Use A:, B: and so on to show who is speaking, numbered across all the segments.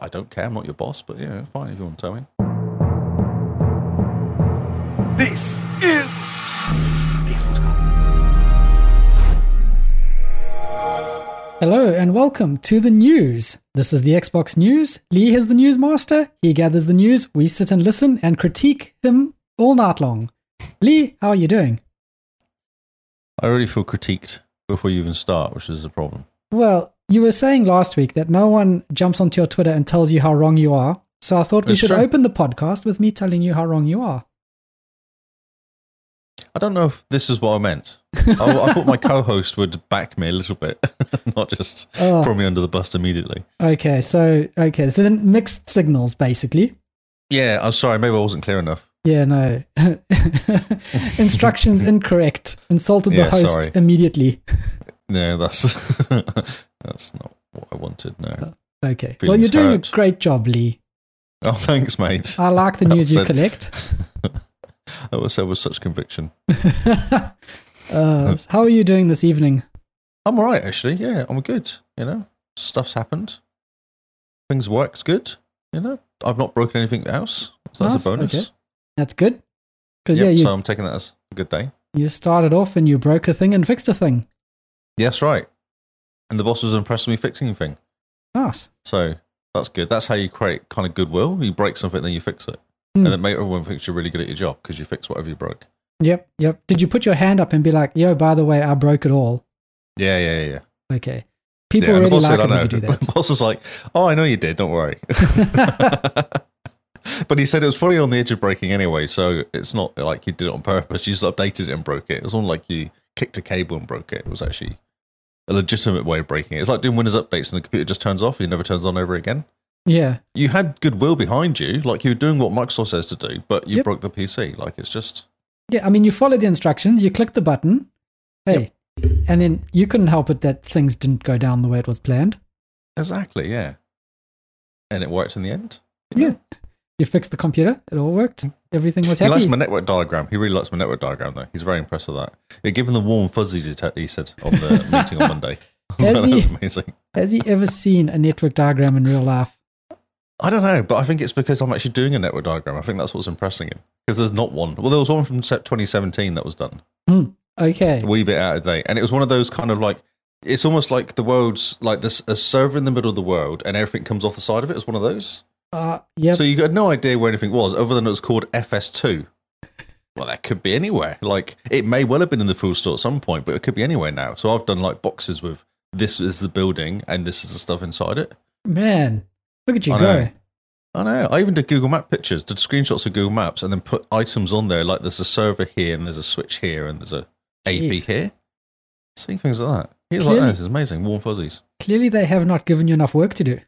A: I don't care. I'm not your boss, but yeah, fine if you want to tell me.
B: This is Baseball's Cast.
C: Hello and welcome to the news. This is the Xbox News. Lee is the newsmaster. He gathers the news. We sit and listen and critique him all night long. Lee, how are you doing?
A: I already feel critiqued before you even start, which is a problem.
C: Well, you were saying last week that no one jumps onto your Twitter and tells you how wrong you are. So I thought we
A: It's
C: should
A: true.
C: open the podcast with me telling you how wrong you are.
A: I don't know if this is what I meant. I, I thought my co-host would back me a little bit, not just
C: Oh.
A: throw me under the bus immediately.
C: Okay, so okay, so then mixed signals basically.
A: Yeah, I'm sorry. Maybe I wasn't clear enough.
C: Yeah, no. Instructions incorrect. Insulted the
A: Yeah,
C: host
A: sorry.
C: immediately.
A: No, that's that's not what I wanted. No.
C: Okay. well,
A: Feelings
C: you're doing
A: hurt.
C: a great job, Lee.
A: Oh, thanks, mate.
C: I like the news you
A: Upset.
C: collect.
A: I was said with such conviction.
C: Uh, how are you doing this evening?
A: I'm all right, actually. Yeah, I'm good. You know, stuff's happened. Things worked good. You know, I've not broken anything else. So that's
C: Nice,
A: a bonus.
C: okay. That's good. Because
A: Yep,
C: yeah, you
A: so I'm taking that as a good day.
C: you started off and you broke a thing and fixed a thing.
A: Yes, right. And the boss was impressed with me fixing a thing.
C: Nice.
A: So that's good. That's how you create kind of goodwill. You break something, then you fix it.
C: Hmm.
A: And it makes everyone thinks you're really good at your job because you fix whatever you broke.
C: Yep, yep. Did you put your hand up and be like, "Yo, by the way, I broke it all."
A: Yeah, yeah, yeah. yeah.
C: Okay. People
A: yeah, and the
C: really
A: boss said,
C: like it
A: I
C: when you
A: know.
C: do
A: The boss was like, oh, I know you did. Don't worry.
C: that.
A: but he said it was probably on the edge of breaking anyway, so it's not like you did it on purpose. You just updated it and broke it. It's not like you kicked a cable and broke it. It was actually a legitimate way of breaking it. It's like doing Windows updates and the computer just turns off and it never turns on ever again.
C: yeah.
A: You had goodwill behind you, like you were doing what Microsoft says to do, but you
C: Yep.
A: broke the PC. Like it's just
C: Yeah, I mean, you follow the instructions, you click the button. Hey. And then you couldn't help it that things didn't go down the way it was planned.
A: exactly, yeah. And it worked in the end.
C: Yeah. You fixed the computer, it all worked. Everything was
A: He
C: happy.
A: likes my network diagram. He really likes my network diagram, though. He's very impressed with that. Yeah, give him the warm fuzzies, he, t- he said on the meeting on Monday. I was
C: Has
A: like,
C: he?
A: That's amazing.
C: Has he ever seen a network diagram in real life?
A: I don't know, but I think it's because I'm actually doing a network diagram. I think that's what's impressing him because there's not one. Well, there was one from Sep 2017 that was done,
C: Okay.
A: a wee bit out of date, and it was one of those kind of like it's almost like the world's like this a server in the middle of the world, and everything comes off the side of it. It's one of those.
C: Uh, yep.
A: So you got no idea where anything was, other than it was called FS2. Well, that could be anywhere. Like it may well have been in the full store at some point, but it could be anywhere now. So I've done like boxes with this is the building and this is the stuff inside it.
C: Man, look at you
A: I
C: go.
A: know. I know. I even did Google Map pictures, did screenshots of Google Maps, and then put items on there. Like there's a server here, and there's a switch here, and there's a
C: Jeez.
A: AP here. Seeing things like that. He's like,
C: Clearly-
A: oh, "This is amazing, warm fuzzies."
C: Clearly, they have not given you enough work to do.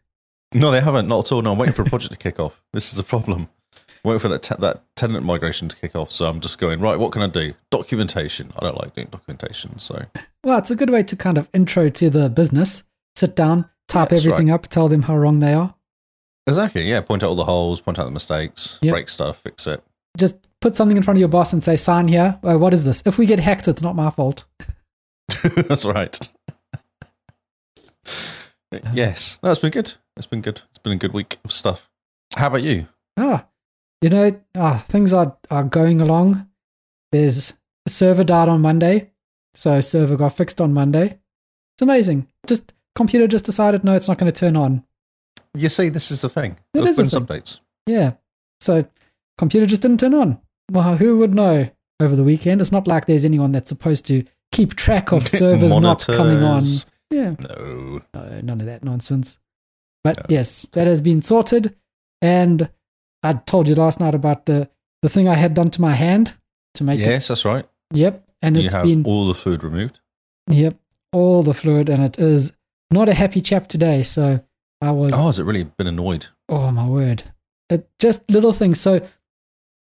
A: No, they haven't. Not at all. No, I'm waiting for a project to kick off. This is the problem. Waiting for that te- that tenant migration to kick off. So I'm just going right. What can I do? Documentation. I don't like doing documentation. So
C: Well, it's a good way to kind of intro to the business. Sit down, type
A: That's
C: everything up, tell them how wrong they are.
A: exactly, yeah. Point out all the holes. Point out the mistakes.
C: Yep.
A: Break stuff. Fix it.
C: Just put something in front of your boss and say, sign here. Oh, what is this? If we get hacked, it's not my fault.
A: That's right. yes, that's been good. It's been good. It's been a good week of stuff. How about you?
C: Ah, you know, ah, things are, are going along. There's a server died on Monday, so server got fixed on Monday. It's amazing. Just computer just decided no, it's not going to turn on.
A: You see, this is the thing.
C: It
A: There's
C: is the
A: been
C: thing.
A: updates.
C: Yeah, so computer just didn't turn on. Well, who would know? Over the weekend, it's not like there's anyone that's supposed to keep track of servers not coming on.
A: Monitors.
C: Yeah,
A: No.
C: no, Uh, none of that nonsense. But yes, that has been sorted. And I told you last night about the the thing I had done to my hand to make it.
A: Yes, that's right.
C: Yep, and
A: You
C: it's
A: have
C: been
A: all the food removed.
C: yep all the fluid, and it is not a happy chap today. So I was oh,
A: Oh, has it really been annoyed?
C: my word, it, just little things. So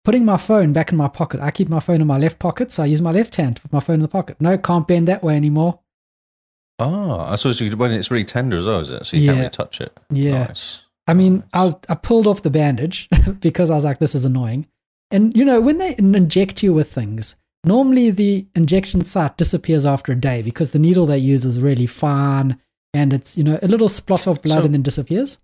C: putting my phone back in my pocket, I keep my phone in my left pocket, so I use my left hand to put my phone in the pocket. No, can't bend that way anymore.
A: Ah, I suppose you could, when it's really tender as well, is it? So you can't
C: Yeah.
A: really touch it.
C: Yeah,
A: Nice.
C: I
A: Oh,
C: mean,
A: Nice.
C: I was I pulled off the bandage because I was like, this is annoying. And you know, when they in- inject you with things, normally the injection site disappears after a day because the needle they use is really fine and it's you know a little splot of blood
A: So-
C: and then disappears.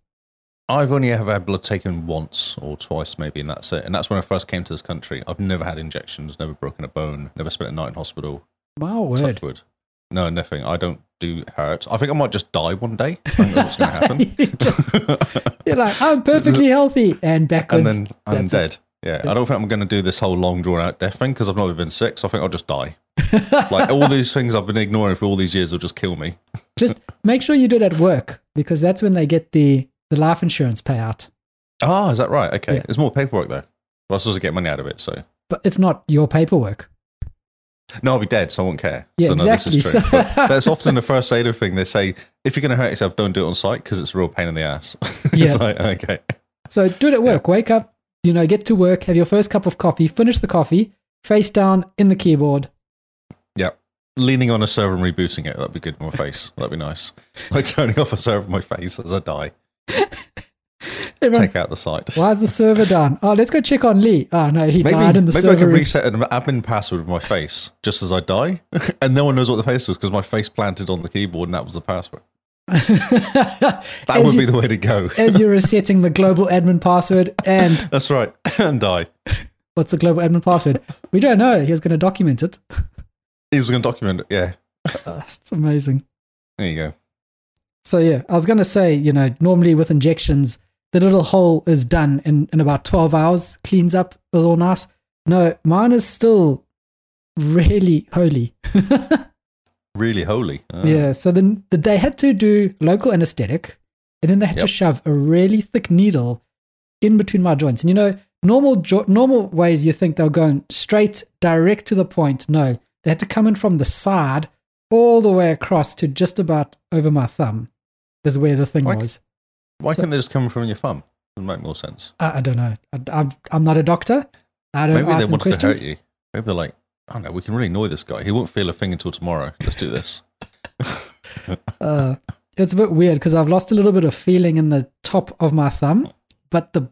A: I've only ever had blood taken once or twice, maybe, and that's it. And that's when I first came to this country. I've never had injections, never broken a bone, never spent a night in hospital.
C: My
A: Touch
C: word.
A: wood. No, nothing. I don't do hurt. I think I might just die one day. I think that's what's going to happen.
C: You're like, I'm perfectly healthy and
A: and
C: backwards.
A: then I'm
C: that's it.
A: dead. Yeah, I don't think I'm going to do this whole long drawn out death thing because I've never been sick. So I think I'll just die. like all these things I've been ignoring for all these years will just kill me.
C: Just make sure you do it at work because that's when they get the, the life insurance payout.
A: Ah, is that right? Okay,
C: Yeah.
A: there's more paperwork though. Well, I suppose I get money out of it. So
C: But it's not your paperwork.
A: no, I'll be dead, so I won't care.
C: Yeah,
A: so no, this is
C: exactly.
A: true.
C: So-
A: But that's often the first aid of thing. They say if you're going to hurt yourself, don't do it on site because it's a real pain in the ass.
C: Yeah.
A: it's like, okay,
C: So do it at work. Wake up, you know, get to work, have your first cup of coffee, finish the coffee, face down in the keyboard.
A: yeah. Leaning on a server and rebooting it, that'd be good in my face. That'd be nice. Like turning off a server in my face as I die.
C: Everyone,
A: Take out the site.
C: why is the server down? Oh, let's go check on Lee. Oh no, he
A: Maybe,
C: died in the
A: maybe I
C: server.
A: could
C: room.
A: reset an admin password with my face just as I die, and no one knows what the face was because my face planted on the keyboard and that was the password.
C: that
A: That
C: as
A: would
C: you,
A: be the way to go.
C: as you're resetting the global admin password and
A: That's right, and die.
C: what's the global admin password? We don't know. He's going to document it.
A: He was going to document it. Yeah,
C: Oh, it's amazing.
A: there you go.
C: So yeah, I was going to say, you know, normally with injections, the little hole is done in, in about 12 hours, cleans up, is all nice. No, mine is still really holy.
A: Really holy. Uh,
C: Yeah. So then the, they had to do local anesthetic, and then they had to
A: Yep.
C: shove a really thick needle in between my joints. And you know, normal jo- normal ways you think they're going straight, direct to the point. No, they had to come in from the side, all the way across to just about over my thumb, is where the thing
A: Why-
C: was.
A: Why
C: So-
A: can't they just come from your thumb? Would make more sense.
C: I, I don't know. I, I'm, I'm not a doctor. I don't
A: Maybe they
C: ask them
A: wanted
C: questions.
A: to hurt you. Maybe they're like, I don't know. We can really annoy this guy. He won't feel a thing until tomorrow. Let's do this.
C: uh, it's a bit weird because I've lost a little bit of feeling in the top of my thumb, but the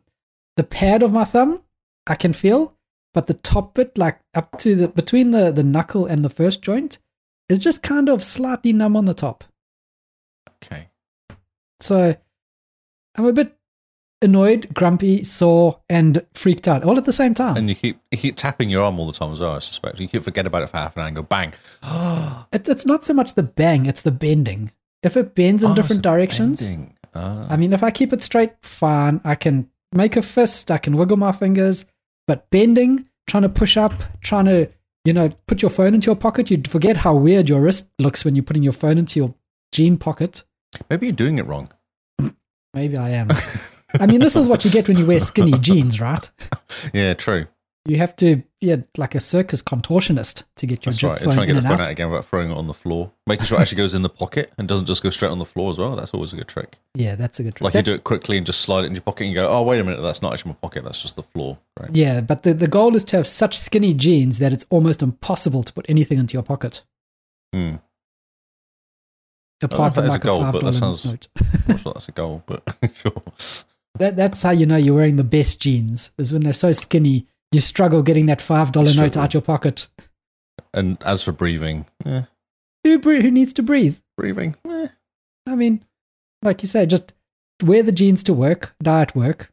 C: the pad of my thumb I can feel, but the top bit, like up to the between the the knuckle and the first joint, is just kind of slightly numb on the top.
A: Okay.
C: So I'm a bit annoyed, grumpy, sore, and freaked out all at the same time.
A: And you keep you keep tapping your arm all the time as well. I suspect you keep forget about it for half an hour and go bang.
C: It, it's not so much the bang; it's the bending. If it bends in
A: Ah,
C: different
A: it's a
C: directions.
A: bending. Ah.
C: I mean, if I keep it straight, fine. I can make a fist, I can wiggle my fingers, but bending, trying to push up, trying to, you know, put your phone into your pocket, you forget how weird your wrist looks when you're putting your phone into your jean pocket.
A: Maybe you're doing it wrong.
C: Maybe I am. I mean, this is what you get when you wear skinny jeans, right?
A: Yeah, true.
C: You have to be a, like a circus contortionist to get your
A: That's
C: jib
A: right.
C: phone
A: Trying to
C: in
A: get the
C: and
A: phone
C: out.
A: out. again without throwing it on the floor. Making sure it actually goes in the pocket and doesn't just go straight on the floor as well. That's always a good trick.
C: Yeah, that's a good trick.
A: Like you do it quickly and just slide it in your pocket and you go, oh, wait a minute, that's not actually my pocket. That's just the floor. Right.
C: yeah, but the, the goal is to have such skinny jeans that it's almost impossible to put anything into your pocket.
A: Hmm.
C: Apart
A: Oh, that
C: from
A: is a
C: like a,
A: goal,
C: $5
A: but that sounds-
C: note.
A: I'm not sure that's a goal, but sure.
C: That, that's how you know you're wearing the best jeans, is when they're so skinny, you struggle getting that $5 note
A: Struggle.
C: out your pocket.
A: And as for breathing, eh,
C: Who, bre- who needs to breathe?
A: breathing, eh,
C: I mean, like you say, just wear the jeans to work, die at work,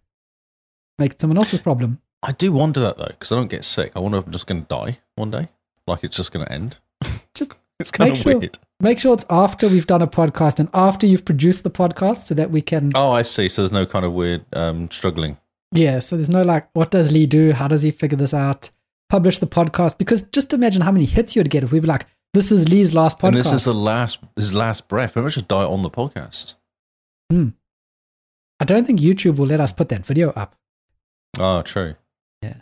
C: make it someone else's problem.
A: I do wonder that though, because I don't get sick. I wonder if I'm just going to die one day. Like it's just going to end.
C: Just
A: it's kind
C: make
A: of
C: sure-
A: weird.
C: Make sure it's after we've done a podcast and after you've produced the podcast so that we can.
A: Oh, I see. So there's no kind of weird um, struggling.
C: Yeah, so there's no like, what does Lee do? How does he figure this out? Publish the podcast because just imagine how many hits you'd get if we were like, this is Lee's last podcast.
A: And this is the last, his last breath. Maybe I should die on the podcast.
C: I don't think YouTube will let us put that video up.
A: Oh, true.
C: Yeah.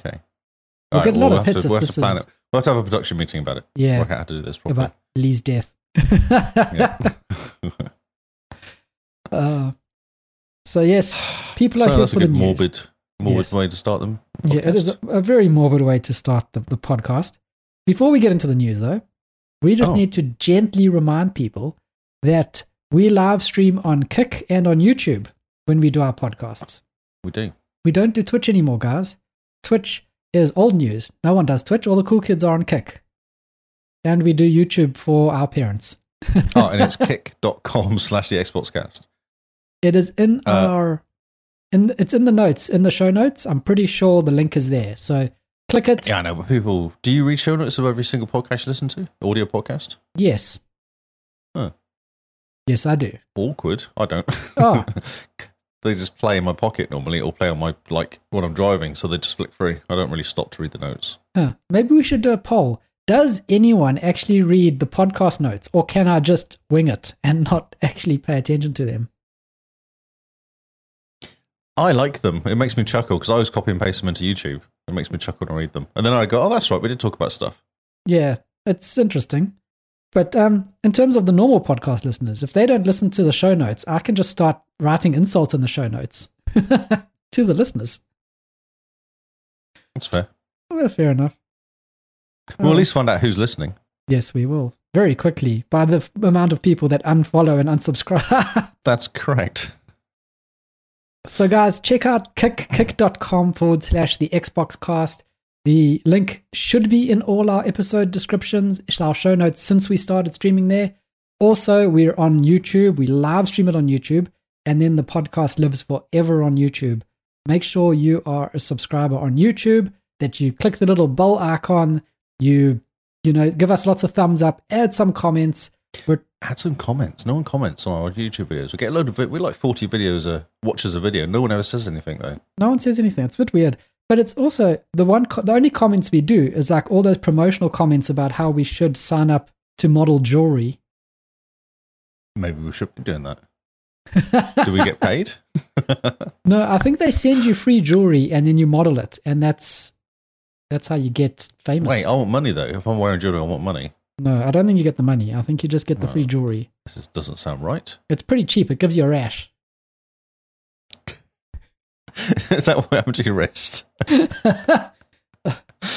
A: Okay.
C: We'll
A: Alright,
C: get a lot
A: we'll
C: of
A: have
C: hits
A: to,
C: if
A: we'll have
C: this
A: to plan
C: is-
A: it. We'll have to have a production meeting about it.
C: Yeah.
A: Work out how to do this properly.
C: about Lee's death.
A: Yeah.
C: Uh, so yes, people are
A: so
C: here
A: that's a
C: for the
A: good
C: news.
A: morbid, morbid
C: Yes.
A: way to start them.
C: yeah, it is a, a very morbid way to start the, the podcast. Before we get into the news, though, we just
A: Oh.
C: need to gently remind people that we live stream on Kick and on YouTube when we do our podcasts.
A: We do.
C: We don't do Twitch anymore, guys. Twitch is old news. No one does Twitch. All the cool kids are on Kick. And we do YouTube for our parents.
A: Oh, and it's kick.com slash the Xbox cast.
C: It is in
A: Uh,
C: our in it's in the notes in the show notes. I'm pretty sure the link is there. So click it.
A: Yeah, I know, but people, do you read show notes of every single podcast you listen to? Audio podcast?
C: Yes.
A: Huh.
C: Yes, I do.
A: Awkward. I don't.
C: Oh.
A: they just play in my pocket normally, or play on my, like, when I'm driving, so they just flick through. I don't really stop to read the notes.
C: Huh. Maybe we should do a poll. Does anyone actually read the podcast notes, or can I just wing it and not actually pay attention to them?
A: I like them. It makes me chuckle because I always copy and paste them into YouTube. It makes me chuckle when I read them. And then I go, oh, that's right. We did talk about stuff.
C: Yeah, it's interesting. But um, in terms of the normal podcast listeners, if they don't listen to the show notes, I can just start writing insults in the show notes to the listeners.
A: That's fair.
C: Well, fair enough.
A: We'll
C: Oh.
A: at least find out who's listening.
C: Yes, we will very quickly by the f- amount of people that unfollow and unsubscribe.
A: That's correct.
C: So, guys, check out kick, kick.com forward slash the Xbox cast. The link should be in all our episode descriptions, it's our show notes since we started streaming there. Also, we're on YouTube. We live stream it on YouTube, and then the podcast lives forever on YouTube. Make sure you are a subscriber on YouTube, that you click the little bell icon, you you know, give us lots of thumbs up, add some comments. We're
A: Add some comments. No one comments on our YouTube videos. We get a load of vi- we're like forty videos a watches a video. No one ever says anything though.
C: no one says anything. It's a bit weird. But it's also the one, co- the only comments we do is like all those promotional comments about how we should sign up to model jewelry.
A: Maybe we should be doing that. Do we get paid?
C: No, I think they send you free jewelry and then you model it, and that's that's how you get famous.
A: Wait, oh. I want money though. If I'm wearing jewelry, I want money.
C: no, I don't think you get the money. I think you just get the
A: Oh.
C: free jewelry.
A: This is- doesn't sound right.
C: It's pretty cheap. It gives you a rash.
A: is that what happened to your wrist?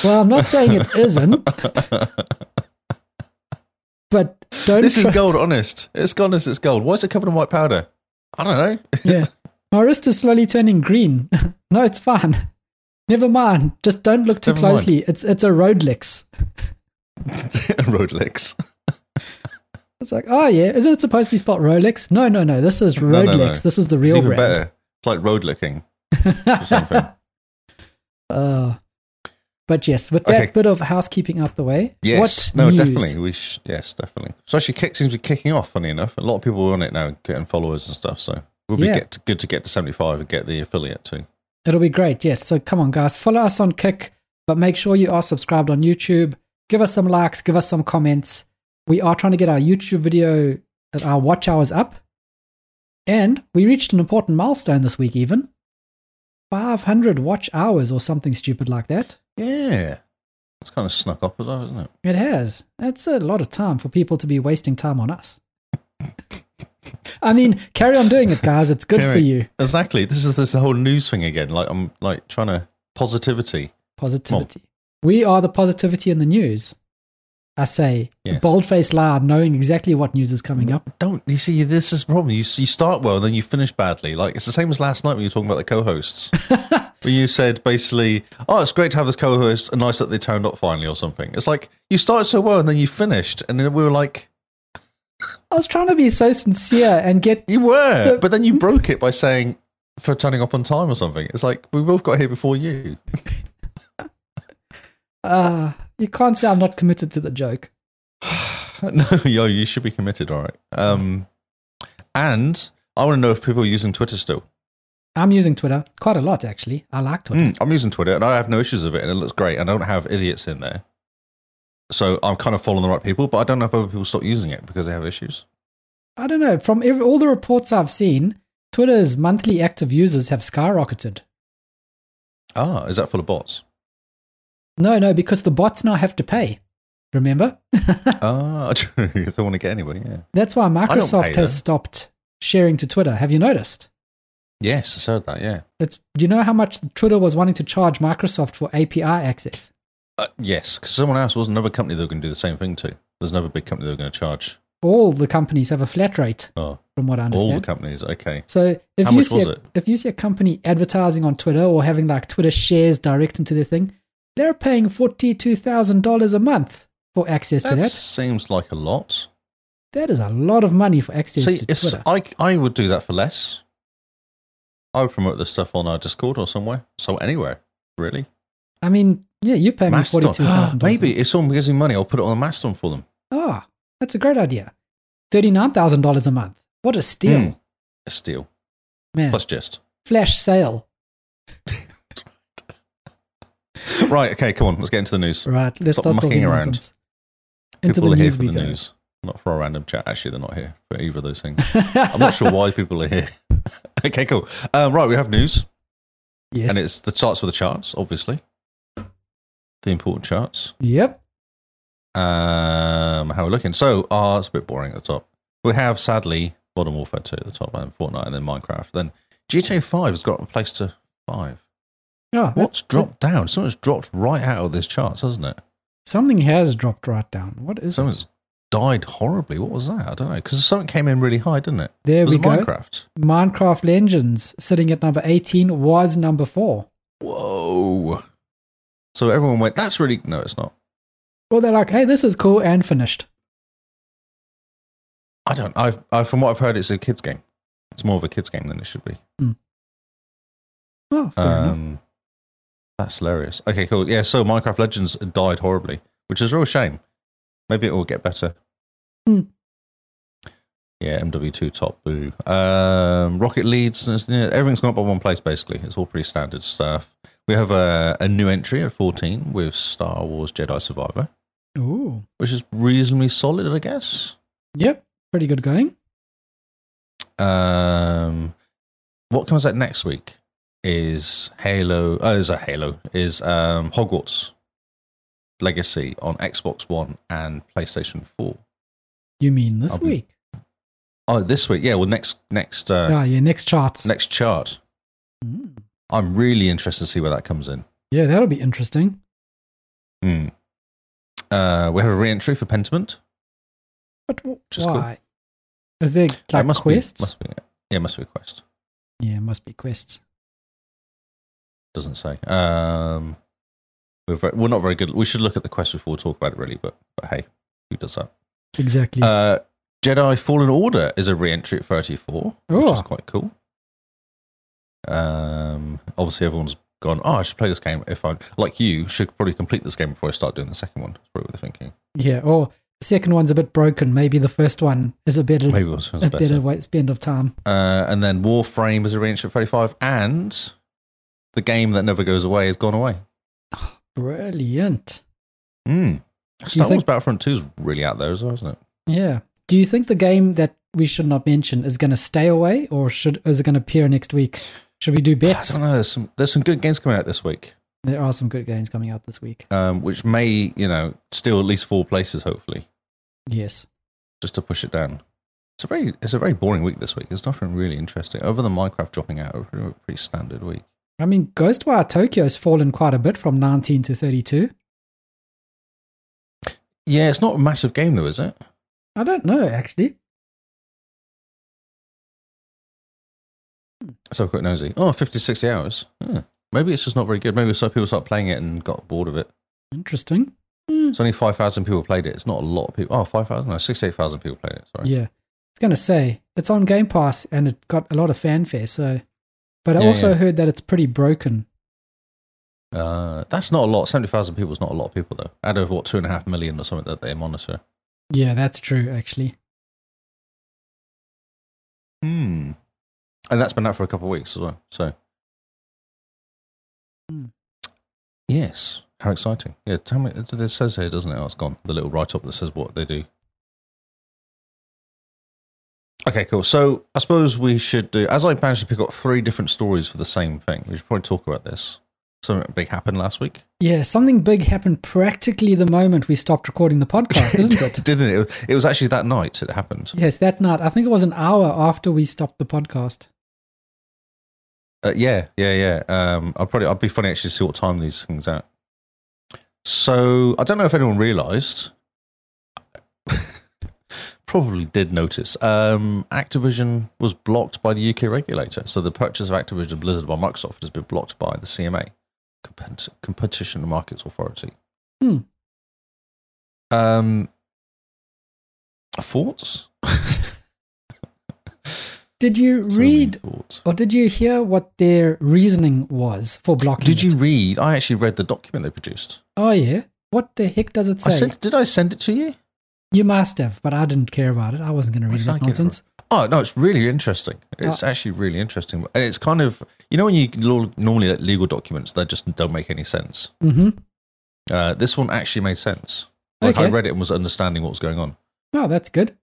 C: Well, I'm not saying it isn't, but don't.
A: this is
C: try-
A: gold. Honest, it's gold. honest, It's gold. Why is it covered in white powder? I don't know.
C: yeah. My wrist is slowly turning green. no, it's fine. Never mind. Just don't look too
A: Never mind.
C: closely. It's it's a road licks.
A: Rolex.
C: It's like, oh yeah, isn't it supposed to be spelled Rolex? No, no, no. This is
A: No,
C: Rolex.
A: no, no.
C: This is the
A: It's
C: real
A: even
C: brand.
A: better. It's like road licking or something.
C: Uh, but yes, with that
A: Okay.
C: bit of housekeeping out the way.
A: Yes.
C: what
A: no,
C: news?
A: definitely. We sh- yes, definitely. So actually, Kick seems to be kicking off. Funny enough, a lot of people are on it now, getting followers and stuff. So we'll be
C: Yeah.
A: get good to get to seventy five and get the affiliate too.
C: It'll be great. Yes. So come on, guys, follow us on Kick, but make sure you are subscribed on YouTube. Give us some likes. Give us some comments. We are trying to get our YouTube video, uh, our watch hours up, and we reached an important milestone this week. Even 500 watch hours or something stupid like that.
A: Yeah, it's kind of snuck up as well, isn't it?
C: It has. That's a lot of time for people to be wasting time on us. I mean, carry on doing it, guys. It's good for
A: Carry-
C: you.
A: Exactly. This is this whole news thing again. Like I'm like trying to positivity.
C: Positivity. We are the positivity in the news. I say,
A: Yes.
C: bold faced loud, knowing exactly what news is coming up.
A: Don't you see? This is the problem. You you start well, then you finish badly. Like it's the same as last night when you were talking about the co-hosts. when you said basically, "Oh, it's great to have this co-host," and nice that they turned up finally or something. It's like you started so well, and then you finished, and then we were like. Mm-hmm.
C: I was trying to be so sincere and get.
A: You were,
C: The-
A: but then you broke it by saying for turning up on time or something. It's like we both got here before you.
C: Uh, you can't say I'm not committed to the joke.
A: no, yo, you should be committed, all right. Um, and I want to know if people are using Twitter still.
C: I'm using Twitter quite a lot, actually. I like Twitter.
A: Mm, I'm using Twitter, and I have no issues with it, and it looks great. And I don't have idiots in there, so I'm kind of following the right people. But I don't know if other people stop using it because they have issues. Mm.
C: I don't know. From ev all the reports I've seen, Twitter's monthly active users have skyrocketed.
A: Ah, is that full of bots?
C: No, no, because the bots now have to pay. Remember?
A: ah, true. If they want to get anywhere, yeah.
C: That's why
A: don't
C: Microsoft
A: pay
C: has
A: them.
C: stopped sharing to Twitter. Have you noticed?
A: Yes, I heard that. Yeah.
C: It's do you know how much Twitter was wanting to charge Microsoft for API access?
A: Uh, yes, because someone else was another company they were going to do the same thing to. There's another big company they were going to charge.
C: All the companies have a flat rate,
A: Oh,
C: from what I
A: all the
C: understand.
A: companies. Okay.
C: so if
A: How
C: you
A: much
C: see
A: was
C: a,
A: it?
C: if you see a company advertising on Twitter or having like Twitter shares direct into their thing, they're paying forty two thousand dollars a month for access
A: That,
C: to that.
A: seems like a lot.
C: That is a lot of money for access
A: See,
C: to
A: if
C: Twitter.
A: I, I would do that for less. I would promote this stuff on our Discord or somewhere. So anywhere, really.
C: I mean, yeah, you pay me forty
A: Mastodon.
C: two thousand dollars.
A: Maybe if someone gives me money, I'll put it on the Mastodon for them.
C: Ah, that's a great idea. Thirty nine thousand dollars a month. What a steal,
A: Hmm. A steal.
C: man!
A: Plus just.
C: Flash sale.
A: Right, okay, come on. Let's get into the news.
C: Right, let's
A: Stop
C: start
A: mucking
C: talking
A: around.
C: nonsense. Into
A: people
C: the
A: are
C: news
A: here
C: we
A: for the
C: go.
A: news. Not for a random chat. Actually, they're not here for either of those things. I'm not sure why people are here. okay, cool. Um, right, we have news.
C: Yes.
A: And it's the charts with the charts, obviously. The important charts.
C: yep.
A: Um, how we're looking. So, uh, it's a bit boring at the top. We have, sadly, Modern Warfare 2 at the top, and Fortnite, and then Minecraft. Then GTA 5 has got replaced to 5.
C: Oh, that-
A: What's dropped down? Something's dropped right out of this charts, hasn't it?
C: something has dropped right down. What is it?
A: Someone's died horribly. What was that? I don't know. Because something came in really high, didn't it?
C: There
A: was
C: we
A: it
C: go.
A: Minecraft?
C: Minecraft Legends sitting at number 18 was number 4.
A: Whoa. So everyone went, that's really. No, it's not.
C: Well, they're like, hey, this is cool and finished.
A: I don't. I've, I, from what I've heard, it's a kids' game. It's more of a kids' game than it should be.
C: Oh, fair enough.
A: Um, that's hilarious. Okay, cool. Yeah, so Minecraft Legends died horribly, which is a real shame. Maybe it will get better.
C: Hmm.
A: Yeah, MW2 top boo. Um, Rocket leads. and it's- yeah, Everything's gone up by one place, basically. It's all pretty standard stuff. We have a, a new entry at 14 with Star Wars Jedi Survivor,
C: Ooh.
A: which is reasonably solid, I guess.
C: Yep. Pretty good going.
A: Um, what comes out next week is Halo. Oh, is a Halo is um Hogwarts Legacy on Xbox One and PlayStation Four.
C: You mean this
A: I'll be-
C: week?
A: Oh, this week, yeah. Well, next next uh,
C: ah, yeah, next charts.
A: next chart.
C: Mm.
A: I'm really interested to see where that comes in.
C: Yeah, that'll be interesting.
A: Hmm. Uh, we have a re-entry for Pentiment.
C: But w-
A: Which is cool.
C: why? Is there
A: It
C: like
A: must be-
C: quests?
A: must be, yeah, must be a quest.
C: Yeah, must be quests.
A: Doesn't say. Um, we're very, we're not very good. We should look at the quest before we talk about it, really. But but hey, who does that?
C: Exactly.
A: Uh, Jedi Fallen Order is a re-entry at 34, which is
C: Oh.
A: quite cool. Um, obviously, everyone's gone. Oh, I should play this game. If I like you, should probably complete this game before I start doing the second one. That's probably what they're thinking.
C: yeah, or the second one's a bit broken. Maybe the first one is a better,
A: Maybe this one's
C: a better
A: better.
C: way, spend of time.
A: Uh, and then Warframe is a re-entry at 35, and the game that never goes away has gone away.
C: Brilliant.
A: Mm. Star Wars
C: think-
A: Battlefront 2 is really out there as well, isn't it?
C: Yeah. Do you think the game that we should not mention is going to stay away, or should is it going to appear next week? Should we do
A: I
C: bets?
A: don't know. There's some there's some good games coming out this week,
C: There are some good games coming out this week.
A: um, which may you know steal at least four places, hopefully.
C: Yes.
A: just to push it down. It's a very it's a very boring week this week. There's nothing really interesting other than Minecraft dropping out. A pretty, pretty standard week.
C: I mean, Ghostwire Tokyo's fallen quite a bit from 19 to 32.
A: Yeah, it's not a massive game though, is it?
C: I don't know, actually.
A: So quite nosy. Oh, 50, 60 hours. Hmm. Maybe it's just not very good. Maybe some people start playing it and got bored of it.
C: Interesting.
A: It's only 5,000 people played it. It's not a lot of people. Oh, 5,000? No, 68,000 people played it. Sorry.
C: Yeah. I was going to say, it's on Game Pass and it got a lot of fanfare. So, but I
A: Yeah,
C: also
A: yeah.
C: heard that it's pretty broken.
A: Uh, that's not a lot. 70,000 people is not a lot of people though. Out of what, 2.5 million or something that they monitor.
C: Yeah, that's true, actually.
A: Hmm. And that's been out for a couple of weeks as well. So.
C: Hmm.
A: Yes. How exciting. Yeah, tell me. It it says here, doesn't it? Oh, it's gone. The little write up that says what they do. Okay, cool. So I suppose we should do, as I managed to pick up three different stories for the same thing, we should probably talk about this. Something big happened last week.
C: Yeah, something big happened practically the moment we stopped recording the podcast, isn't it?
A: Didn't it? It was actually that night it happened.
C: Yes, that night. I think it was an hour after we stopped the podcast.
A: Uh, yeah, yeah, yeah. Um, I'll probably I'd be funny actually to see what time these things out. So I don't know if anyone realised. probably did notice. Um, Activision was blocked by the UK regulator, so the purchase of Activision Blizzard by Microsoft has been blocked by the CMA, Compet- Competition and Markets Authority.
C: Hmm.
A: Um, thoughts?
C: Did you
A: So many
C: read
A: thoughts.
C: or did you hear what their reasoning was for blocking?
A: Did you
C: it?
A: read? I actually read the document they produced.
C: Oh yeah. What the heck does it
A: I
C: say?
A: sent, did I send it to you?
C: you must have, but I didn't care about it. I wasn't going to read
A: did I
C: that
A: get it
C: nonsense.
A: Oh no, it's really interesting. It's actually really interesting, and it's kind of you know when you lo- normally let legal documents they just don't make any sense.
C: Mm-hmm.
A: Uh, this one actually made sense. Like I
C: Okay.
A: read it and was understanding what was going on.
C: Oh, that's good.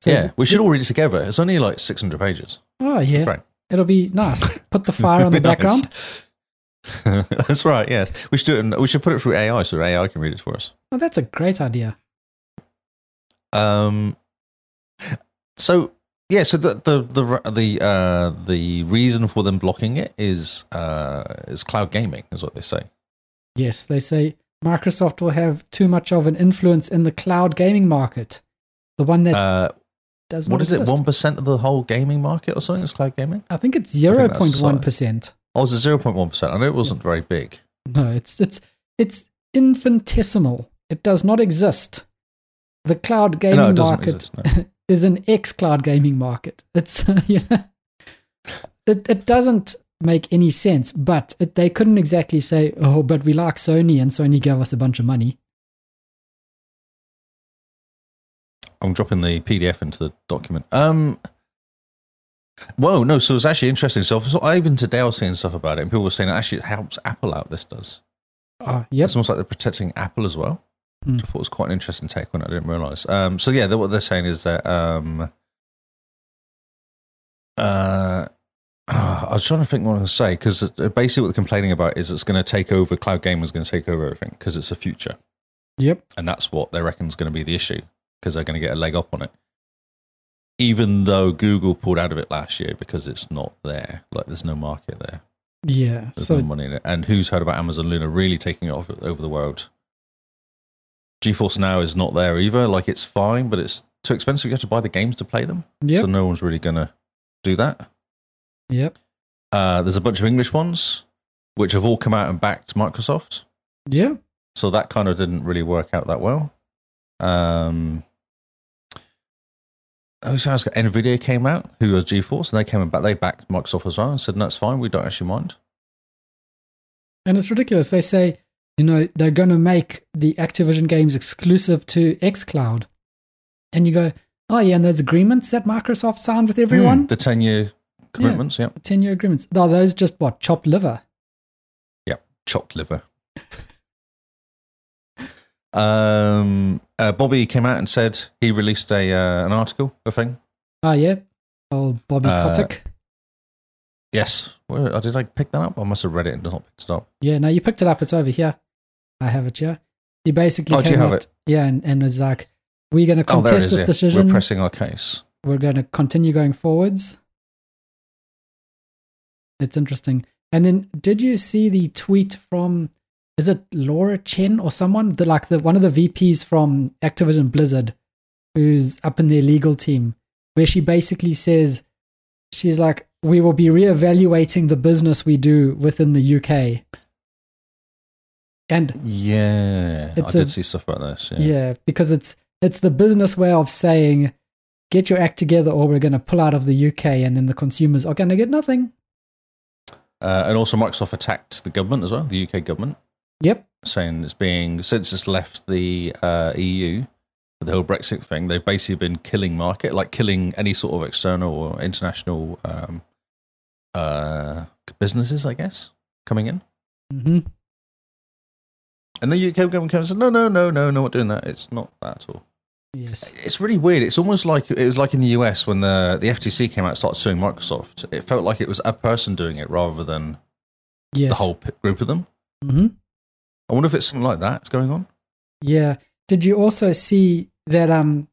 C: So
A: yeah,
C: th-
A: we should all read it together. It's only like six hundred pages.
C: Oh yeah.
A: Great.
C: It'll be nice. Put the fire on the
A: It'd be
C: background.
A: nice. That's right. Yes, we should do it. In, we should put it through AI so AI can read it for us.
C: Oh, that's a great idea.
A: Um. So yeah, so the the the the uh, the reason for them blocking it is uh, is cloud gaming is what they say.
C: Yes, they say Microsoft will have too much of an influence in the cloud gaming market, the one that
A: Uh,
C: does not
A: what is it?
C: exist.
A: One percent of the whole gaming market or something? It's cloud gaming.
C: I think it's
A: I
C: zero
A: think that's uh,
C: point one percent.
A: Oh, it's zero point one percent. I know it wasn't very big.
C: No, it's it's it's infinitesimal. It does not exist. The cloud gaming
A: no, it doesn't
C: market
A: exist. No.
C: is an ex cloud gaming market. It's you know, it it doesn't make any sense. But it, they couldn't exactly say, oh, but we like Sony, and Sony gave us a bunch of money.
A: I'm dropping the PDF into the document. Um. Whoa, no. So it's actually interesting. So, so I- even today I was seeing stuff about it, and people were saying it actually helps Apple out. This does.
C: Oh, yep.
A: It's almost like they're protecting Apple as well.
C: Hmm.
A: Which I thought was quite an interesting take on. it, I didn't realize. Um. So yeah, they're, what they're saying is that. Um. Uh. I was trying to think what I was going to say because basically what they're complaining about is it's going to take over. Cloud gaming is going to take over everything because it's the future.
C: Yep.
A: and that's what they reckon is going to be the issue because they're going to get a leg up on it. Even though Google pulled out of it last year because it's not there, like there's no market there,
C: Yeah.
A: there's
C: So
A: no money in it. And who's heard about Amazon Luna really taking it off over the world? GeForce Now is not there either. Like it's fine, but it's too expensive. You have to buy the games to play them,
C: yep.
A: so no one's really going to do that.
C: yep.
A: Uh, there's a bunch of English ones which have all come out and backed Microsoft.
C: Yeah.
A: So that kind of didn't really work out that well. Um, oh, so I was- Nvidia came out, who was GeForce, and they came back. They backed Microsoft as well and said, "No, it's fine. We don't actually mind."
C: And it's ridiculous. They say, you know, they're going to make the Activision games exclusive to xCloud. And you go, oh, yeah, and those agreements that Microsoft signed with everyone,
A: Hmm. the ten-year commitments, yeah.
C: 10 year agreements, are those just what? Chopped liver?
A: chopped liver. um, uh, Bobby came out and said he released a uh, an article, a thing.
C: Oh, yeah. Oh, Bobby
A: Uh,
C: Kotick.
A: Yes, Where, oh, did I pick that up? I must have read it and not picked it up.
C: Yeah, no, you picked it up. It's over here. I have it here. He basically
A: Oh, do
C: came
A: you have
C: out, yeah, and, and was like, we're going to
A: Oh, there it
C: contest
A: is.
C: this
A: yeah.
C: decision.
A: We're pressing our case.
C: we're going to continue going forwards. It's interesting. And then, did you see the tweet from? Is it Laura Chen or someone? The like the one of the VPs from Activision Blizzard, who's up in their legal team, where she basically says, she's like, we will be reevaluating the business we do within the UK. And
A: Yeah,
C: It's
A: I did
C: a-
A: see stuff about this.
C: yeah. because it's it's the business way of saying get your act together or we're going to pull out of the UK and then the consumers are going to get nothing.
A: Uh, and also, Microsoft attacked the government as well, the UK government,
C: Yep.
A: saying it's being, since it's left the uh, EU, with the whole Brexit thing, they've basically been killing market, like killing any sort of external or international um, uh, businesses, I guess, coming in.
C: hmm
A: And the UK government comes and said, no, no, no, no, no, not doing that. It's not that at all.
C: Yes.
A: It's really weird. It's almost like it was like in the US when the, the FTC came out and started suing Microsoft. It felt like it was a person doing it rather than
C: Yes.
A: the whole p- group of them.
C: hmm
A: I wonder if it's something like that's going on.
C: Yeah. Did you also see that um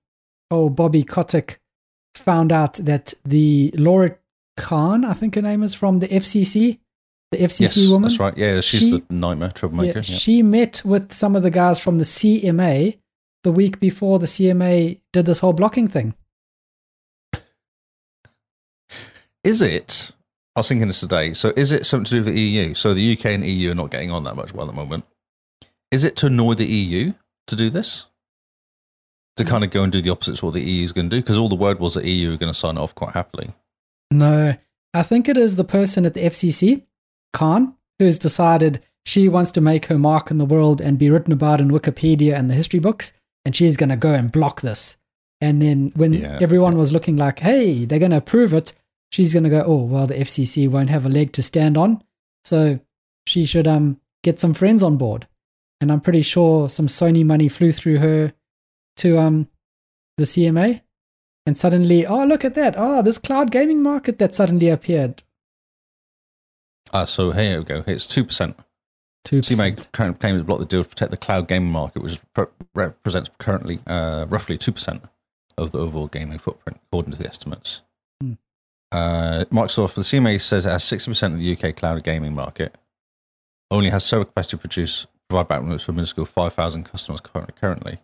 C: oh Bobby Kotick found out that the Laura Khan, I think her name is from the FCC, the FCC woman.
A: That's right. Yeah, she's
C: She-
A: the nightmare troublemaker.
C: Yeah,
A: Yeah.
C: she met with some of the guys from the CMA the week before the CMA did this whole blocking thing.
A: Is it? I was thinking this today. So, is it something to do with the EU? So, the UK and EU are not getting E on that much well at the moment. Is it to annoy the EU to do this? to kind of go and do the opposite to what the EU is going to do because all the word was that E EU are going to sign it off quite happily.
C: No, I think it is the person at the FCC, Khan, who's decided she wants to make her mark in the world and be written about in Wikipedia and the history books, and she's going to go and block this. And then when
A: Yeah.
C: everyone was looking like, hey, they're going to approve it, she's going to go, oh, well, the FCC won't have a leg to stand on. So she should um, get some friends on board. And I'm pretty sure some Sony money flew through her to um, the CMA. And suddenly, oh, look at that. Oh, this cloud gaming market that suddenly appeared.
A: Uh, so here we go. It's 2%.
C: 2%.
A: CMA current claims block the deal to protect the cloud gaming market, which pre- represents currently uh, roughly 2% of the overall gaming footprint, according to the estimates.
C: Hmm.
A: Uh, Microsoft, the CMA says it has 60% of the UK cloud gaming market, only has server capacity to produce, provide backlinks for minuscule 5,000 customers currently. currently.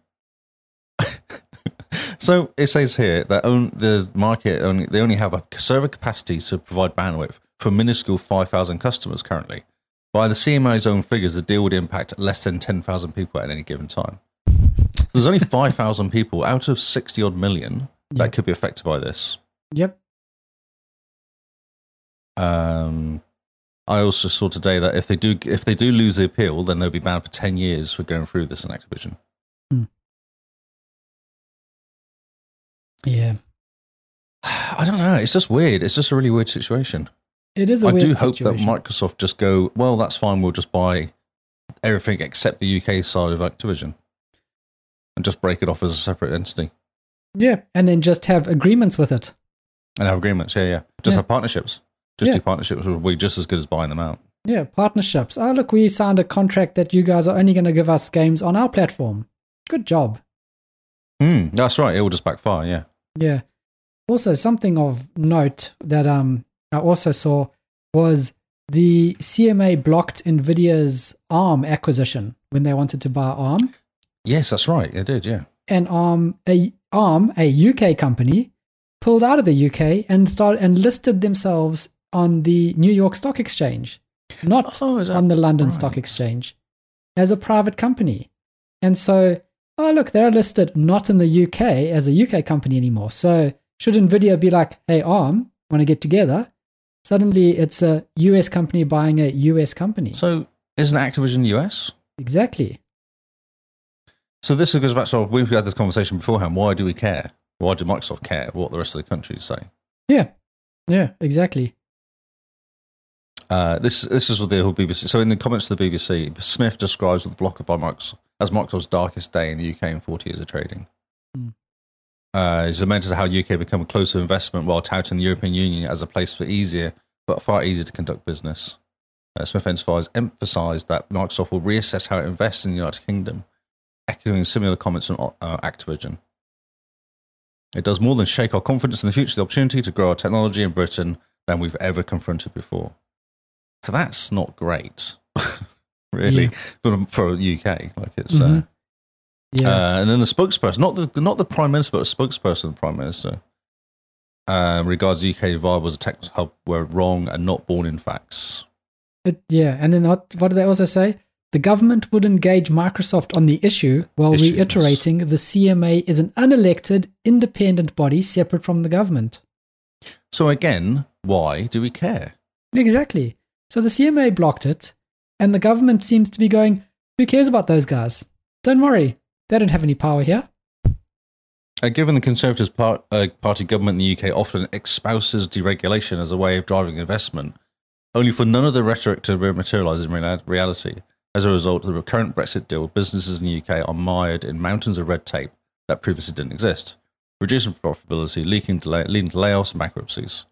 A: so it says here that on, the market only, they only have a server capacity to provide bandwidth for minuscule 5,000 customers currently. By the CMA's own figures, the deal would impact less than 10,000 people at any given time. So there's only 5,000 people out of 60 odd million that
C: Yep.
A: could be affected by this.
C: Yep.
A: Um, I also saw today that if they do if they do lose the appeal, then they'll be banned for 10 years for going through this in Activision.
C: Yeah.
A: I don't know. It's just weird. It's just a really weird situation.
C: It is a
A: I
C: weird
A: do hope
C: situation.
A: that Microsoft just go, well, that's fine. We'll just buy everything except the UK side of Activision and just break it off as a separate entity.
C: Yeah. And then just have agreements with it.
A: And have agreements, yeah, yeah. Just
C: Yeah.
A: have partnerships. Just
C: Yeah.
A: do partnerships would be just as good as buying them out.
C: Yeah. Partnerships. Oh, look, we signed a contract that you guys are only going to give us games on our platform. Good job.
A: Mm, that's right. It will just backfire, yeah.
C: Yeah. Also, something of note that um I also saw was the CMA blocked Nvidia's ARM acquisition when they wanted to buy ARM.
A: Yes, that's right. It did, yeah.
C: And ARM, a ARM, a UK company, pulled out of the UK and started and listed themselves on the New York Stock Exchange, not
A: Oh, is that
C: on the London Stock
A: right?
C: Exchange as a private company. And so, oh, look, they're listed not in the UK as a UK company anymore. So, should NVIDIA be like, hey, ARM, want to get together? Suddenly, it's a US company buying a US company.
A: So isn't Activision US?
C: exactly.
A: So this goes back to we've had this conversation beforehand. Why do we care? Why do Microsoft care what the rest of the countries say?
C: Yeah. Yeah, exactly.
A: Uh, this this is what the whole BBC. So in the comments to the BBC, Smith describes the blocker by Microsoft as Microsoft's darkest day in the UK in 40 years of trading.
C: Hmm.
A: Uh, he's lamented how UK become a closer investment while touting the European Union as a place for easier, but far easier to conduct business. Uh, Smith emphasised emphasised that Microsoft will reassess how it invests in the United Kingdom, echoing similar comments from uh, Activision. It does more than shake our confidence in the future, the opportunity to grow our technology in Britain than we've ever confronted before. So that's not great, really, for, for UK. Like it's, uh,
C: Mhm. Yeah.
A: uh, and then the spokesperson, not the not the prime minister, but a spokesperson of the prime minister, um, regards UK viable as a tech hub were wrong and not born in facts.
C: It- yeah. And then what, what did they also say? The government would engage Microsoft on the issue while
A: Issues.
C: reiterating the CMA is an unelected, independent body separate from the government.
A: So again, why do we care?
C: Exactly. So the CMA blocked it, and the government seems to be going, who cares about those guys? Don't worry, they don't have any power here.
A: Uh, given the Conservative part, uh, Party government in the UK often espouses deregulation as a way of driving investment, only for none of the rhetoric to materialise in real- reality. As a result of the current Brexit deal, businesses in the UK are mired in mountains of red tape that previously didn't exist, reducing profitability, leaking to lay- leading to layoffs and bankruptcies.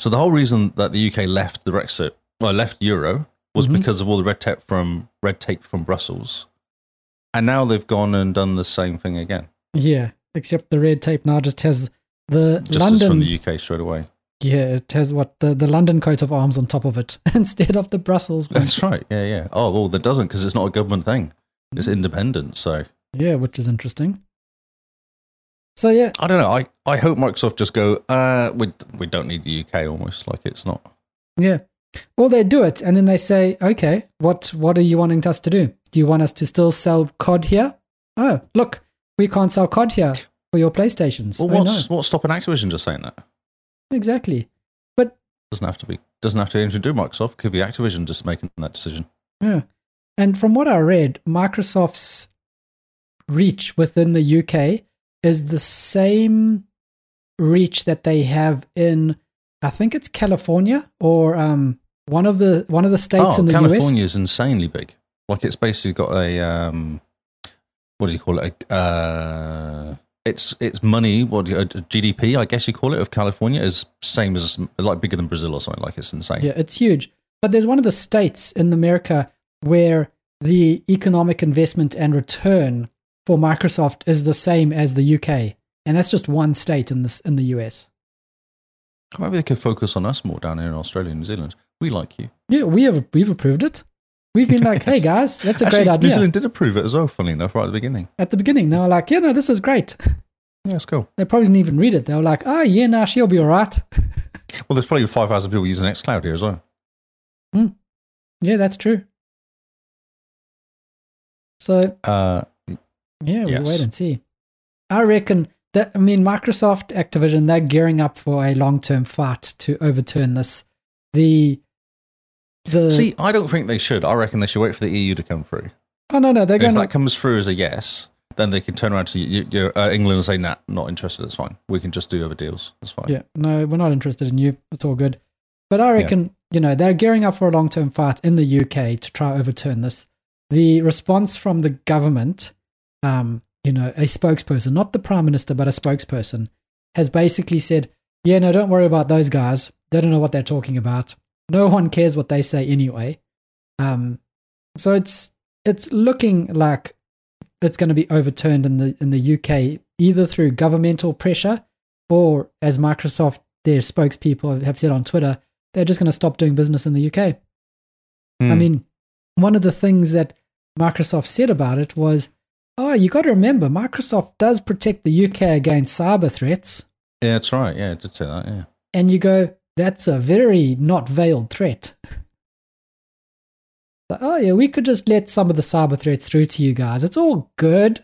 A: So the whole reason that the UK left the Brexit, well, left Euro, was
C: Mhm.
A: because of all the red tape from red tape from Brussels, and now they've gone and done the same thing again.
C: Yeah, except the red tape now just has the
A: Just as
C: London.
A: from the UK straight away.
C: yeah, it has what the, the London coat of arms on top of it instead of the Brussels one.
A: That's right. Yeah, yeah. Oh, well, that doesn't because it's not a government thing. It's independent. So
C: Yeah, which is interesting. So yeah,
A: I don't know. I, I hope Microsoft just go, uh, we, we don't need the UK almost. Like it's not.
C: yeah. Or they do it and then they say, okay, what what are you wanting us to do? Do you want us to still sell COD here? Oh, look, we can't sell COD here for your PlayStations.
A: Well,
C: I
A: what's
C: know.
A: what's stopping Activision just saying that?
C: Exactly.
A: Doesn't have to be. Doesn't have to be anything to do with Microsoft. Could be Activision just making that decision.
C: Yeah. And from what I read, Microsoft's reach within the UK is the same reach that they have in I think it's California or um, one of the one of the states
A: oh,
C: in the US.
A: California is insanely big. Like it's basically got a um, what do you call it? A, uh, it's it's money. What do you, uh, GDP? I guess you call it of California is same as like bigger than Brazil or something. Like it's insane.
C: Yeah, it's huge. But there's one of the states in America where the economic investment and return for Microsoft is the same as the UK. And that's just one state in this in the US.
A: Maybe they could focus on us more down here in Australia and New Zealand. We like you.
C: Yeah, we have we've approved it. We've been like, hey
A: Yes.
C: guys, that's a
A: Actually,
C: great idea.
A: New Zealand did approve it as well. Funny enough, right at the beginning.
C: At the beginning, they were like, yeah, no, this is great.
A: Yeah, it's cool.
C: They probably didn't even read it. They were like, oh, yeah, nah, she'll be all right.
A: Well, there's probably five thousand people using XCloud here as well.
C: yeah, that's true. So,
A: Uh,
C: yeah,
A: Yes.
C: we'll wait and see. I reckon that, I mean, Microsoft, Activision, they're gearing up for a long term fight to overturn this. The, the,
A: see, I don't think they should. I reckon they should wait for the EU to come through.
C: oh, no, no, they're
A: And
C: going
A: if
C: to
A: that comes through as a yes, then they can turn around to you, you, uh, England and say, "Nah, not interested. It's fine. We can just do other deals. It's fine."
C: Yeah, no, we're not interested in you. It's all good. But I
A: Yeah.
C: reckon, you know, they're gearing up for a long term fight in the UK to try overturn this. The response from the government, um, you know, a spokesperson, not the prime minister, but a spokesperson, has basically said, yeah, no, don't worry about those guys. They don't know what they're talking about. No one cares what they say anyway. Um, so it's it's looking like it's going to be overturned in the in the UK either through governmental pressure or as Microsoft their spokespeople have said on Twitter, they're just going to stop doing business in the UK. I
A: Hmm.
C: mean, one of the things that Microsoft said about it was, "Oh, you got to remember, Microsoft does protect the UK against cyber threats."
A: yeah, that's right. Yeah, I did say that. Yeah,
C: And you go, "That's a very not veiled threat." Like, oh yeah, we could just let some of the cyber threats through to you guys. It's all good.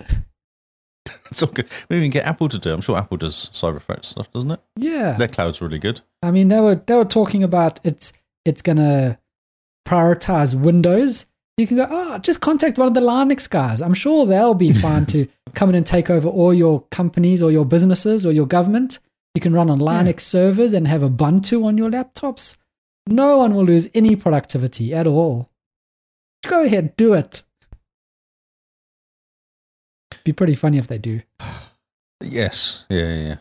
A: it's all good. We even get Apple to do. it. I'm sure Apple does cyber threat stuff, doesn't it?
C: Yeah.
A: Their cloud's really good.
C: I mean, they were they were talking about it's it's gonna prioritize Windows. You can go, oh, just contact one of the Linux guys. I'm sure they'll be fine to come in and take over all your companies or your businesses or your government. You can run on Linux servers and have Ubuntu on your laptops. No one will lose any productivity at all. Go ahead, do it. Be pretty funny if they do,
A: Yes. Yeah, yeah. yeah.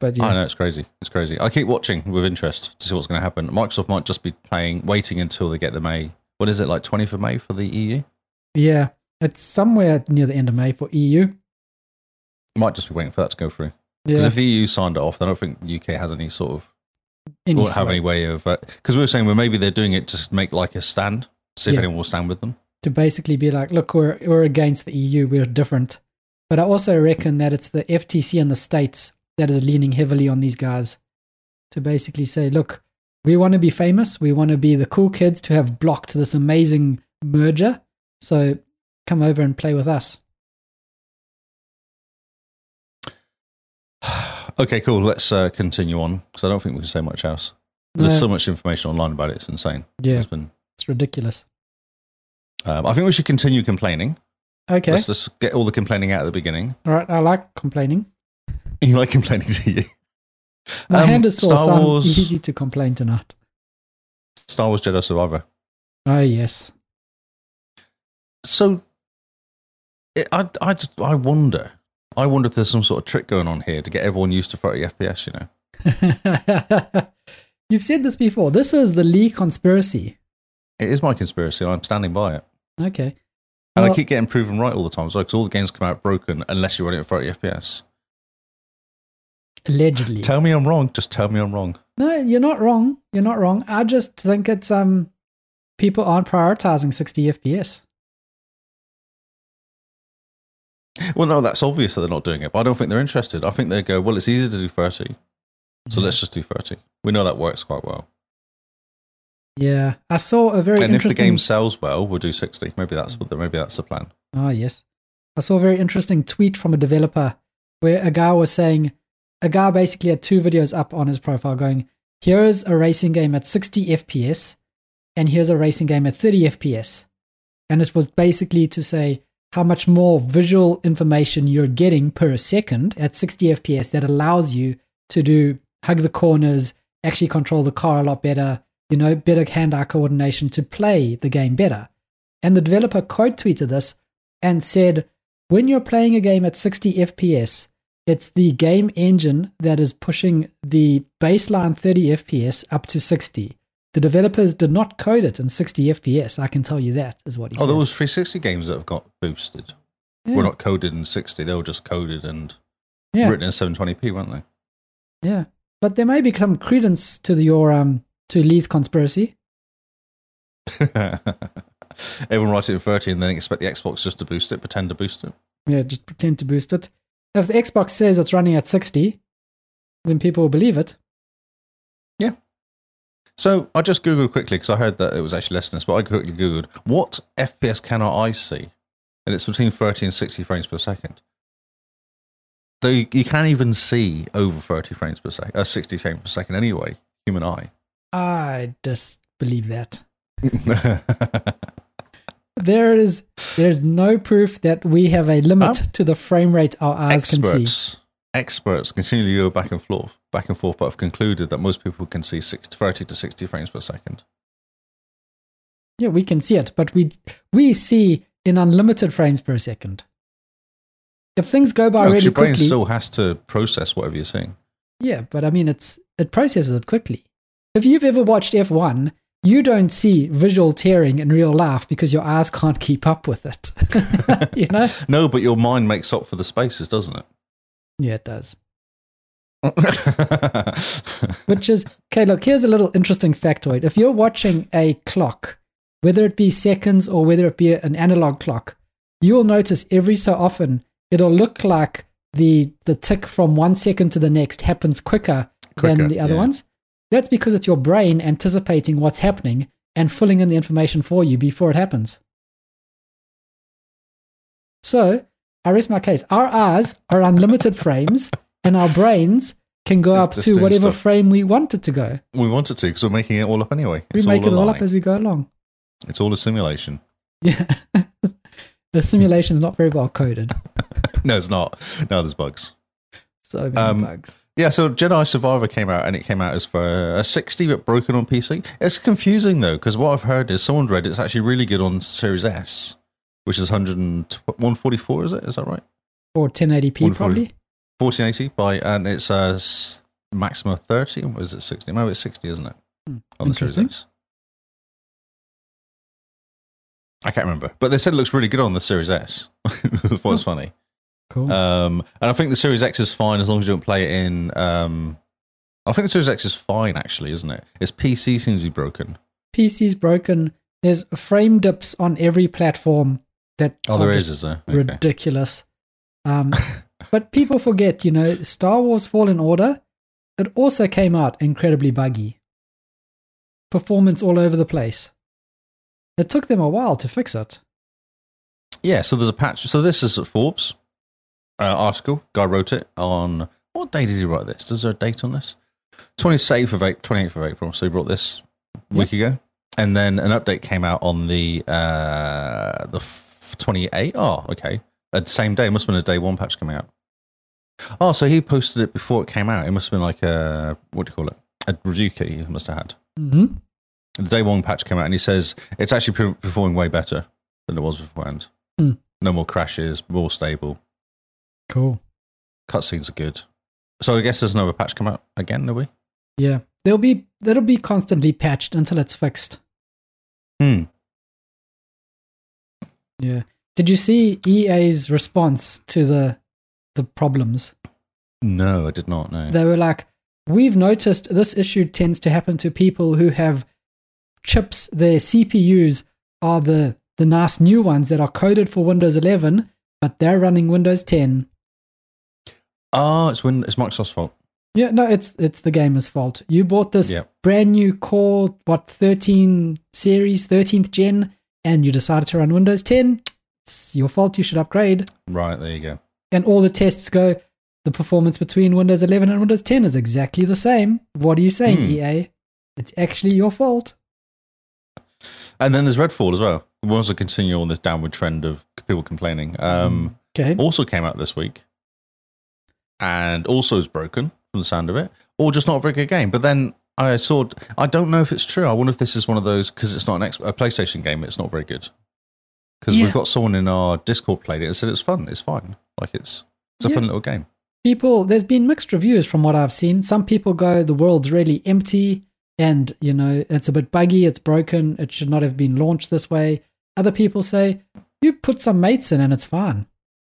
C: but yeah.
A: I know it's crazy. It's crazy. I keep watching with interest to see what's going to happen. Microsoft might just be playing, waiting until they get the May. What is it like, 20th of May for the E EU?
C: yeah, it's somewhere near the end of May for E EU.
A: Might just be waiting for that to go through. Because
C: Yeah,
A: if the EU signed it off, then I don't think the UK has any sort of
C: any
A: won't have
C: sort.
A: any way of because we were saying well maybe they're doing it just to make like a stand see if
C: Yeah.
A: anyone will stand with them
C: to basically be like, look, we're we're against the EU, we're different. But I also reckon that it's the FTC and the states that is leaning heavily on these guys to basically say, look, we want to be famous, we want to be the cool kids to have blocked this amazing merger, so come over and play with us.
A: okay cool let's uh, continue on because i don't think we can say much else
C: No,
A: there's so much information online about it it's insane
C: yeah,
A: it's been
C: it's ridiculous.
A: um, i think we should continue complaining
C: Okay,
A: let's just get all the complaining out at the beginning
C: all right. I like complaining.
A: you like complaining do you
C: My
A: Um,
C: hand is sore,
A: Star
C: so I'm
A: Wars-
C: easy to complain tonight.
A: star wars jedi survivor
C: Oh yes,
A: so it, I, I, just- I wonder i wonder if there's some sort of trick going on here to get everyone used to 30 fps you know
C: you've said this before. This is the Lee conspiracy.
A: it is my conspiracy and i'm standing by it
C: Okay.
A: And
C: Well-
A: I keep getting proven right all the time as well, because all the games come out broken unless you run it at 30 FPS.
C: Allegedly.
A: Tell me I'm wrong. Just tell me I'm wrong.
C: No, you're not wrong. You're not wrong. I just think it's um people aren't prioritizing 60 FPS.
A: Well, no, that's obvious that they're not doing it, but I don't think they're interested. I think they go, well, it's easier to do 30,
C: Mm-hmm.
A: so let's just do 30. We know that works quite well.
C: Yeah, I saw a very
A: and if the
C: interesting.
A: game sells well, we'll do 60. Maybe that's what the, maybe that's the plan.
C: Ah, yes. I I saw a very interesting tweet from a developer where a guy was saying, a guy basically had two videos up on his profile going, here is a racing game at 60 FPS, and here's a racing game at 30 FPS. And it was basically to say how much more visual information you're getting per second at 60 FPS that allows you to do hug the corners, actually control the car a lot better, you know, better hand eye coordination to play the game better. And the developer quote tweeted this and said, when you're playing a game at 60 FPS, it's the game engine that is pushing the baseline 30 FPS up to 60. The developers did not code it in 60 FPS. I can tell you that is what he
A: Oh,
C: said.
A: there was 360 games that have got boosted.
C: yeah.
A: Were not coded in 60; they were just coded and
C: yeah.
A: written in 720p, weren't they?
C: Yeah, but there may become credence to the, your um to Lee's conspiracy.
A: Everyone writes it in 30 and then expect the Xbox just to boost it, pretend to boost it.
C: Yeah, just pretend to boost it. If the Xbox says it's running at sixty, then people will believe it.
A: So I just Googled quickly because I heard that it was actually less than this, but I quickly Googled what FPS cannot I see? And it's between 30 and 60 frames per second. Though you, you can't even see over 30 frames per second, uh, 60 frames per second anyway, human eye.
C: I disbelieve that. There is there's no proof that we have a limit to the frame rate our eyes can see.
A: experts, experts continually go back and forth, back and forth, but have concluded that most people can see 60, 30 to 60 frames per second.
C: Yeah, we can see it, but we we see in unlimited frames per second. If things go by
A: No, 'cause
C: really
A: your brain
C: quickly,
A: still has to process whatever you're seeing.
C: Yeah, but I mean, it's it processes it quickly. If you've ever watched F1, you don't see visual tearing in real life because your eyes can't keep up with it. you know?
A: No, but your mind makes up for the spaces, doesn't it?
C: Yeah, it does.
A: yeah,
C: Which is okay. Look, here's a little interesting factoid. If you're watching a clock, whether it be seconds or whether it be an analog clock, you will notice every so often it'll look like the the tick from one second to the next happens quicker,
A: Quicker,
C: than the other
A: yeah.
C: ones. That's because it's your brain anticipating what's happening and filling in the information for you before it happens. So I rest my case. Our eyes are unlimited frames, and our brains can go
A: It's
C: up
A: just
C: to
A: doing
C: whatever
A: stuff.
C: frame we want it to go.
A: we wanted to because we're making it all up anyway.
C: We
A: It's
C: make it
A: a
C: all
A: lie.
C: up as we go along.
A: it's all a simulation.
C: Yeah. the simulation's not very well coded.
A: No, it's not. No, there's bugs.
C: So many
A: Um,
C: bugs.
A: Yeah, so Jedi Survivor came out and it came out as for a 60 but broken on PC. It's confusing though because what I've heard is someone read it's actually really good on Series S, which is 144, is it? Is that right?
C: Or 1080p,
A: wonderful.
C: probably.
A: 1480 by and it's a s- maximum of 30 or is it 60 no it's 60 isn't it
C: Hmm,
A: on the series
C: interesting.
A: X. i can't remember but they said it looks really good on the series s That's
C: Oh.
A: what's funny
C: Cool.
A: um, and i think the series x is fine as long as you don't play it in um, i think the series x is fine actually isn't it its pc seems to be broken
C: PC's broken. There's frame dips on every platform that
A: oh
C: are
A: there is
C: just
A: is there okay.
C: ridiculous. Um, but people forget, you know, Star Wars Fallen Order, it also came out incredibly buggy. Performance all over the place. It took them a while to fix it.
A: Yeah, so there's a patch. So this is a Forbes uh, article. Guy wrote it on what day did he write this? Is there a date on this? Twenty eighth of April. Twenty eighth of April. So he brought this a week ago, and then an update came out on the uh, the twenty eighth. Oh, okay. At the same day, it must have been a day one patch coming out. Oh, so he posted it before it came out. It must have been like a what do you call it? A review key. He must have had
C: Mm-hmm.
A: the day one patch came out and he says it's actually pre- performing way better than it was beforehand.
C: Hmm.
A: No more crashes, more stable.
C: Cool.
A: Cutscenes are good. So I guess there's another patch come out again, do we?
C: Yeah, they'll be that'll be constantly patched until it's fixed.
A: Hmm.
C: Yeah. Did you see EA's response to the the problems?
A: No, I did not know.
C: They were like, "We've noticed this issue tends to happen to people who have chips. Their CPUs are the the nice new ones that are coded for Windows 11, but they're running Windows 10."
A: oh, it's when it's Microsoft's fault.
C: Yeah, no, it's it's the gamer's fault. You bought this
A: Yep.
C: brand new core, what 13 series, 13th gen, and you decided to run Windows 10. it's your fault. You should upgrade.
A: Right, there you go.
C: and all the tests go the performance between Windows 11 and Windows 10 is exactly the same. What are you saying,
A: Hmm.
C: EA? It's actually your fault.
A: And then there's Redfall as well. We also continue on this downward trend of people complaining. Um,
C: Okay.
A: Also came out this week, and also is broken from the sound of it, or just not a very good game. But then I saw. I don't know if it's true. I wonder if this is one of those because it's not an ex- a PlayStation game. It's not very good because
B: Yeah.
A: we've got someone in our Discord played it and said it's fun. It's fine. Like it's it's a
C: Yeah.
A: fun little game.
C: People, there's been mixed reviews from what I've seen. Some people go, the world's really empty and, you know, it's a bit buggy, it's broken, it should not have been launched this way. Other people say, you put some mates in and it's fine.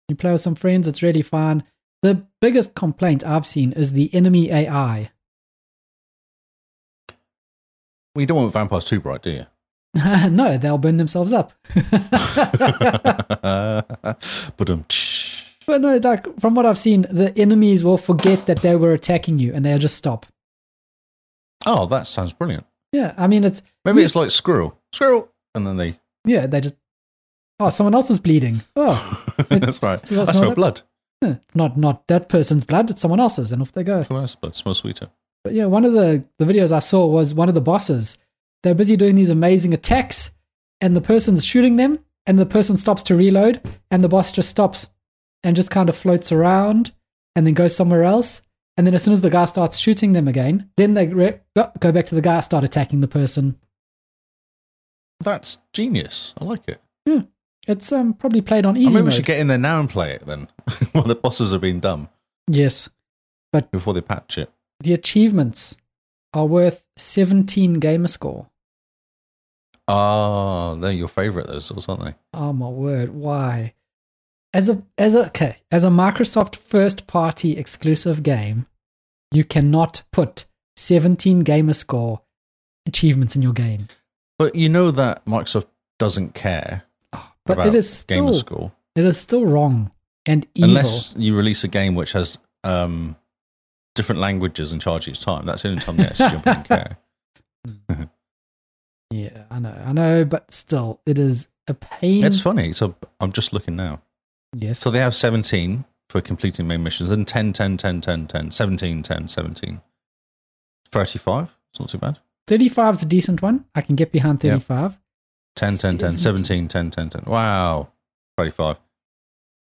C: You play with some friends, it's really fine. The biggest complaint I've seen is the enemy AI.
A: Well, you don't want vampires too bright, do you?
C: no, they'll burn themselves up.
A: but um,
C: But no, like from what I've seen, the enemies will forget that they were attacking you, and they'll just stop.
A: oh, that sounds brilliant.
C: Yeah, I mean it's
A: Maybe
C: Yeah.
A: it's like squirrel, squirrel, and then they.
C: yeah, they just oh someone else is bleeding. Oh,
A: that's right.
C: It's-
A: I smell
C: it's-
A: blood.
C: yeah, not not that person's blood; it's someone else's, and off they go.
A: Someone else's blood smells sweeter.
C: But yeah, one of the the videos I saw was one of the bosses. They're busy doing these amazing attacks, and the person's shooting them, and the person stops to reload, and the boss just stops and just kind of floats around, and then goes somewhere else. And then as soon as the guy starts shooting them again, then they re- go go back to the guy, start attacking the person.
A: That's genius. I like it.
C: It's um probably played on
A: Or
C: easy
A: maybe we
C: mode.
A: should get in there now and play it then, while the bosses are being dumb
C: yes,
A: before they patch it.
C: the achievements are worth 17 gamer score.
A: Ah, they're your favorite those sorts, aren't they?
C: Oh my word! Why? As a as a okay as a Microsoft first party exclusive game, you cannot put 17 gamer score achievements in your game.
A: But you know that Microsoft doesn't care
C: But
A: about
C: it is
A: gamer
C: still
A: score
C: it is still wrong and evil.
A: unless you release a game which has um, different languages and charge each time. That's the only time they actually jump in and care.
C: yeah, I know, I know, but still, it is a pain.
A: It's funny. So I'm just looking now.
C: yes.
A: So they have 17 for completing main missions and 10, 10, 10, 10, 10, 17, 10, 17. 35? It's not too bad.
C: 35 is a decent one. I can get behind
A: Yeah.
C: 35.
A: 10, 10, 10,
C: 17.
A: 17, 10, 10, 10. Wow. 35.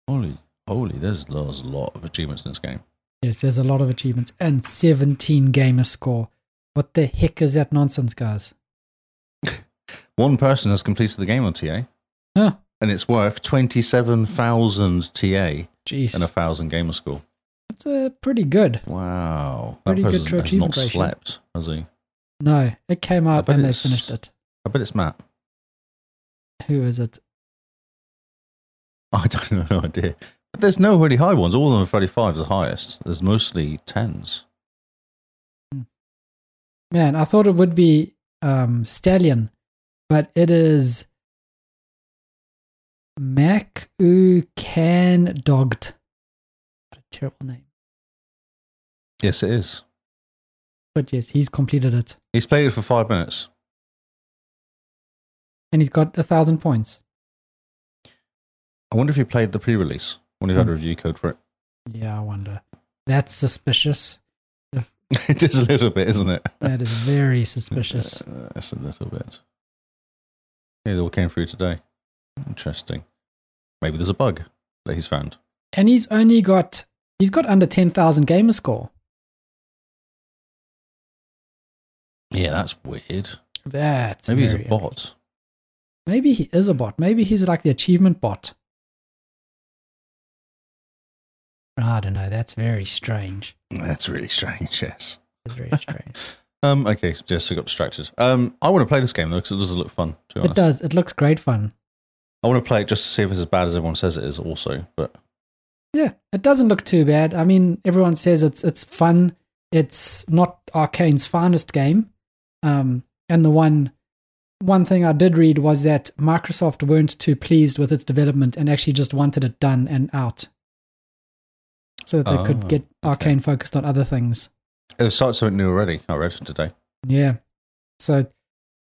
A: Holy, holy, there's, there's a lot of achievements in this game.
C: Yes, there's a lot of achievements and 17 gamer score. What the heck is that nonsense, guys?
A: One person has completed the game on TA.
C: Huh.
A: And it's worth 27,000 TA and
C: Jeez,
A: a 1,000 gamer score.
C: that's uh, pretty good.
A: Wow.
C: Pretty
A: that
C: good
A: person has
C: to
A: not
C: achievement ratio.
A: slept, has he?
C: No, it came out
A: bet
C: and they
A: it's-
C: finished it.
A: I bet it's Matt.
C: Who is it?
A: I don't know, no idea. But there's no really high ones. All of them are 35 is the highest. There's mostly 10s.
C: Man, I thought it would be um, Stallion, but it is Mac U Can Dogged. What a terrible name.
A: Yes, it is.
C: But yes, he's completed it
A: He's played it for five minutes.
C: and he's got a thousand points.
A: I wonder if he played the pre release. wonder if he had a
C: Hmm.
A: review code for it.
C: Yeah, I wonder. That's suspicious.
A: it is a little bit, isn't it?
C: That is very suspicious.
A: Uh, That's a little bit. Yeah, It all came through today. Interesting. Maybe there's a bug that he's found.
C: and he's only got he's got under 10,000 gamer score.
A: Yeah, that's weird.
C: That's
A: Maybe he's a
C: very-
A: bot.
C: Maybe he is a bot. Maybe he's like the achievement bot. I don't know. That's very strange.
A: That's really strange, yes.
C: That's very strange.
A: Um, okay, just got distracted. Um, I want to play this game though because it does look fun. To be
C: it
A: honest.
C: does. It looks great fun.
A: I want to play it just to see if it's as bad as everyone says it is. Also, but
C: Yeah, it doesn't look too bad. I mean, everyone says it's it's fun. It's not Arcane's finest game. Um, and the one one thing I did read was that Microsoft weren't too pleased with its development and actually just wanted it done and out, so that they
A: Ah,
C: could get Arcane focused on other things.
A: they've started something new already. I read it today.
C: Yeah. So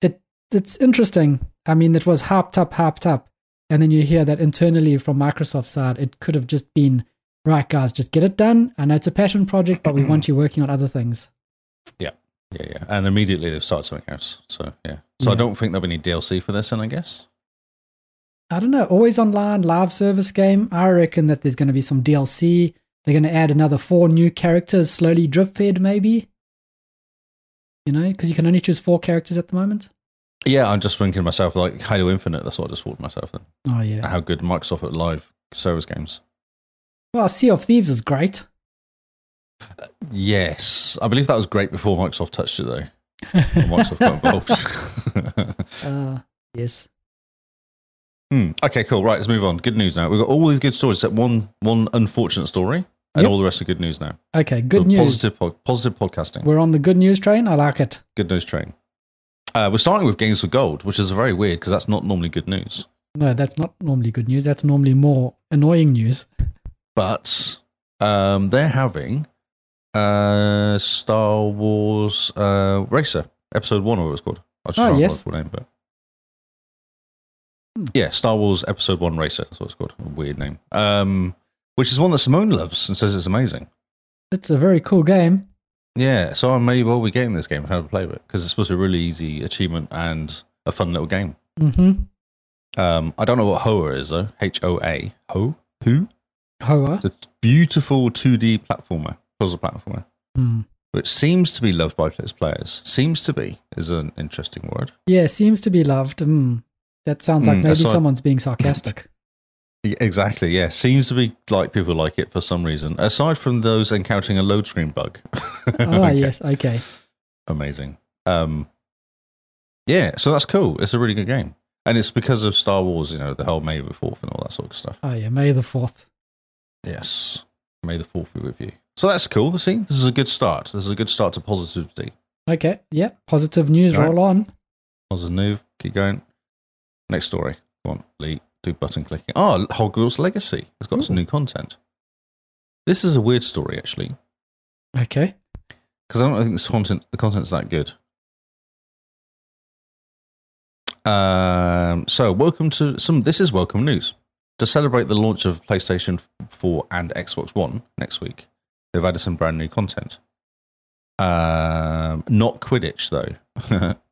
C: it it's interesting. I mean, it was hyped up, hyped up, And then you hear that internally from Microsoft's side, it could have just been, right, guys, just get it done. I know it's a passion project, but we want you working on other things.
A: Yeah, yeah. And immediately they've started something else. So yeah. So I
C: Yeah.
A: don't think there'll be any DLC for this then I guess.
C: I don't know, always online live service game. I reckon that there's going to be some DLC. They're going to add another four new characters, slowly drip fed, maybe. You know, because you can only choose four characters at the moment.
A: Yeah, I'm just thinking to myself like Halo Infinite, that's what I just thought to myself then.
C: Oh yeah.
A: How good Microsoft at live service games.
C: Well, Sea of Thieves is great.
A: Yes. I believe that was great before Microsoft touched it though. Microsoft got involved.
C: Uh, yes.
A: Hmm. Okay, cool. Right, let's move on. Good news now. We've got all these good stories except one one unfortunate story, and
C: Yep.
A: all the rest are good news now.
C: Okay. Good
A: So
C: news.
A: Positive, pod, positive podcasting.
C: We're on the good news train. I like it.
A: good news train. Uh, we're starting with games for gold, which is very weird because that's not normally good news.
C: No, that's not normally good news. That's normally more annoying news.
A: But um, they're having uh, Star Wars uh, Racer Episode One, or what it was called. I just
C: Oh,
A: can't remember
C: yes.
A: the full name, but
C: Hmm.
A: yeah, Star Wars Episode One Racer. That's what it's called. A weird name. Um, which is one that Simone loves and says it's amazing.
C: It's a very cool game.
A: Yeah, so I may well be getting this game and have a play with it because it's supposed to be a really easy achievement and a fun little game.
C: hmm
A: Um, I don't know what Hoa is though. H O A. Ho? Who?
C: Hoa.
A: It's a beautiful 2D platformer, puzzle platformer,
C: Hmm.
A: which seems to be loved by its players. Seems to be is an interesting word.
C: Yeah, seems to be loved. Hmm. That sounds like
A: Hmm,
C: maybe
A: that's what-
C: someone's being sarcastic.
A: Yeah, exactly. Yeah, seems to be like people like it for some reason. Aside from those encountering a load screen bug.
C: Ah,
A: Okay.
C: yes. Okay.
A: amazing. Um, yeah, so that's cool. It's a really good game, and it's because of Star Wars. You know, the whole May the Fourth and all that sort of stuff.
C: Oh yeah, May the fourth.
A: Yes, May the Fourth be with you. So that's cool. See, this is a good start. This is a good start to positivity.
C: Okay. Yeah. Positive news.
A: Right.
C: Roll on.
A: Positive move. Keep going. Next story. Come on, Lee. Do button clicking. Oh, Hogwarts Legacy. It's got some new content. This is a weird story actually,
C: Okay.
A: because I don't think this content the content's that good. Um, so welcome to some. This is welcome news. To celebrate the launch of PlayStation 4 and Xbox One next week, they've added some brand new content. Um, not Quidditch though.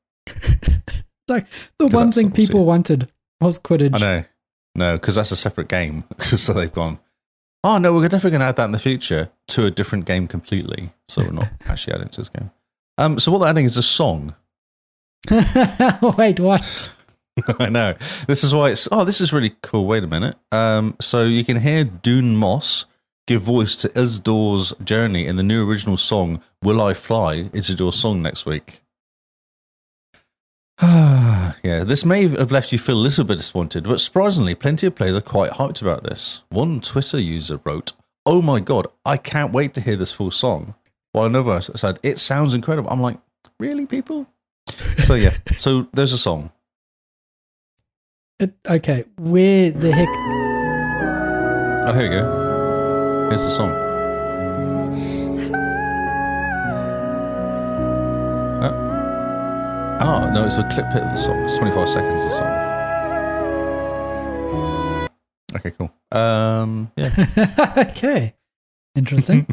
C: The
A: 'Cause
C: one
A: that's
C: thing
A: obviously-
C: people wanted was Quidditch.
A: I know, no, because that's a separate game. so they've gone. Oh no, we're definitely going to add that in the future to a different game completely. So we're not actually adding to this game. Um, so what they're adding is a song.
C: Wait, what?
A: I know. This is why it's. Oh, this is really cool. Wait a minute. Um, so you can hear Dune Moss give voice to Isidore's journey in the new original song "Will I Fly?" Isidore's song next week. yeah, this may have left you feel a little bit disappointed, but surprisingly, plenty of players are quite hyped about this. One Twitter user wrote, "Oh my god, I can't wait to hear this full song." While another said, "It sounds incredible." I'm like, really, people? So yeah, so there's a song.
C: It, okay. Where the heck?
A: Oh, here we go. Here's the song. Oh, oh no, it's a clip bit of the song. It's 25 seconds of the song. Okay, cool. Um, yeah.
C: okay. Interesting.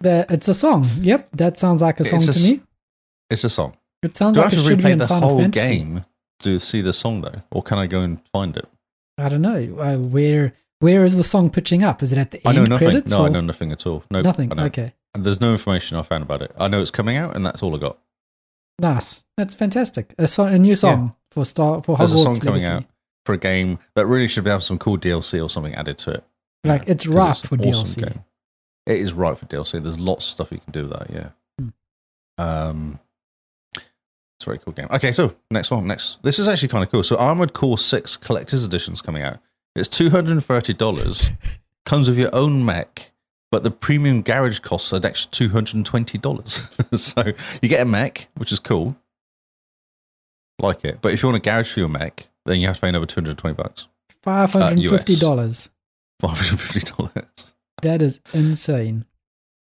C: the, it's a song. Yep. That sounds like a
A: It's
C: song
A: a
C: to
A: s-
C: me.
A: It's a song.
C: It sounds
A: Do I
C: like
A: have
C: it
A: to
C: should be
A: replay
C: in
A: the
C: Final
A: whole
C: Fantasy.
A: game to see the song, though? Or can I go and find it?
C: I don't know. Uh, where Where is the song pitching up? Is it at the
A: I
C: end
A: know nothing.
C: credits?
A: no, I
C: or-
A: know nothing at all. No,
C: Nothing.
A: I know.
C: Okay.
A: There's no information I found about it. I know it's coming out, and that's all I got.
C: Nice. That's fantastic. A, so- a new song for Star for Hogwarts
A: There's a song coming
C: Legacy.
A: out for a game that really should have some cool DLC or something added to it.
C: Like it's
A: 'Cause
C: ripe
A: it's an
C: for
A: awesome
C: DLC.
A: game. It is ripe for DLC. There's lots of stuff you can do with that. Yeah.
C: Hmm.
A: Um, it's a very cool game. Okay, so next one. Next, this is actually kind of cool. So Armored Core Six Collector's Edition's coming out. It's two hundred and thirty dollars. comes with your own mech, but the premium garage costs an extra two hundred and twenty dollars. so you get a mech, which is cool. Like it, but if you want a garage for your mech, then you have to pay another two hundred twenty bucks,
C: Five hundred and fifty
A: Uh,
C: dollars.
A: five hundred fifty dollars.
C: That is insane.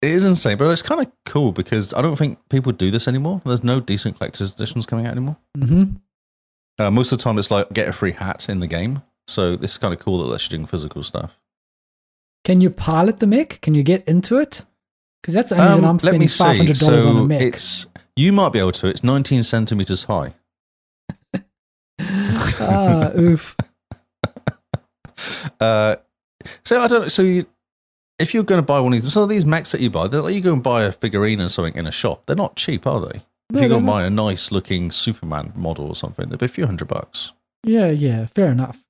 A: It is insane, but it's kind of cool because I don't think people do this anymore. There's no decent collector's editions coming out anymore.
C: hmm
A: Uh, most of the time, it's like get a free hat in the game, So this is kind of cool that they're doing physical stuff.
C: Can you pilot the mech? Can you get into it? Because that's the only reason
A: Um,
C: I'm spending five hundred dollars on a mech.
A: It's, you might be able to. It's 19 centimeters high.
C: ah, oof.
A: Uh, so I don't. So you, if you're going to buy one of these, some of these Macs that you buy, they're like you go and buy a figurine or something in a shop. They're not cheap, are they? If
C: No,
A: you go
C: they're
A: and
C: not-
A: buy a nice looking Superman model or something, they'd be a few hundred bucks.
C: Yeah, yeah, fair enough.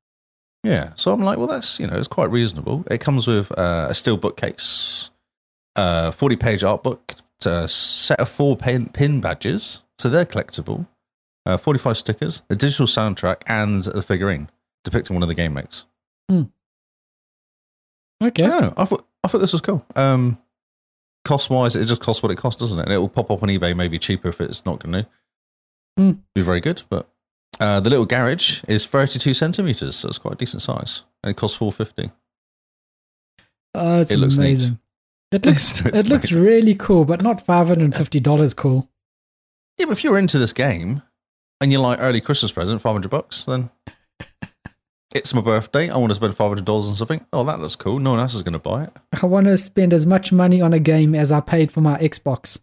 A: Yeah. So I'm like, well, that's you know, it's quite reasonable. It comes with uh, a steel bookcase, a 40 page art book, a set of four pin, pin badges, so they're collectible. Uh, 45 stickers, a digital soundtrack, and a figurine depicting one of the game mates.
C: Okay.
A: Yeah, I thought I thought this was cool. Um, cost wise, it just costs what it costs, doesn't it? And it will pop up on eBay, maybe cheaper if it's not going to
C: Hmm.
A: be very good. But uh, the little garage is thirty-two centimeters, so it's quite a decent size, and it costs four fifty.
C: Oh, it's
A: It looks neat.
C: amazing. It looks
A: It's
C: it looks
A: amazing.
C: really cool, but not five hundred and fifty dollars cool.
A: Yeah, but if you're into this game and you're like early Christmas present, five hundred bucks, then it's my birthday. I want to spend five hundred dollars on something. Oh, that looks cool. No one else is going to buy it.
C: I want to spend as much money on a game as I paid for my Xbox.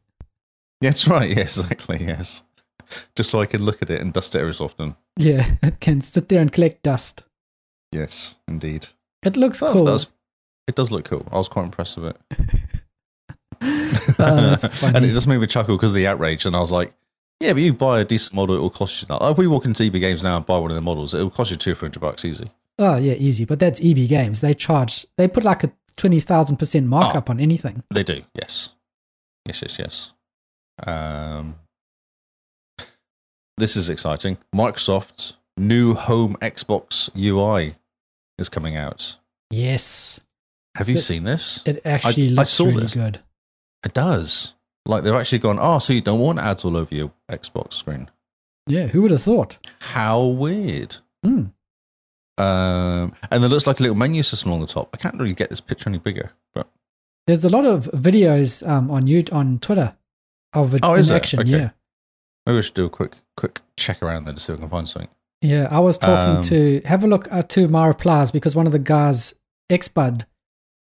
A: Yeah, that's right. Yeah, exactly. Yes, just so I can look at it and dust it every so often.
C: Yeah, it can sit there and collect dust.
A: Yes, indeed.
C: It looks
A: That-
C: cool.
A: Oh, that's- it does look cool. I was quite impressed with it.
C: Oh, that's
A: and
C: funny.
A: it just made me chuckle because of the outrage. And I was like, yeah, but you buy a decent model, it will cost you that. Like, if we walk into EB Games now and buy one of the models, it will cost you 200 bucks easy.
C: Oh yeah, easy. But that's EB Games. They charge. They put like a twenty thousand percent
A: Oh.
C: markup on anything.
A: They do, yes. Yes, yes, yes. Um, this is exciting. Microsoft's new home Xbox UI is coming out.
C: Yes,
A: Have you
C: Yes.
A: seen this?
C: it actually
A: I
C: looks
A: saw
C: really
A: this.
C: good.
A: It does. Like, they've actually gone, oh, so you don't want ads all over your Xbox screen.
C: Yeah, who would have thought?
A: How weird.
C: Hmm.
A: Um, and there looks like a little menu system along the top. I can't really get this picture any bigger, but
C: There's a lot of videos um, on you on Twitter of it
A: Oh,
C: in
A: is there?
C: action.
A: Okay.
C: Yeah,
A: maybe I should do a quick quick check around there to see if I can find something.
C: yeah. I was talking
A: Um,
C: to have a look at to my replies because one of the guys, Xbud,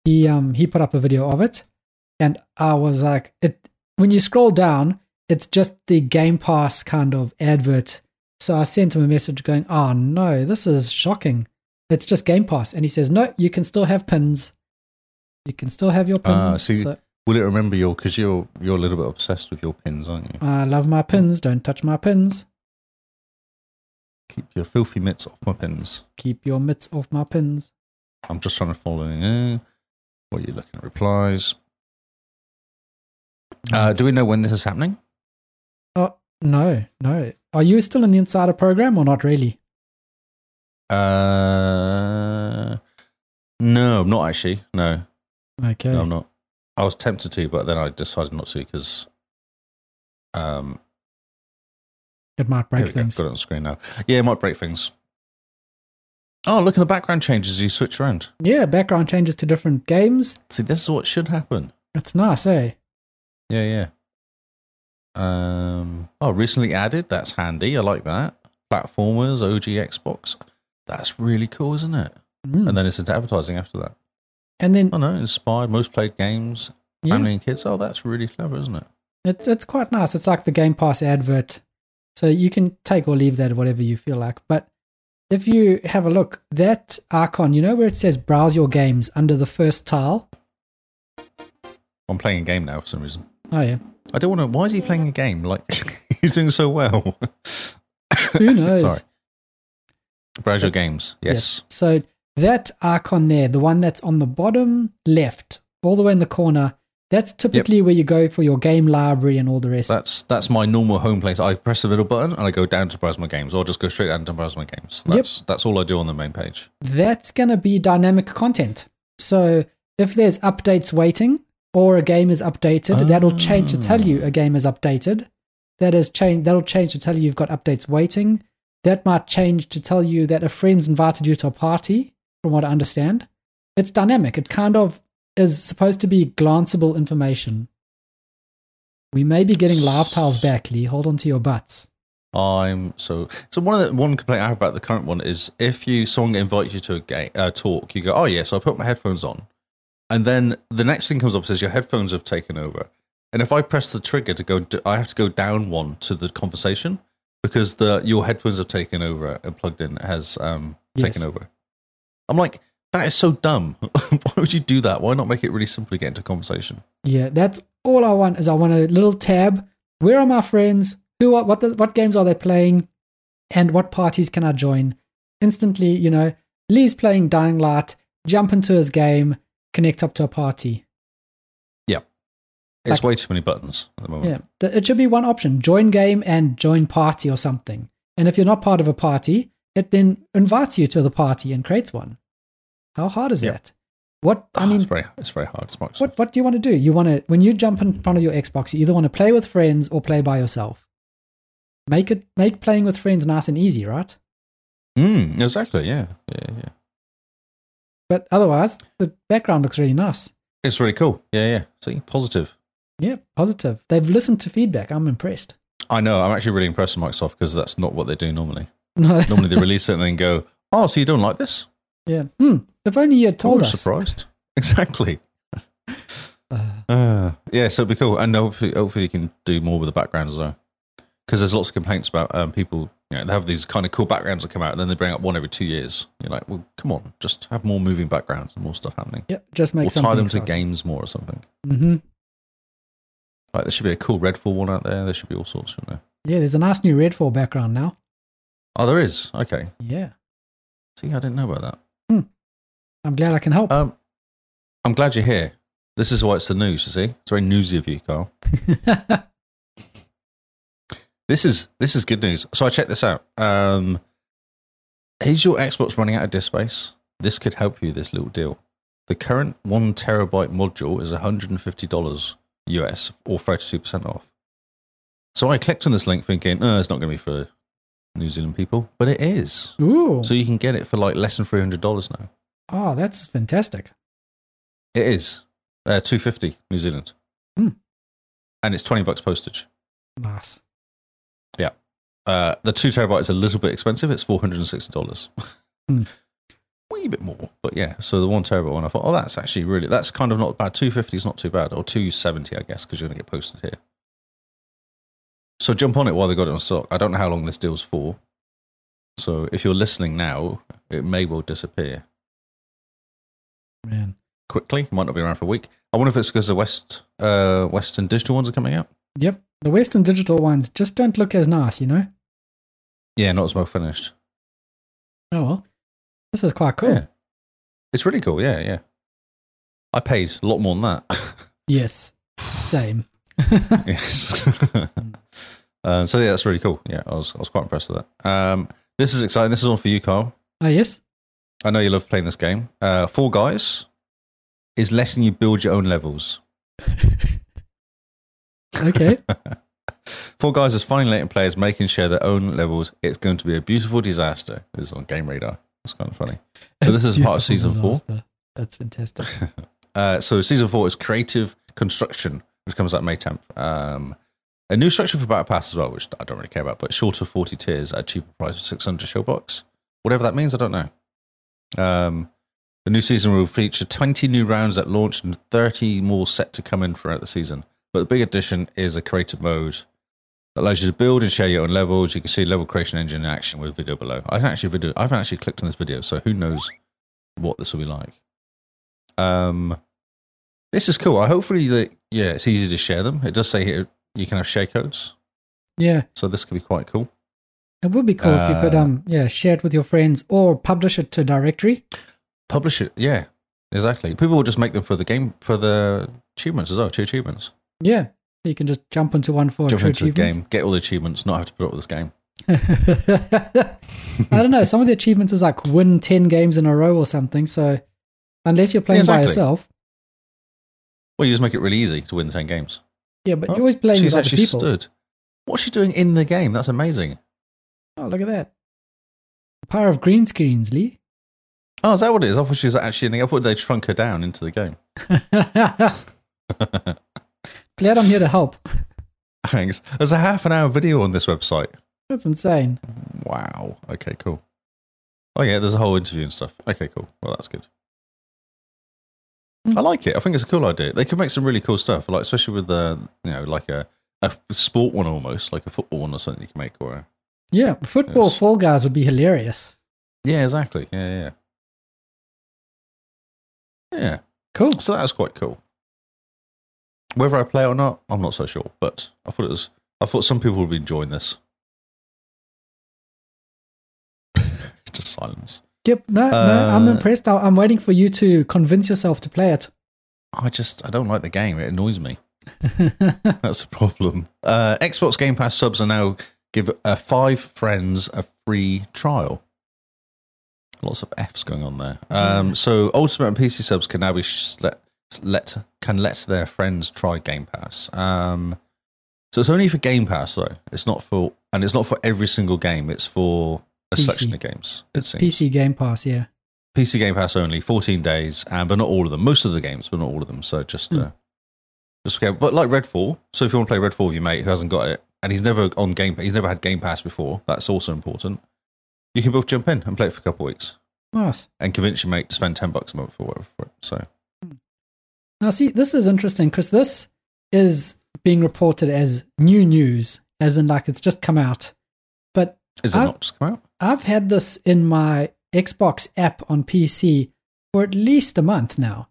C: he um he put up a video of it, and I was like, it when you scroll down, it's just the Game Pass kind of advert. So I sent him a message going, "Oh no, this is shocking. It's just Game Pass." And he says, "No, you can still have pins. You can still have your pins."
A: Ah, see-
C: So
A: Will it remember your? Because you're you're a little bit obsessed with your pins, aren't you?
C: I love my pins. Don't touch my pins.
A: Keep your filthy mitts off my pins.
C: Keep your mitts off my pins.
A: I'm just trying to follow in. What are you looking at? Replies. Uh, do we know when this is happening?
C: No, no. Are you still in the insider program or not really?
A: Uh, no, I'm not actually. No,
C: Okay.
A: No, I'm not. I was tempted to, but then I decided not to because um,
C: it might
A: here
C: break
A: we go.
C: things.
A: got it on screen now. Yeah, it might break things. Oh, look at the background changes. You switch around.
C: Yeah, background changes to different games.
A: See, this is what should happen.
C: That's nice, eh?
A: Yeah, yeah. Um, oh, recently added. That's handy. I like that. Platformers, OG Xbox. That's really cool, isn't it?
C: Mm.
A: And then it's into advertising after that.
C: And then
A: Oh no, inspired most played games,
C: yeah,
A: family and kids. Oh, that's really clever, isn't it?
C: it's it's quite nice. It's like the Game Pass advert. So you can take or leave that whatever you feel like. But if you have a look, that icon, you know where it says browse your games under the first tile?
A: I'm playing a game now for some reason.
C: Oh yeah.
A: I don't want to. Why is he playing a game? Like he's doing so well.
C: Who knows?
A: Sorry. Browse your games. Yes.
C: So that icon there, the one that's on the bottom left, all the way in the corner, that's typically where you go for your game library and all the rest.
A: That's that's my normal home place. I press the little button and I go down to browse my games, or just go straight down to browse my games.
C: Yep.
A: That's that's all I do on the main page.
C: that's going to be dynamic content. So if there's updates waiting or a game is updated, that'll change to tell you a game is updated. That is change. That'll change to tell you you've got updates waiting. That might change to tell you that a friend's invited you to a party. From what I understand, it's dynamic. It kind of is supposed to be glanceable information. We may be getting live tiles back, Lee. Hold on to your butts.
A: I'm so so. One of the, one complaint I have about the current one is if you someone invites you to a game uh, talk, you go, oh yeah, so I put my headphones on, and then the next thing comes up says your headphones have taken over, and if I press the trigger to go, d I I have to go down one to the conversation because the your headphones have taken over and plugged in has um
C: Yes.
A: taken over. I'm like that is so dumb. Why would you do that? Why not make it really simple to get into conversation?
C: Yeah, that's all I want is I want a little tab. Where are my friends? Who are what the, what games are they playing? And what parties can I join? Instantly, you know, Lee's playing Dying Light, jump into his game, connect up to a party.
A: It's
C: Like-
A: way too many buttons at the moment.
C: Yeah. Th- It should be one option. Join game and join party or something. And if you're not part of a party, it then invites you to the party and creates one. How hard is
A: Yeah.
C: that? What I
A: Ah,
C: mean
A: it's very it's very hard. It's Microsoft.
C: what what do you want to do? You want to when you jump in front of your Xbox, you either want to play with friends or play by yourself. Make it make playing with friends nice and easy, right?
A: Mm, exactly. Yeah. Yeah. Yeah.
C: But otherwise, the background looks really nice.
A: It's really cool. Yeah. Yeah. See, positive.
C: Yeah, positive. They've listened to feedback. I'm impressed.
A: I know. I'm actually really impressed with Microsoft because that's not what they do normally.
C: No,
A: Normally they release it and then go, "Oh, so you don't like this?"
C: yeah. Hmm. If only you had
A: Oh,
C: told
A: I'm
C: us.
A: Surprised. Exactly.
C: Uh,
A: Uh, yeah. So it'd be cool, and hopefully, hopefully you can do more with the backgrounds though, because there's lots of complaints about um, people. You know, they have these kind of cool backgrounds that come out, and then they bring up one every two years. You're like, well, come on, just have more moving backgrounds and more stuff happening,
C: yeah, just make
A: or
C: something.
A: tie them to games more or something.
C: hmm
A: Like there should be a cool Redfall one out there. There should be all sorts, shouldn't there?
C: Yeah, there's a nice new Redfall background now.
A: Oh, there is. Okay.
C: Yeah,
A: See, I didn't know about
C: I'm glad I can help.
A: that. Um, I'm glad you're here. This is why it's the news. You see, it's very newsy of you, Carl. This is this is good news. So I checked this out. Um, is your Xbox running out of disk space? This could help you. This little deal. The current one terabyte module is 150 dollars US or 32 percent off. So I clicked on this link thinking, oh, it's not going to be for New Zealand people, but it is.
C: Ooh,
A: So you can get it for like less than 300 dollars now.
C: oh, that's fantastic.
A: It is uh, two fifty New Zealand,
C: Hmm.
A: and it's twenty bucks postage.
C: Nice.
A: Uh, the two terabyte is a little bit expensive. It's four hundred and sixty dollars,
C: Hmm.
A: wee bit more, but yeah. So the one terabyte one, I thought, oh, that's actually really that's kind of not bad. Two fifty is not too bad, or two seventy, I guess, because you're going to get posted here. So jump on it while they got it on stock. I don't know how long this deal's for. So if you're listening now, it may well disappear.
C: Man.
A: quickly. It might not be around for a week. I wonder if it's because the West uh, Western digital ones are coming out.
C: Yep. The Western digital ones just don't look as nice, you know?
A: Yeah, not as well finished.
C: Oh well. This is quite cool.
A: Yeah. It's really cool. Yeah, yeah. I paid a lot more than that.
C: Yes. Same.
A: yes. uh, so yeah, that's really cool. Yeah, I was I was quite impressed with that. Um, this is exciting. This is one for you, Carl.
C: Oh yes?
A: I know you love playing this game. Uh, Four Guys is letting you build your own levels.
C: Okay.
A: Four Guys is finally letting players make and share their own levels. It's going to be a beautiful disaster. This is on Game Radar. It's kind of funny. So this is part of season
C: Beautiful
A: four.
C: disaster. That's fantastic.
A: Uh, so season four is creative construction, which comes out May 10th. Um, a new structure for Battle Pass as well, which I don't really care about, but shorter 40 tiers at a cheaper price of 600 showbox. Whatever that means, I don't know. Um, the new season will feature 20 new rounds at launch and 30 more set to come in throughout the season. But the big addition is a creative mode that allows you to build and share your own levels. You can see level creation engine in action with video below. I haven't actually video. I haven't actually clicked on this video, so who knows what this will be like. Um, this is cool. I hopefully that yeah, it's easy to share them. It does say here you can have share codes,
C: yeah.
A: so this could be quite cool.
C: It would be cool if you could
A: Uh,
C: um yeah, share it with your friends or publish it to a directory.
A: Publish it, yeah, exactly. People will just make them for the game for the achievements as well. Two achievements.
C: Yeah. You can just jump into one for
A: Jump
C: true
A: into the
C: achievements.
A: game, get all the achievements, not have to put up with this game.
C: I don't know. Some of the achievements is like win ten games in a row or something. So unless you're playing by
A: exactly.
C: yourself,
A: Well, you just make it really easy to win ten games.
C: yeah, but
A: Oh,
C: you're always playing
A: She's
C: with other
A: actually
C: people.
A: stood. What's she doing in the game? That's amazing.
C: Oh, look at that! The power of green screens, Lee.
A: Oh, is that what it is? I thought she was actually in the. I thought they shrunk her down into the game.
C: Glad I'm here to help.
A: Thanks. There's a half an hour video on this website.
C: That's insane.
A: Wow. Okay, cool. Oh yeah, there's a whole interview and stuff. Okay, cool. Well, that's good.
C: Hmm.
A: I like it. I think it's a cool idea. They could make some really cool stuff, like especially with the you know like a a sport one almost, like a football one or something you can make or a,
C: Yeah, football
A: Yes.
C: fall guys would be hilarious.
A: yeah, exactly. Yeah, yeah, yeah.
C: Cool.
A: So that was quite cool. Whether I play it or not, I'm not so sure. But I thought it was. I thought some people would be enjoying this. Just silence.
C: Yep. No, no, I'm
A: Uh,
C: impressed. I- I'm waiting for you to convince yourself to play it.
A: I just I don't like the game. It annoys me. That's the problem. Uh, Xbox Game Pass subs are now give uh, five friends a free trial. Lots of Fs going on there. Um, so Ultimate and PC subs can now be sh- let, let can let their friends try Game Pass. Um, so it's only for Game Pass though. It's not for and it's not for every single game. It's for a
C: PC.
A: selection of games. It seems.
C: PC Game Pass, yeah.
A: PC Game Pass only, 14 days, and but not all of them. Most of the games, but not all of them. So just
C: Hmm.
A: uh, just okay. But like Redfall, so if you want to play Redfall with your mate who hasn't got it, and he's never on Game, he's never had Game Pass before. That's also important. You can both jump in and play it for a couple of weeks,
C: Nice.
A: and convince your mate to spend 10 bucks a month or whatever for it. So
C: Now, see, this is interesting because this is being reported as new news, as in like it's just come out. But
A: is it
C: I've-
A: not just come out?
C: I've had this in my Xbox app on PC for at least a month now.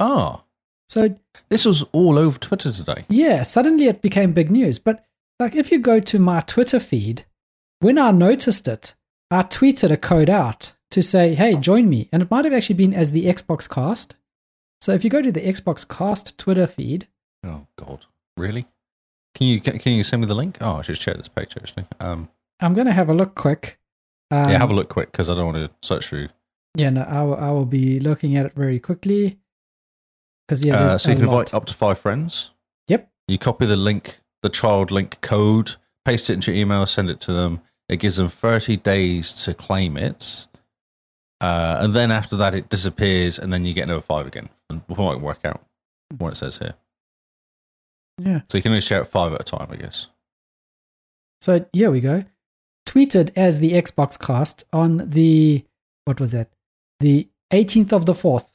A: Ah,
C: So
A: this was all over Twitter today.
C: yeah, suddenly it became big news. But like if you go to my Twitter feed, when I noticed it, I tweeted a code out to say, hey, join me. And it might have actually been as the Xbox cast. So if you go to the Xbox cast Twitter feed,
A: Oh God, really? Can you can you send me the link? Oh, I should check this page actually. Um,
C: I'm going to have a look quick. Um,
A: yeah, have a look quick because I don't want to search through
C: Yeah, no, I will, I will be looking at it very quickly. Because, yeah,
A: Uh,
C: there's
A: so you
C: a
A: can
C: lot.
A: invite up to five friends.
C: Yep.
A: You copy the link, the child link code, paste it into your email, send it to them. It gives them 30 days to claim it. Uh, and then after that, it disappears, and then you get another five again. And before I can work out what it says here.
C: Yeah.
A: So you can only share it five at a time, I guess.
C: So here we go. Tweeted as the Xbox cast on the what was that? The 18th of the 4th.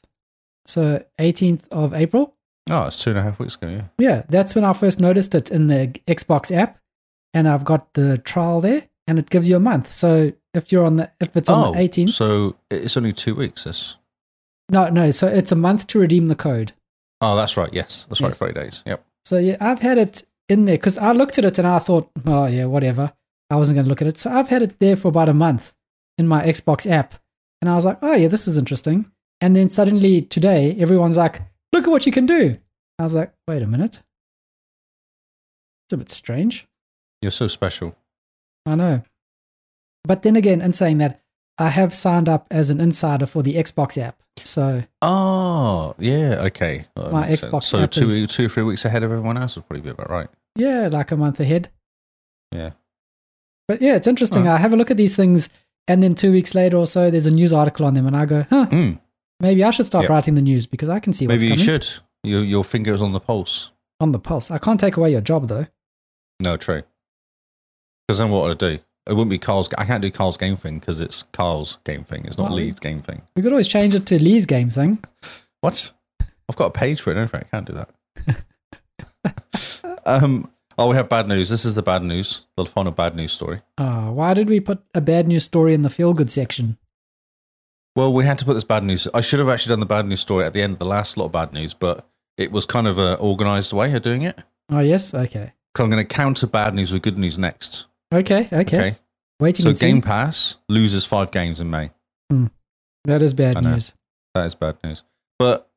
C: So 18th of April.
A: Oh, it's two and a half weeks ago, yeah.
C: Yeah, that's when I first noticed it in the Xbox app and I've got the trial there and it gives you a month. So if you're on the if it's on
A: oh,
C: the 18th.
A: so it's only two weeks. This.
C: no, no, so it's a month to redeem the code.
A: Oh, that's right. Yes. That's right.
C: Yes.
A: 30 days. Yep.
C: So yeah, I've had it in there because I looked at it and I thought, oh yeah, whatever. I wasn't going to look at it. So I've had it there for about a month in my Xbox app, and I was like, oh yeah, this is interesting. And then suddenly today, everyone's like, look at what you can do. I was like, wait a minute, it's a bit strange.
A: You're so special.
C: I know. But then again, in saying that, I have signed up as an insider for the Xbox app. So
A: Oh, yeah. Okay. That
C: My
A: makes
C: Xbox
A: sense. So
C: app
A: two,
C: is-
A: two or three weeks ahead of everyone else would probably be about right.
C: yeah, like a month ahead.
A: Yeah.
C: But yeah, it's interesting. I have a look at these things, and then two weeks later or so, there's a news article on them, and I go, huh,
A: Mm,
C: maybe I should start
A: Yeah.
C: writing the news because I can see what's
A: maybe you
C: coming
A: should. Your your finger is on the pulse.
C: on the pulse. I can't take away your job, though.
A: No, true. Because then what would I do? It wouldn't be Carl's. I can't do Carl's game thing because it's Carl's game thing. It's not
C: Well,
A: Lee's game thing.
C: We could always change it to Lee's game thing.
A: What? I've got a page for it. Don't think I can't do that. um. Oh, we have bad news. This is the bad news. The final bad news story.
C: Ah, why did we put a bad news story in the feel good section?
A: Well, we had to put this bad news. I should have actually done the bad news story at the end of the last lot of bad news, but it was kind of a organised way of doing it.
C: Oh, yes? Okay.
A: 'Cause I'm going to counter bad news with good news next.
C: Okay, okay.
A: Okay.
C: Waiting
A: So
C: and
A: Game
C: seeing.
A: Pass loses five games in May.
C: That is bad
A: I know.
C: news.
A: That is bad news. But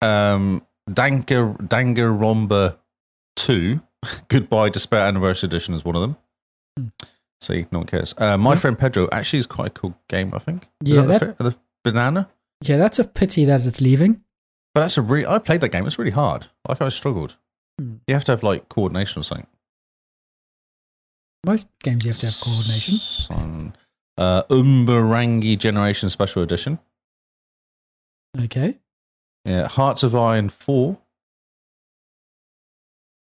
A: um, Danker Danganronpa Two, Goodbye Despair Anniversary Edition is one of them.
C: Hmm.
A: See, no one cares. Uh, My friend Pedro actually is quite a cool game. I think. Is
C: Yeah,
A: that,
C: that-
A: the, fi- the banana?
C: Yeah, that's a pity that it's leaving.
A: But that's a really. I played that game. It's really hard. Like I struggled.
C: Hmm.
A: You have to have like coordination or something.
C: Most games you have to have coordination.
A: Son- Uh, Umbarangi Generation Special Edition.
C: Okay.
A: Yeah, Hearts of Iron 4.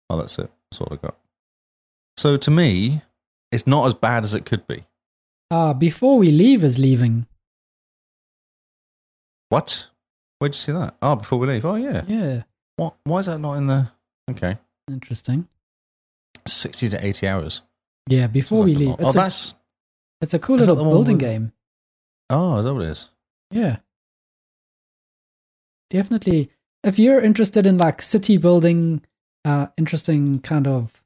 A: Oh, that's it. That's all I got. So to me, it's not as bad as it could be.
C: Ah, before we leave is leaving.
A: What? Where'd you see that? Oh, before we leave. Oh yeah.
C: Yeah,
A: What? Why is that not in the? Okay,
C: interesting.
A: sixty to eighty hours.
C: Yeah, before we
A: Like a
C: leave.
A: lot. Oh,
C: It's, a,
A: that's.
C: it's a cool
A: is that
C: little
A: the one
C: building
A: with-
C: game.
A: Oh, is that what it is?
C: Yeah. Definitely. If you're interested in like city building, uh, interesting kind of,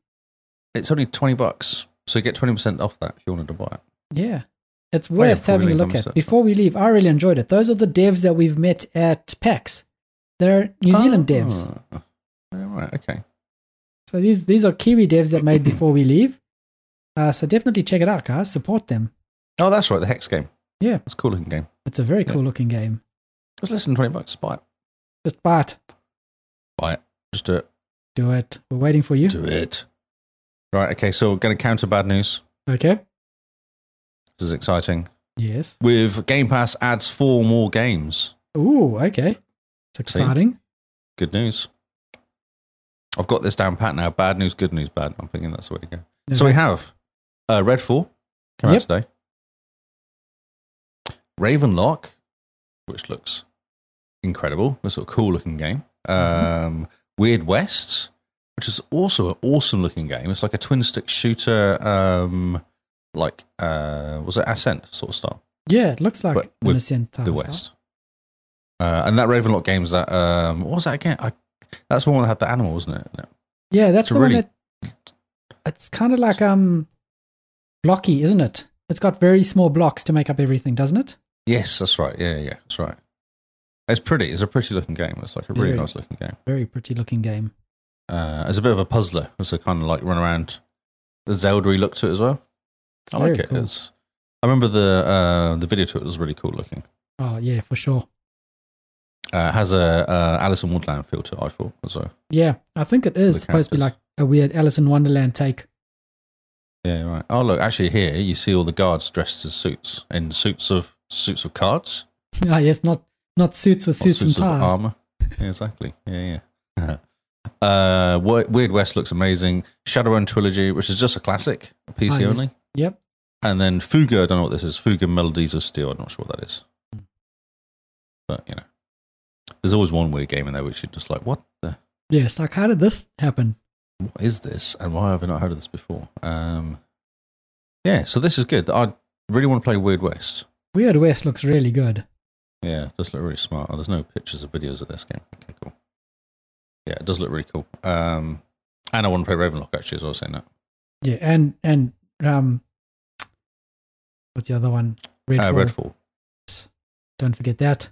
A: It's only twenty bucks, so you get twenty percent off that if you wanted to buy it.
C: yeah, it's
A: Oh, yeah,
C: worth
A: before we
C: having a
A: leave,
C: look
A: I'm
C: at.
A: set.
C: Before we leave, I really enjoyed it. Those are the devs that we've met at PAX. They're New Zealand devs.
A: Oh, yeah, right. Okay.
C: So these these are Kiwi devs that made before we leave. Uh, so definitely check it out, guys. Support them.
A: Oh, that's right. The hex game.
C: Yeah.
A: it's a cool looking game.
C: It's a very
A: Yeah.
C: cool looking game.
A: It's less than twenty bucks. Buy it.
C: Just buy it.
A: Buy it. Just do it.
C: Do it. We're waiting for you.
A: Do it. Right. Okay. So we're going to counter bad news.
C: Okay.
A: This is exciting.
C: Yes.
A: With Game Pass adds four more games.
C: Ooh. Okay. It's
A: See?
C: exciting.
A: Good news. I've got this down pat now. Bad news, good news, bad. I'm thinking that's the way to go. So we have uh, Redfall came
C: Yep.
A: out today. Ravenlock, which looks incredible. It's a cool looking game. Um, Weird West, which is also an awesome looking game. It's like a twin stick shooter, um, like uh, was it Ascent sort of style.
C: Yeah, it looks like
A: But with
C: Innocent type
A: the
C: of stuff.
A: West. Uh, and that Ravenlock game's that um, what was that again? I, that's the one that had the animal, wasn't it? No.
C: Yeah, that's
A: It's
C: the
A: really-
C: one that it's kind of like um blocky, isn't it? It's got very small blocks to make up everything, doesn't it?
A: Yes, that's right. Yeah, yeah, that's right. It's pretty. It's a pretty looking game. It's like a really
C: Yeah.
A: nice looking game.
C: Very pretty looking game.
A: Uh, it's a bit of a puzzler. It's a kind of like run around. The Zelda look to it as well.
C: It's
A: I like
C: very
A: it.
C: cool.
A: It's, I remember the uh, the video to it was really cool looking.
C: Oh yeah, for sure.
A: Uh, it has a uh, Alice in Wonderland feel to it, I thought. So
C: Yeah, I think it is supposed to be like
A: characters.
C: a weird Alice in Wonderland take.
A: yeah, right. Oh look, actually here you see all the guards dressed as suits in suits of suits of cards.
C: Ah yes, not not suits with
A: Or
C: suits, and
A: of
C: ties.
A: armor. Yeah, exactly. Yeah, yeah. uh, Wo- Weird West looks amazing. Shadowrun trilogy, which is just a classic, PC
C: Ah, yes.
A: only.
C: Yep.
A: And then Fuga. I don't know what this is. Fuga Melodies of Steel. I'm not sure what that is.
C: Hmm.
A: But you know, there's always one weird game in there which you're just like, what the?
C: Yes, like how did this happen?
A: What is this? And why have I not heard of this before? Um, yeah. So this is good. I really want to play Weird West.
C: Weird West looks really good.
A: Yeah, it does look really smart. Oh, there's no pictures or videos of this game. Okay, cool. Yeah, it does look really cool. Um, and I want to play Ravenlock actually as well. Saying that,
C: Yeah, and and um, what's the other one?
A: Uh,
C: Redfall.
A: Redfall.
C: Don't forget that.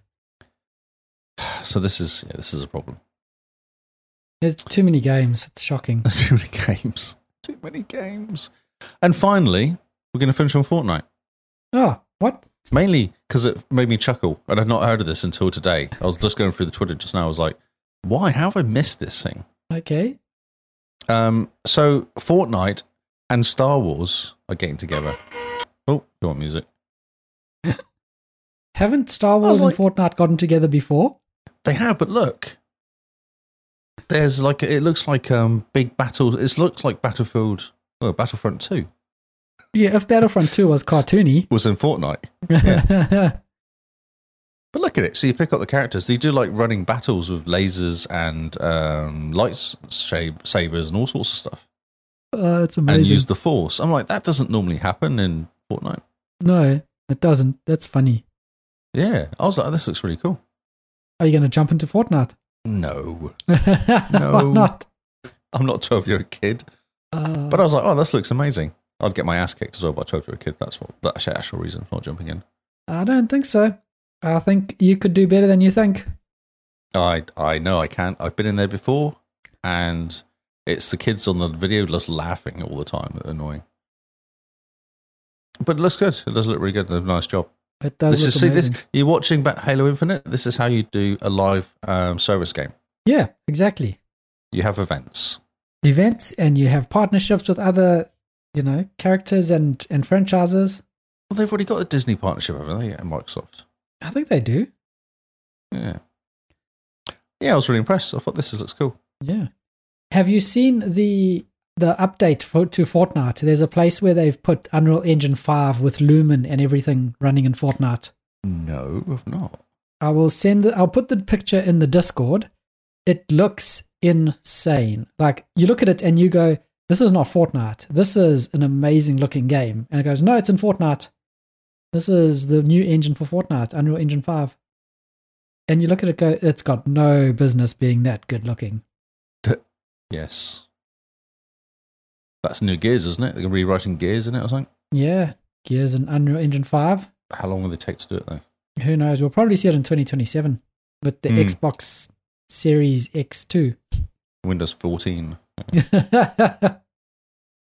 A: So this is yeah, this is a problem.
C: There's too many games. It's shocking.
A: Too many games. Too many games. And finally, we're going to finish on Fortnite.
C: Oh, what?
A: Mainly because it made me chuckle, and I'd not heard of this until today. I was just going through the Twitter just now. I was like, why? How have I missed this thing?
C: Okay.
A: Um, so Fortnite and Star Wars are getting together. Oh, you want music?
C: Haven't Star Wars and Fortnite gotten together before?
A: They have, but look, there's like it looks like um big battles. It looks like Battlefield, well, Battlefront Two
C: Yeah, if Battlefront 2 was cartoony.
A: was in Fortnite. But look at it. So you pick up the characters. They do like running battles with lasers and um, lights shab- sabers and all sorts of stuff,
C: Uh, it's
A: and
C: amazing.
A: use the force. I'm like, that doesn't normally happen in Fortnite.
C: no, it doesn't. That's funny.
A: Yeah, I was like, this looks really cool.
C: Are you going to jump into Fortnite?
A: No,
C: Why
A: No.
C: not?
A: I'm not a 12 year old kid.
C: Uh,
A: But I was like, oh, this looks amazing. I'd get my ass kicked as well by a 12 year old kid. That's what that's the actual reason for not jumping in.
C: I don't think so. I think you could do better than you think.
A: I I know I can't. I've been in there before, and it's the kids on the video just laughing all the time. that are Annoying. But it looks good. It does look really good. They did a nice job.
C: It does
A: this
C: look
A: is see this.
C: amazing.
A: You're watching back Halo Infinite. This is how you do a live um, service game.
C: Yeah, exactly.
A: You have events.
C: Events and you have partnerships with other, you know, characters and, and franchises.
A: Well, they've already got a Disney partnership, haven't they? And Microsoft.
C: I think they do.
A: Yeah. Yeah, I was really impressed. I thought this is, looks cool.
C: Yeah. Have you seen the the update for, to Fortnite, there's a place where they've put Unreal Engine 5 with Lumen and everything running in Fortnite.
A: No, I've not.
C: I will send the, I'll put the picture in the Discord. It looks insane. Like you look at it and you go, this is not Fortnite. This is an amazing looking game. And it goes, no, it's in Fortnite. This is the new engine for Fortnite, Unreal Engine 5. And you look at it go, it's got no business being that good looking.
A: Yes. That's new Gears, isn't it? They're rewriting Gears in it or something.
C: Yeah, Gears and Unreal Engine 5.
A: How long will they take to do it, though?
C: Who knows? We'll probably see it in 2027 with the
A: Hmm.
C: Xbox Series X2.
A: Windows 14.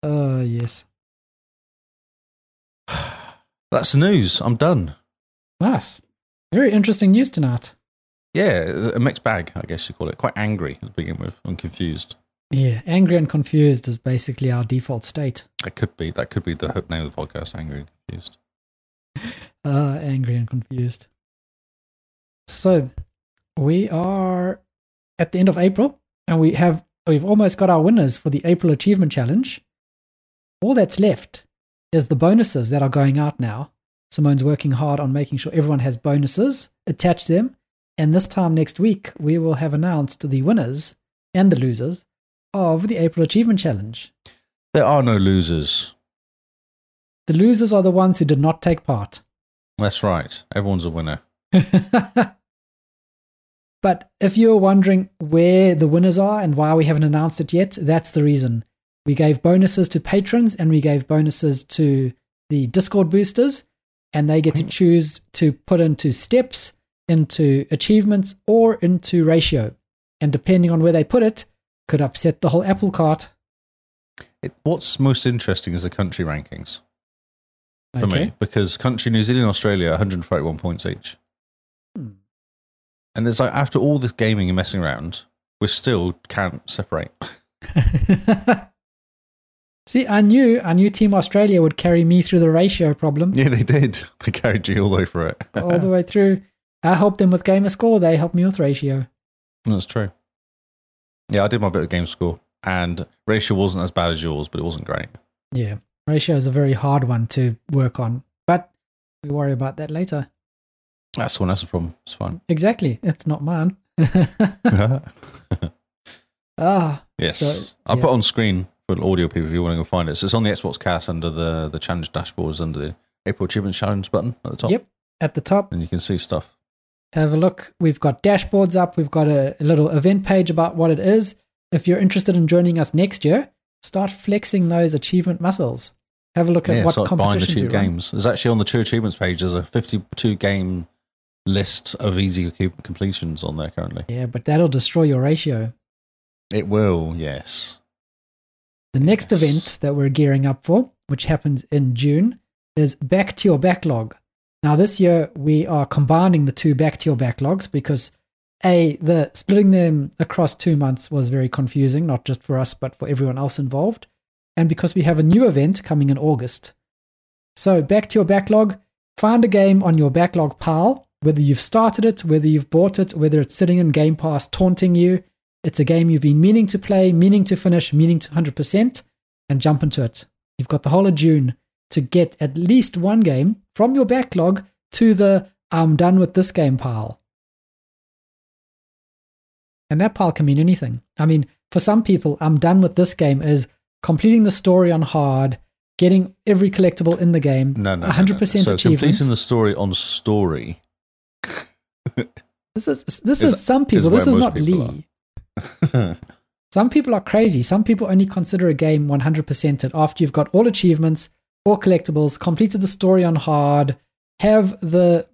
C: oh, yes.
A: That's the news. I'm done.
C: Nice. Very interesting news tonight.
A: Yeah, a mixed bag, I guess you call it. Quite angry to begin with and confused.
C: Yeah, angry and confused is basically our default state.
A: That could be that could be the name of the podcast. Angry and confused.
C: Uh, angry and confused. So, we are at the end of April, and we have we've almost got our winners for the April Achievement Challenge. All that's left is the bonuses that are going out now. Simone's working hard on making sure everyone has bonuses attached to them, and this time next week we will have announced the winners and the losers of the April Achievement Challenge.
A: There are no losers.
C: The losers are the ones who did not take part.
A: That's right. Everyone's a winner.
C: but if you're wondering where the winners are and why we haven't announced it yet, that's the reason. We gave bonuses to patrons and we gave bonuses to the Discord boosters, and they get to choose to put into steps, into achievements, or into ratio. And depending on where they put it, could upset the whole apple cart.
A: It, what's most interesting is the country rankings for me because country New Zealand, and Australia, 141 points each.
C: Hmm.
A: And it's like after all this gaming and messing around, we still can't separate.
C: See, I knew I knew Team Australia would carry me through the ratio problem.
A: yeah, they did. Oh, They carried you all the way through it.
C: all the way through. I helped them with gamer score. They helped me with ratio.
A: That's true. Yeah, I did my bit of game score, and ratio wasn't as bad as yours, but it wasn't great.
C: Yeah, ratio is a very hard one to work on, but we worry about that later.
A: That's someone else's problem. It's fine.
C: Exactly, it's not mine. ah,
A: yes,
C: So,
A: I'll
C: yeah.
A: put on screen for audio people if you want to go find it. So it's on the Xbox Cast under the the challenge dashboards under the April Achievement Challenge button at the top.
C: Yep. at the top,
A: and you can see stuff.
C: have a look. We've got dashboards up. We've got a, a little event page about what it is. If you're interested in joining us next year, start flexing those achievement muscles. Have a look at
A: yeah,
C: what
A: it's like buying the
C: competitions we
A: cheap
C: run.
A: games. There's actually on the two achievements page. There's a 52 game list of easy cu- completions on there currently.
C: Yeah, but that'll destroy your ratio.
A: It will, yes.
C: The next
A: Yes.
C: event that we're gearing up for, which happens in June, is Back to Your Backlog. Now, this year we are combining the two Back to Your Backlogs because A, the splitting them across two months was very confusing, not just for us, but for everyone else involved. And because we have a new event coming in August. So, Back to Your Backlog, find a game on your backlog pile, whether you've started it, whether you've bought it, whether it's sitting in Game Pass taunting you. It's a game you've been meaning to play, meaning to finish, meaning to 100%, and jump into it. You've got the whole of June to get at least one game from your backlog to the I'm done with this game pile. And that pile can mean anything. I mean, for some people, I'm done with this game is completing the story on hard, getting every collectible in the game,
A: No, no, no, no, no.
C: 100%
A: So
C: achievements.
A: completing the story on story.
C: This is this
A: Is-
C: is, some people.
A: where
C: This is
A: most
C: not
A: people
C: Lee. some people are crazy. Some people only consider a game 100%ed after you've got all achievements, all collectibles, completed the story on hard, have the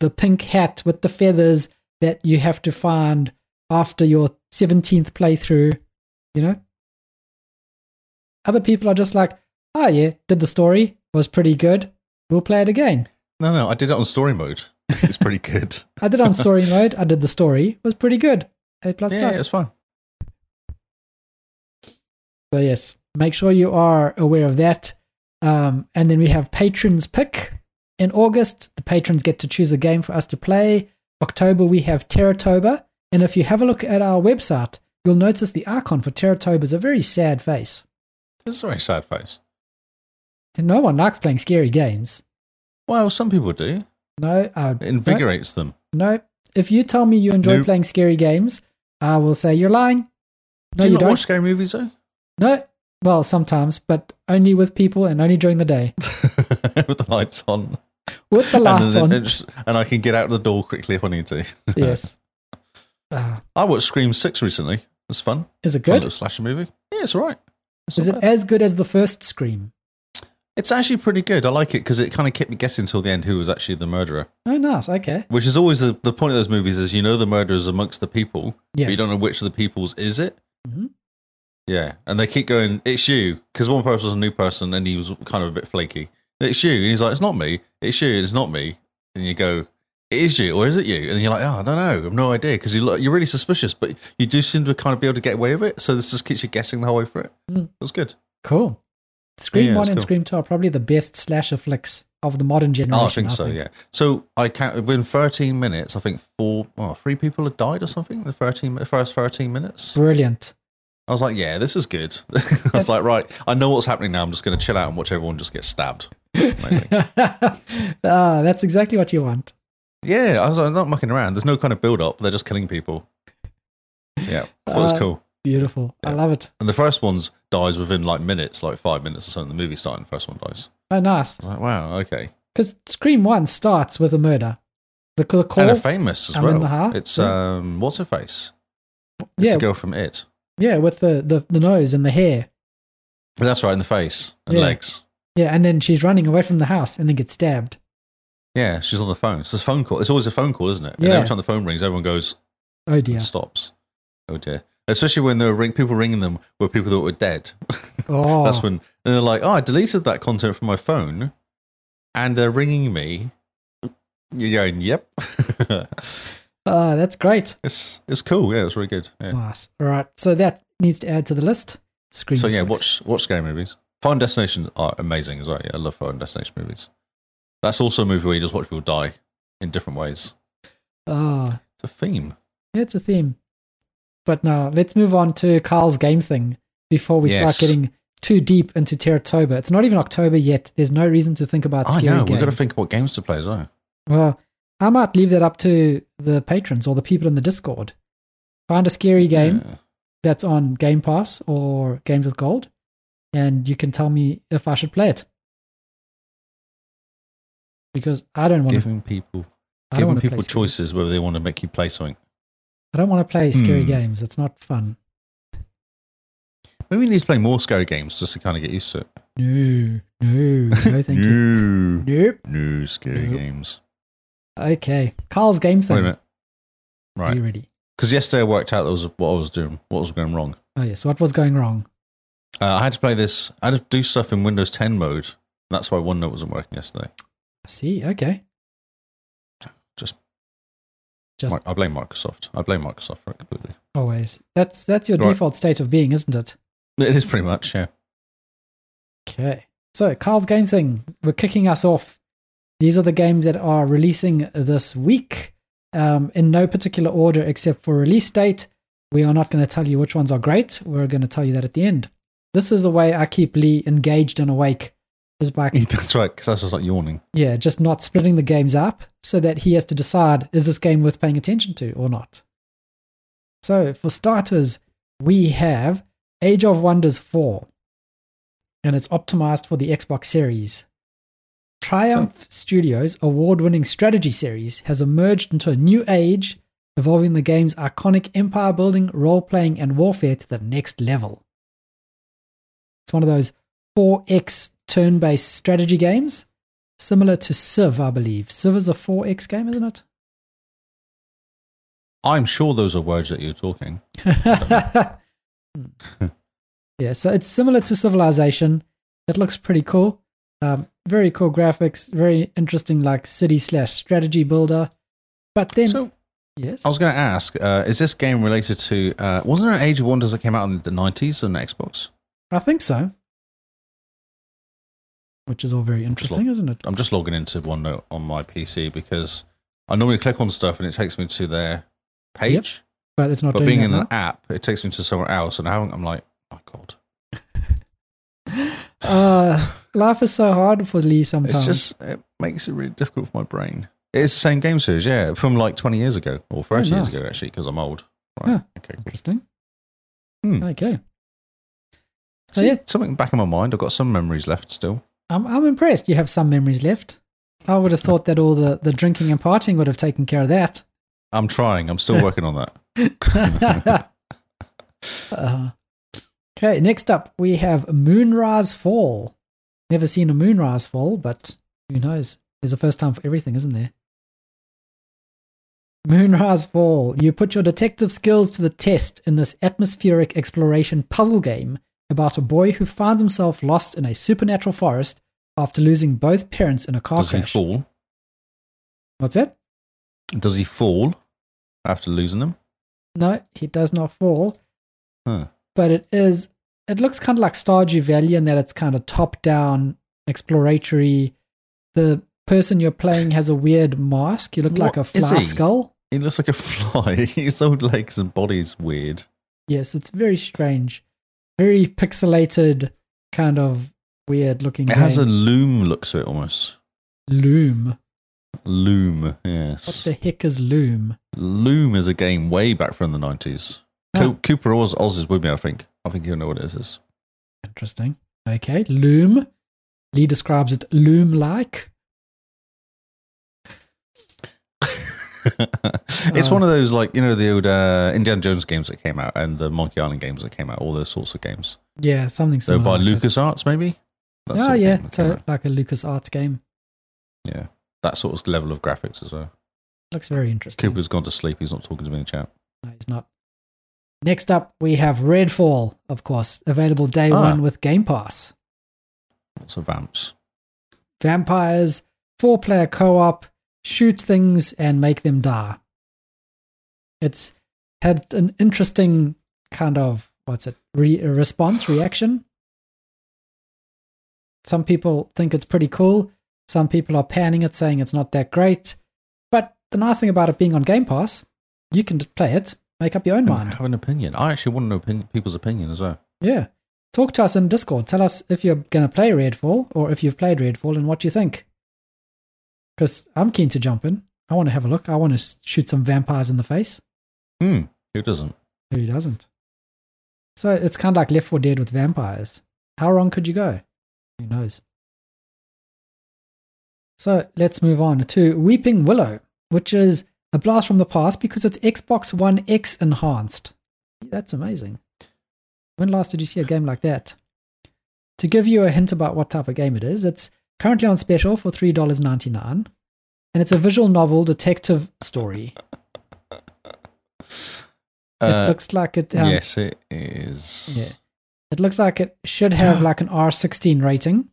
C: the pink hat with the feathers that you have to find after your 17th playthrough, you know? Other people are just like, "Ah, yeah, did the story, was pretty good. We'll play it again."
A: no, no, I did it on story mode. It's pretty good.
C: I did it on story mode. I did the story. was pretty good. A plus
A: yeah,
C: plus.
A: it's fine.
C: So yes, make sure you are aware of that. Um, and then we have patrons pick in August. The patrons get to choose a game for us to play. October we have Terratoba, and if you have a look at our website, you'll notice the icon for Terratoba is a very sad face.
A: This is a very sad face.
C: No one likes playing scary games.
A: Well, some people do.
C: No, I
A: It invigorates them.
C: no. If you tell me you enjoy
A: Nope.
C: playing scary games, I will say you're lying. No,
A: do you,
C: you
A: not
C: don't.
A: watch scary movies though?
C: No. Well, sometimes, but only with people and only during the day.
A: With the lights on.
C: With the lights
A: and,
C: on.
A: then it's- and I can get out the door quickly if I need to.
C: yes. Ah,
A: I watched Scream 6 recently. It's fun.
C: is it
A: Fun
C: good?
A: little slasher movie. Yeah, it's all right. It's
C: Is
A: not
C: it
A: bad.
C: as good as the first Scream?
A: It's actually pretty good. I like it because it kind of kept me guessing till the end who was actually the murderer,
C: Oh, nice. Okay.
A: which is always the, the point of those movies is you know the murderer's amongst the people, but
C: Yes.
A: you don't know which of the people's is it.
C: Mhm.
A: Yeah, and they keep going, it's you, because one person was a new person and he was kind of a bit flaky. It's you, and he's like, it's not me. It's you, it's not me. And you go, it is you, or is it you? And you're like, oh, I don't know, I've no idea, because you look, you're really suspicious, but you do seem to kind of be able to get away with it. So this just keeps you guessing the whole way through it.
C: Mm.
A: It was good.
C: Cool. Scream
A: Yeah,
C: 1
A: it's
C: and
A: cool.
C: Scream 2 are probably the best slasher flicks of the modern generation.
A: Oh, I think so. Yeah. So I count within 13 minutes. I think four, oh, three people had died or something. in The 13 the first 13 minutes.
C: Brilliant.
A: I was like, yeah, this is good. I
C: That's-
A: was like, right, I know what's happening now. I'm just going to chill out and watch everyone just get stabbed.
C: ah, that's exactly what you want.
A: Yeah, I was like, I'm not mucking around. There's no kind of build up. They're just killing people. Yeah, I thought it
C: Uh,
A: was cool.
C: Beautiful. I
A: Yeah.
C: love it.
A: And the first one's dies within like minutes, like five minutes or something. The movie starting, the first one dies.
C: Oh, nice.
A: I was like, wow, okay.
C: Because Scream 1 starts with a murder. The, the call.
A: And they're famous as
C: I'm in
A: well.
C: the heart,
A: It's
C: yeah.
A: um, what's her face? It's
C: yeah,
A: the girl from It.
C: yeah, with the, the, the nose and the hair.
A: That's right, in the face and
C: Yeah.
A: legs.
C: Yeah, and then she's running away from the house and then gets stabbed.
A: Yeah, she's on the phone. It's a phone call. It's always a phone call, isn't it? And
C: Yeah.
A: every time the phone rings, everyone goes
C: Oh, dear.
A: and stops. Oh dear. Especially when there were ring- people ringing them were people that were dead.
C: Oh,
A: That's when and they're like, "Oh, I deleted that content from my phone, and they're ringing me." You're going, "Yep."
C: Ah, that's great.
A: it's it's cool. Yeah, it's really good. Yeah.
C: Nice. All right. So that needs to add to the list. Scream
A: So yeah,
C: six.
A: watch watch scary movies. Final Destination are amazing as well. Yeah, I love Final Destination movies. That's also a movie where you just watch people die in different ways.
C: Ah,
A: It's a theme.
C: yeah, it's a theme. But now let's move on to Carl's game thing before we
A: Yes.
C: start getting too deep into Terratoba. It's not even October yet. There's no reason to think about
A: I
C: scary
A: know.
C: games.
A: We've got to think about games to play as well.
C: Well, I might leave that up to the patrons or the people in the Discord. Find a scary game
A: Yeah.
C: that's on Game Pass or Games with Gold, and you can tell me if I should play it. Because I don't want to.
A: Giving people
C: I don't
A: giving
C: want to
A: people
C: play scary-
A: choices whether they want to make you play something.
C: I don't want to play scary
A: Hmm.
C: games. It's not fun.
A: Maybe we need to play more scary games just to kind of get used to it.
C: No, no, no, thank you.
A: no,
C: Nope.
A: no scary
C: Nope.
A: games.
C: Okay, Carl's game thing.
A: Wait a minute.
C: Are you
A: Right,
C: ready?
A: because yesterday I worked out that was what I was doing, what was going wrong.
C: Oh yes. What was going wrong?
A: Uh, I had to play this. I had to do stuff in Windows 10 mode. and That's why OneNote wasn't working yesterday.
C: I see. Okay.
A: Just-
C: just
A: Mi- I blame Microsoft. I blame Microsoft for it completely.
C: always. That's that's your
A: Right.
C: default state of being, isn't it?
A: It is pretty much yeah.
C: Okay. So, Carl's game thing. We're kicking us off. These are the games that are releasing this week um, in no particular order except for release date. We are not going to tell you which ones are great. We're going to tell you that at the end. This is the way I keep Lee engaged and awake is by
A: That's right. Because that's just like yawning.
C: yeah, just not splitting the games up so that he has to decide is this game worth paying attention to or not. So, for starters, we have Age of Wonders 4, and it's optimized for the Xbox Series. Triumph Studios' award winning strategy series has emerged into a new age, evolving the game's iconic empire building, role playing, and warfare to the next level. It's one of those 4X turn based strategy games similar to Civ, I believe. Civ is a 4X game, isn't it?
A: I'm sure those are words that you're talking.
C: Hmm. yeah, so it's similar to Civilization. It looks pretty cool. Um, very cool graphics, very interesting, like city slash strategy builder. But then,
A: So
C: yes,
A: I was going to ask: uh, Is this game related to? Uh, wasn't there an Age of Wonders that came out in the 90s on Xbox?
C: I think so. Which is all very interesting, isn't it?
A: I'm just logging into OneNote on my PC because I normally click on stuff and it takes me to their page.
C: But it's not
A: But
C: doing
A: being
C: that
A: in
C: now.
A: an app, it takes me to somewhere else, and I haven't, I'm like, oh my god.
C: Uh, life is so hard for Lee sometimes.
A: It's just it makes it really difficult for my brain. It's the same game series, yeah, from like twenty years ago or thirty
C: Oh, nice.
A: years ago actually, because I'm old.
C: Huh.
A: Right. Okay. cool.
C: Interesting.
A: Hmm.
C: Okay. So,
A: See,
C: Oh, yeah.
A: something back in my mind. I've got some memories left still.
C: I'm, I'm impressed you have some memories left. I would have thought that all the, the drinking and partying would have taken care of that.
A: I'm trying. I'm still working on that.
C: Uh, okay, next up we have Moonrise Fall. Never seen a moonrise fall, but who knows? There's a first time for everything, isn't there? Moonrise Fall. You put your detective skills to the test in this atmospheric exploration puzzle game about a boy who finds himself lost in a supernatural forest after losing both parents in a car
A: Does he
C: crash.
A: fall?
C: What's that?
A: Does he fall after losing them?
C: No, he does not fall.
A: Huh.
C: but it is it looks kind of like Stardew Valley in that it's kind of top down exploratory. The person you're playing has a weird mask. You look like
A: What
C: a
A: is he?
C: fly skull.
A: He looks like a fly. His old legs and body's weird.
C: Yes, it's very strange, very pixelated, kind of weird looking.
A: It
C: game.
A: has a loom look to it almost.
C: loom.
A: Loom,
C: What
A: yes.
C: the heck is loom?
A: Loom is a game way back from the 90s.
C: Oh.
A: Co- Cooper Oz, Oz is with me, I think. I think he'll know what it is.
C: Interesting. Okay, loom. Lee describes it loom like.
A: it's
C: Oh.
A: one of those, like, you know, the old uh, Indiana Jones games that came out and the Monkey Island games that came out, all those sorts of games.
C: Yeah, something
A: So
C: similar.
A: by
C: like that.
A: LucasArts, maybe? That sort
C: Oh,
A: of thing
C: yeah.
A: that came
C: So
A: out.
C: like a Lucas Arts game.
A: yeah. That sort of level of graphics as well.
C: Looks very interesting.
A: Cooper's gone to sleep. He's not talking to me in the chat.
C: No, he's not. Next up, we have Redfall, of course, available day
A: Ah.
C: one with Game Pass.
A: Lots of vamps.
C: Vampires, four player co op, shoot things and make them die. It's had an interesting kind of, what's it, re- response, reaction. Some people think it's pretty cool. Some people are panning it, saying it's not that great. But the nice thing about it being on Game Pass, you can just play it, make up your own mind.
A: Have an opinion. I actually want to know opin- people's opinion as well.
C: Yeah. Talk to us in Discord. Tell us if you're going to play Redfall or if you've played Redfall and what you think. Because I'm keen to jump in. I want to have a look. I want to shoot some vampires in the face.
A: Hmm. Who doesn't?
C: Who doesn't? So it's kind of like Left 4 Dead with vampires. How wrong could you go? Who knows? So let's move on to Weeping Willow, which is a blast from the past because it's Xbox One X enhanced. That's amazing. When last did you see a game like that? To give you a hint about what type of game it is, it's currently on special for $3.99, and it's a visual novel detective story. it
A: Uh,
C: looks like it um,
A: yes, it is.
C: Yeah. It looks like it should have like an R16 rating.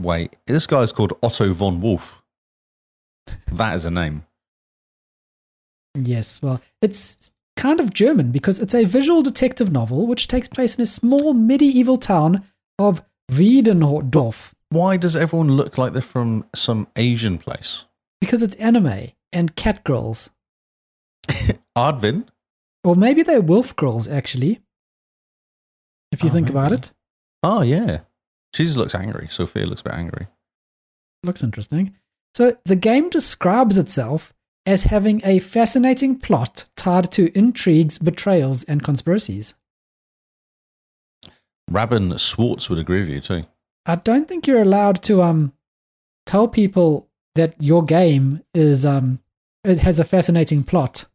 A: Wait, this guy's called Otto von Wolf. That is a name.
C: Yes, well, it's kind of German because it's a visual detective novel which takes place in a small medieval town of Wiedendorf
A: Why does everyone look like they're from some Asian place?
C: because it's anime and cat girls.
A: Arvin?
C: Or maybe they're wolf girls, actually, if you
A: Oh,
C: think about
A: maybe.
C: it.
A: Oh, yeah. She just looks angry. Sophia looks a bit angry.
C: Looks interesting. So the game describes itself as having a fascinating plot tied to intrigues, betrayals, and conspiracies.
A: Rabin Schwartz would agree with you, too.
C: I don't think you're allowed to um tell people that your game is um it has a fascinating plot.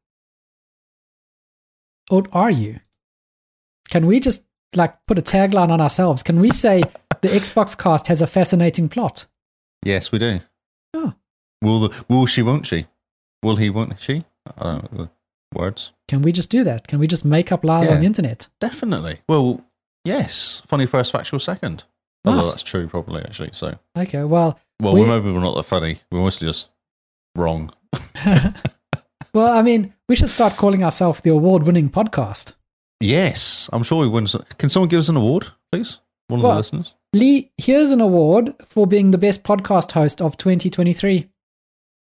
C: Or are you? Can we just like put a tagline on ourselves? Can we say the Xbox cast has a fascinating plot?
A: Yes, we do.
C: Oh.
A: Will, the, will she, won't she? Will he, won't she? I don't know the words.
C: Can we just do that? Can we just make up lies on
A: Yeah.
C: the internet?
A: Definitely. Well, yes. Funny first, factual second. Although
C: Nice.
A: that's true, probably, actually. So,
C: Okay, well
A: well,
C: We-
A: we, maybe we're not that funny. We're mostly just wrong.
C: well, I mean, we should start calling ourselves the award winning podcast.
A: Yes, I'm sure we win. Some. Can someone give us an award, please? One of
C: Well-
A: the listeners.
C: Lee, here's an award for being the best podcast host of twenty twenty three.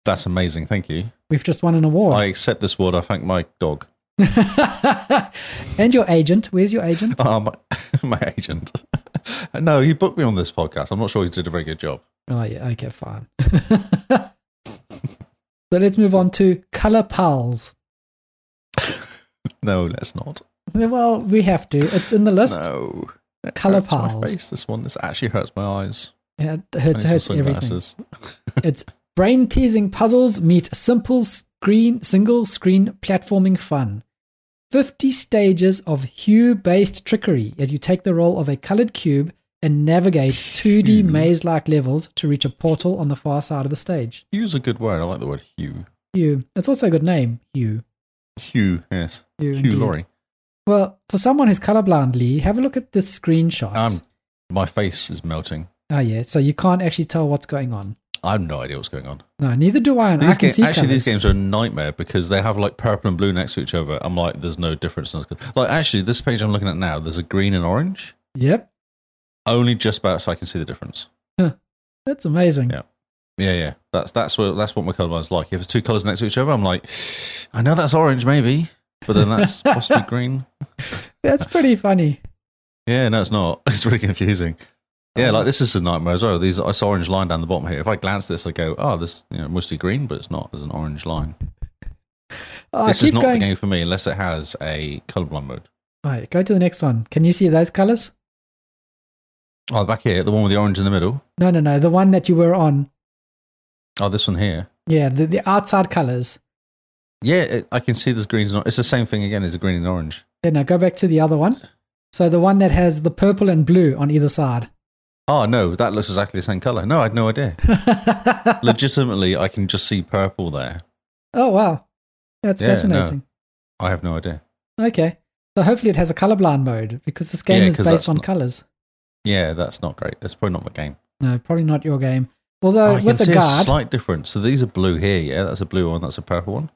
A: That's amazing. Thank you.
C: We've just won an award.
A: I accept this award. I thank my dog, Oh.
C: and your agent. Where's your agent?
A: um, my Ah, agent. No, he booked me on this podcast. I'm not sure he did a very good job.
C: Oh yeah, okay, fine. so let's move on to Color Pals.
A: No, let's not.
C: Well, we have to. It's in the list.
A: No. It
C: Colour
A: hurts my
C: pals.
A: face, This one, this actually hurts my eyes.
C: Yeah, It hurts,
A: I need
C: hurts
A: some
C: everything.
A: sunglasses.
C: It's brain teasing puzzles meet simple screen, single screen platforming fun. 50 stages of hue based trickery as you take the role of a colored cube and navigate 2D
A: Hue.
C: maze like levels to reach a portal on the far side of the stage.
A: Hue's a good word. I like the word hue.
C: Hue. It's also a good name, Hue.
A: Hue, yes.
C: Hue,
A: Hue
C: indeed.
A: Laurie.
C: Well, for someone who's colorblind, Lee, have a look at this screenshot.
A: Um, my face is melting.
C: oh, yeah. So you can't actually tell what's going on.
A: I have no idea what's going on.
C: No, neither do I. And I
A: These
C: can
A: ga-
C: see
A: actually, these
C: colours.
A: games are a nightmare because they have like purple and blue next to each other. I'm like, there's no difference. in this- Like, actually, this page I'm looking at now, there's a green and orange.
C: Yep.
A: Only just about so I can see the difference.
C: That's amazing.
A: Yeah. Yeah, yeah. That's that's what that's what my colorblind's like. If it's two colors next to each other, I'm like, I know that's orange, maybe, but then that's possibly green.
C: That's pretty funny.
A: Yeah, no, it's not. It's really confusing. Yeah, like this is a nightmare as well. These this orange line down the bottom here. If I glance this, I go, oh, this you know mostly green, but it's not. There's an orange line.
C: Oh,
A: this
C: keep
A: is not
C: going.
A: the game for me unless it has a colorblind mode.
C: All right, go to the next one. Can you see those colors?
A: Oh, back here, the one with the orange in the middle.
C: No, no, no. The one that you were on.
A: Oh, this one here.
C: Yeah, the, the outside colors.
A: Yeah, it, I can see there's greens. And, or- it's the same thing again as the green and orange.
C: Yeah, now go back to the other one. So the one that has the purple and blue on either side.
A: Oh no, that looks exactly the same color. No, I had no idea. Legitimately, I can just see purple there.
C: oh, wow. That's
A: Yeah, no.
C: fascinating.
A: I have no idea.
C: Okay. So hopefully it has a colorblind mode because this game
A: Yeah,
C: is
A: 'cause
C: based
A: that's
C: on
A: not-
C: colors.
A: Yeah, that's not great. That's probably not my game.
C: No, probably not your game.
A: Oh,
C: Although
A: I can
C: Uh, with
A: see a
C: a guard,
A: slight difference. So these are blue here. Yeah, that's a blue one. That's a purple one.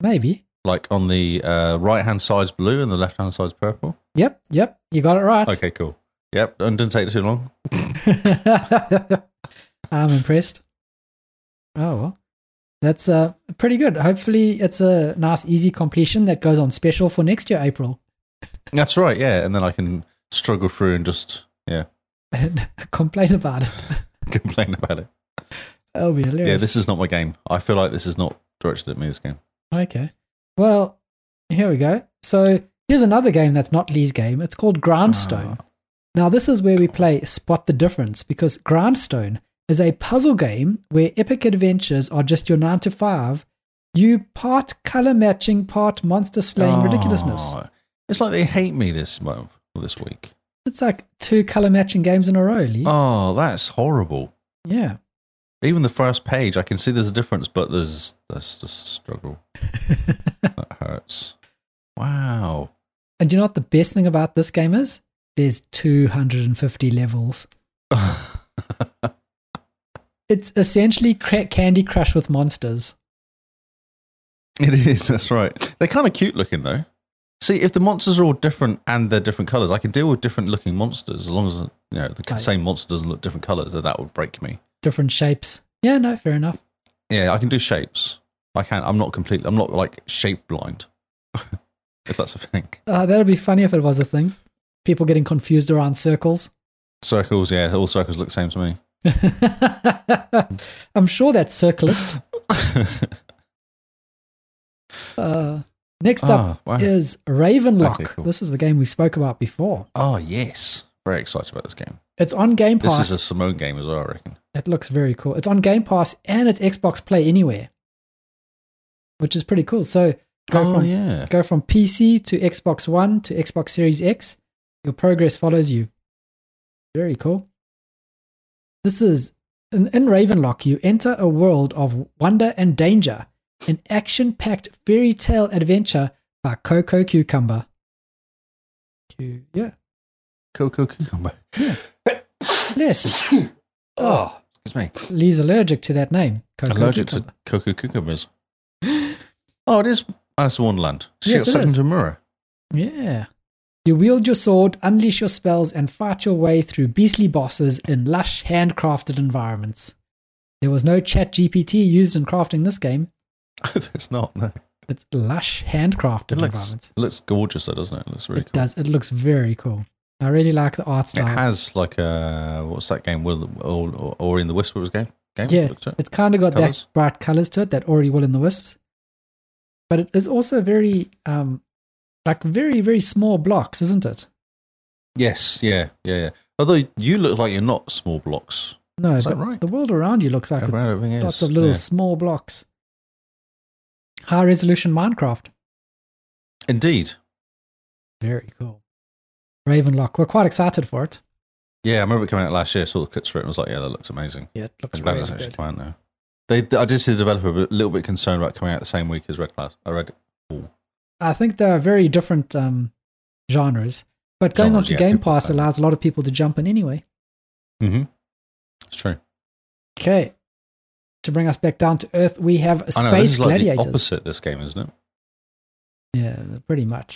C: maybe.
A: Like on the uh, right hand side's blue and the left hand side's purple.
C: Yep, yep. You got it right.
A: Okay, cool. Yep, and didn't take too long.
C: I'm impressed. Oh well, that's uh pretty good. Hopefully, it's a nice, easy completion that goes on special for next year, April,
A: That's right. Yeah, and then I can struggle through and just yeah
C: and complain about it.
A: complain about it.
C: That'll be hilarious.
A: Yeah, this is not my game. I feel like this is not directed at me. This game.
C: okay. Well, here we go. So here's another game that's not Lee's game. It's called Grindstone. Now this is where we play Spot the Difference because Grindstone is a puzzle game where epic adventures are just your nine to five. You part color matching, part monster slaying ridiculousness.
A: Oh, It's like they hate me this month or this week.
C: It's like two color matching games in a row, Lee.
A: Oh, that's horrible.
C: Yeah.
A: Even the first page, I can see there's a difference, but there's that's just a struggle. that hurts. Wow.
C: And you know what the best thing about this game is? There's 250 levels. It's essentially cra- Candy Crush with monsters.
A: It is. That's right. They're kind of cute looking though. See, if the monsters are all different and they're different colors, I can deal with different looking monsters as long as you know the
C: Right.
A: same monster doesn't look different colors. That that would break me.
C: Different shapes. Yeah, no, fair enough.
A: Yeah, I can do shapes. I can. I'm not completely. I'm not like shape blind. if that's a thing.
C: Uh, that'd be funny if it was a thing. People getting confused around circles.
A: Circles. Yeah, all circles look the same to me.
C: I'm sure that's Circlist. Uh, next up
A: Ah, wow.
C: is Ravenlock.
A: Okay, cool.
C: This is the game we spoke about before.
A: Oh yes, very excited about this game.
C: It's on Game
A: This
C: Pass.
A: is a Simone game as well, I reckon.
C: It looks very cool. It's on Game Pass and it's Xbox Play Anywhere, which is pretty cool. So go
A: oh
C: from
A: yeah,
C: go from PC to Xbox One to Xbox Series X. Your progress follows you. Very cool. This is in, in Ravenlock. You enter a world of wonder and danger, an action-packed fairy tale adventure by Coco Cucumber. Cu- yeah,
A: cool, cool cucumber.
C: yes.
A: Oh, excuse me.
C: Lee's allergic to that name. Coco
A: Allergic
C: Cucumber.
A: to cocoa cucumbers. Oh, it is Alice in Wonderland. She
C: Yes,
A: got
C: it
A: second
C: is.
A: to Mura.
C: Yeah. You wield your sword, unleash your spells, and fight your way through beastly bosses in lush, handcrafted environments. There was no chat GPT used in crafting this game.
A: it's not. No,
C: It's lush, handcrafted
A: it looks
C: environments.
A: it looks gorgeous, though, doesn't it? It looks really
C: It
A: cool.
C: does. It looks very cool. I really like the art style.
A: It has like a what's that game? Will or, or, or in the Whisperers game? Game.
C: Yeah,
A: Looks at.
C: it's kind of got
A: Colours.
C: that bright colors to it that already will in the wisps but it is also very um like very very small blocks isn't it
A: Yes. Yeah. Yeah. Yeah. Although you look like you're not small blocks.
C: no
A: Is that
C: but
A: right?
C: the world around you looks like it's
A: Everything is.
C: lots of little
A: Yeah.
C: small blocks high resolution minecraft
A: Indeed.
C: very cool ravenlock we're quite excited for it
A: Yeah, I remember it coming out last year. Saw the clips for it and was like, "Yeah, that looks amazing."
C: yeah it looks
A: I'm glad
C: really
A: it's actually
C: good
A: come out now. They, I did see the developer a little bit concerned about coming out the same week as Red Class. I read
C: i think there are very different um genres but going
A: Genres,
C: on
A: yeah,
C: to game
A: people
C: pass
A: play.
C: allows a lot of people to jump in anyway
A: Mm-hmm. It's true.
C: Okay. To bring us back down to earth, we have
A: I know this
C: space
A: is like the
C: gladiators.
A: opposite. This game, isn't it?
C: yeah, pretty much.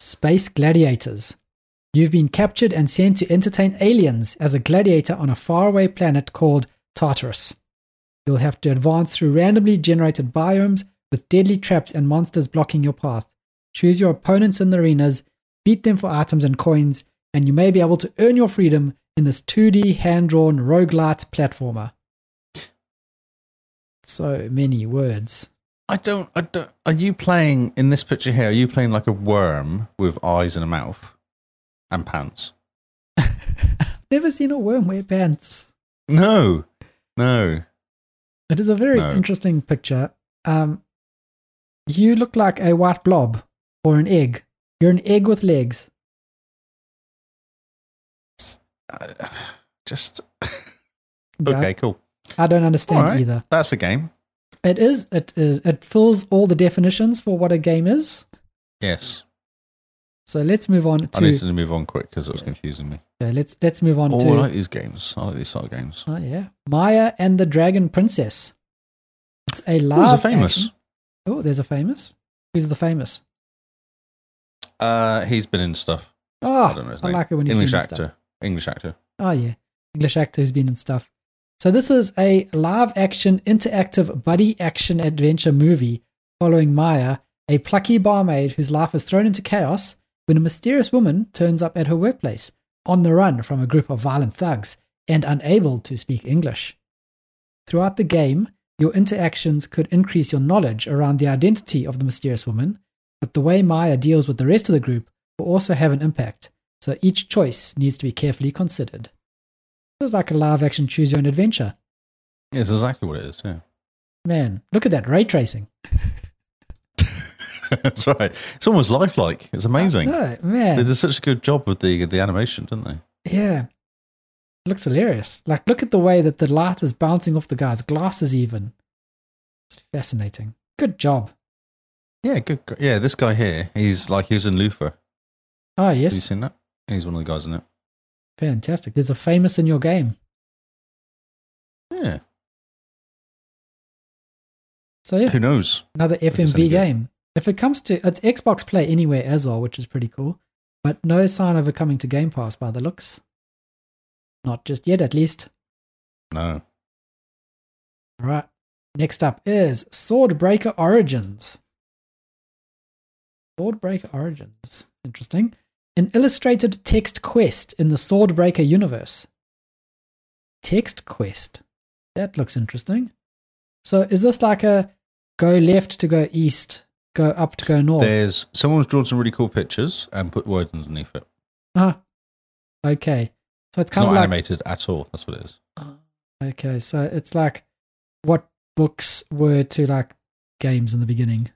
C: Space gladiators. You've been captured and sent to entertain aliens as a gladiator on a faraway planet called Tartarus. You'll have to advance through randomly generated biomes with deadly traps and monsters blocking your path. Choose your opponents in the arenas, beat them for items and coins, and you may be able to earn your freedom in this 2D hand drawn roguelite platformer. So many words.
A: I don't. I don't. Are you playing in this picture here? Are you playing like a worm with eyes and a mouth and pants?
C: Never seen a worm wear pants.
A: No, no.
C: It is a very
A: No.
C: interesting picture. Um, you look like a white blob or an egg. You're an egg with legs.
A: I- Uh, Just
C: Yeah,
A: okay. Cool.
C: I don't understand
A: All right.
C: either.
A: That's a game.
C: It is. It is. It fills all the definitions for what a game is.
A: Yes.
C: So let's move on
A: I needed
C: to.
A: to move on quick because it was confusing me.
C: yeah, let's let's move on
A: Oh,
C: to.
A: I like these games. I like these sort of games.
C: Oh yeah, Maya and the Dragon Princess. It's a
A: Who was
C: live.
A: the famous?
C: action- Oh, there's a famous. Who's the famous?
A: Uh, he's been in stuff.
C: Oh,
A: I don't know his
C: I
A: name.
C: like it when he's
A: English
C: doing
A: actor. English actor.
C: Oh yeah, English actor who's been in stuff. So this is a live action interactive buddy action adventure movie following Maya, a plucky barmaid whose life is thrown into chaos when a mysterious woman turns up at her workplace on the run from a group of violent thugs and unable to speak English. Throughout the game, your interactions could increase your knowledge around the identity of the mysterious woman, but the way Maya deals with the rest of the group will also have an impact, so each choice needs to be carefully considered. It's like a live action choose your own adventure.
A: It's exactly what it is. Yeah,
C: Man, look at that ray tracing.
A: that's right. It's almost lifelike. It's amazing.
C: No,
A: They
C: man.
A: did such a good job with the the animation, didn't they?
C: Yeah. Looks hilarious. Like, look at the way that the light is bouncing off the guy's glasses, even. It's fascinating. Good job.
A: Yeah, good. gr- Yeah, this guy here, he's like he was in Luther.
C: Oh,
A: Have you
C: yes.
A: seen that? He's one of the guys in it.
C: Fantastic. There's a famous in your game.
A: Yeah.
C: So, yeah.
A: Who knows?
C: another
A: any
C: FMV
A: good.
C: game. If it comes to it's Xbox Play anywhere as well, which is pretty cool, but no sign of it coming to Game Pass by the looks. Not just yet, at least.
A: No.
C: All right. Next up is Swordbreaker Origins. Swordbreaker Origins. Interesting. An illustrated text quest in the Swordbreaker universe. Text quest. That looks interesting. So is this like a go left to go east, go up to go north?
A: There's someone's drawn some really cool pictures and put words underneath it.
C: Ah, okay. So it's
A: It's
C: kind
A: not
C: of like
A: animated at all. That's what it is.
C: okay. So it's like what books were to like games in the beginning.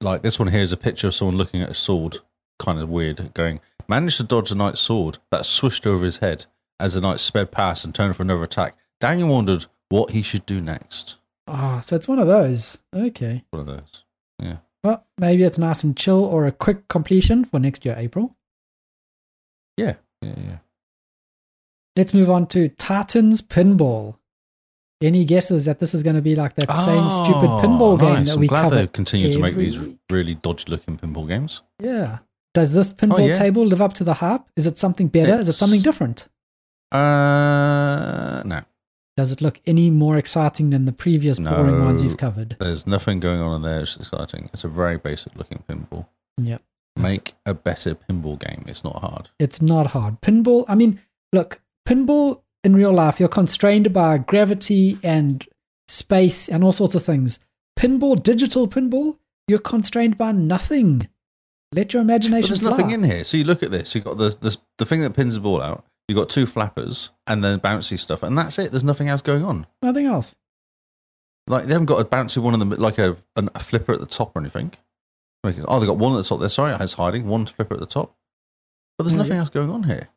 A: Like this one here is a picture of someone looking at a sword, kind of weird, going, managed to dodge a knight's sword that swished over his head as the knight sped past and turned for another attack. Daniel wondered what he should do next.
C: Ah, so it's one of those. Okay.
A: One of those.
C: Well, maybe it's nice and chill or a quick completion for next year, April.
A: Yeah. Yeah, yeah.
C: Let's move on to Titans Pinball. Any guesses that this is going to be like that same stupid pinball
A: Oh,
C: game
A: nice.
C: that
A: I'm
C: we
A: glad they
C: covered?
A: continue to make
C: every
A: these
C: week.
A: really dodgy looking pinball games.
C: Yeah. Does this pinball
A: yeah.
C: table live up to the hype? Is it something better? Is it
A: It's-
C: something different?
A: Uh, no.
C: Does it look any more exciting than the previous boring ones
A: No.
C: you've covered?
A: There's nothing going on in there. It's exciting. It's a very basic looking pinball.
C: Yep.
A: Make a better pinball game. It's not hard.
C: It's not hard. Pinball, I mean, look, pinball in real life, you're constrained by gravity and space and all sorts of things. Pinball, digital pinball, you're constrained by nothing. Let your
A: But
C: imagination
A: there's
C: fly.
A: nothing in here. So you look at this. You've got the, the the thing that pins the ball out. You've got two flappers and then bouncy stuff, and that's it. There's nothing else going on.
C: Nothing else.
A: Like they haven't got a bouncy one in the mid- like a, an, a flipper at the top or anything. Like, oh, they got one at the top there. Sorry, I was hiding one flipper at the top. But there's
C: Yeah,
A: nothing else going on here.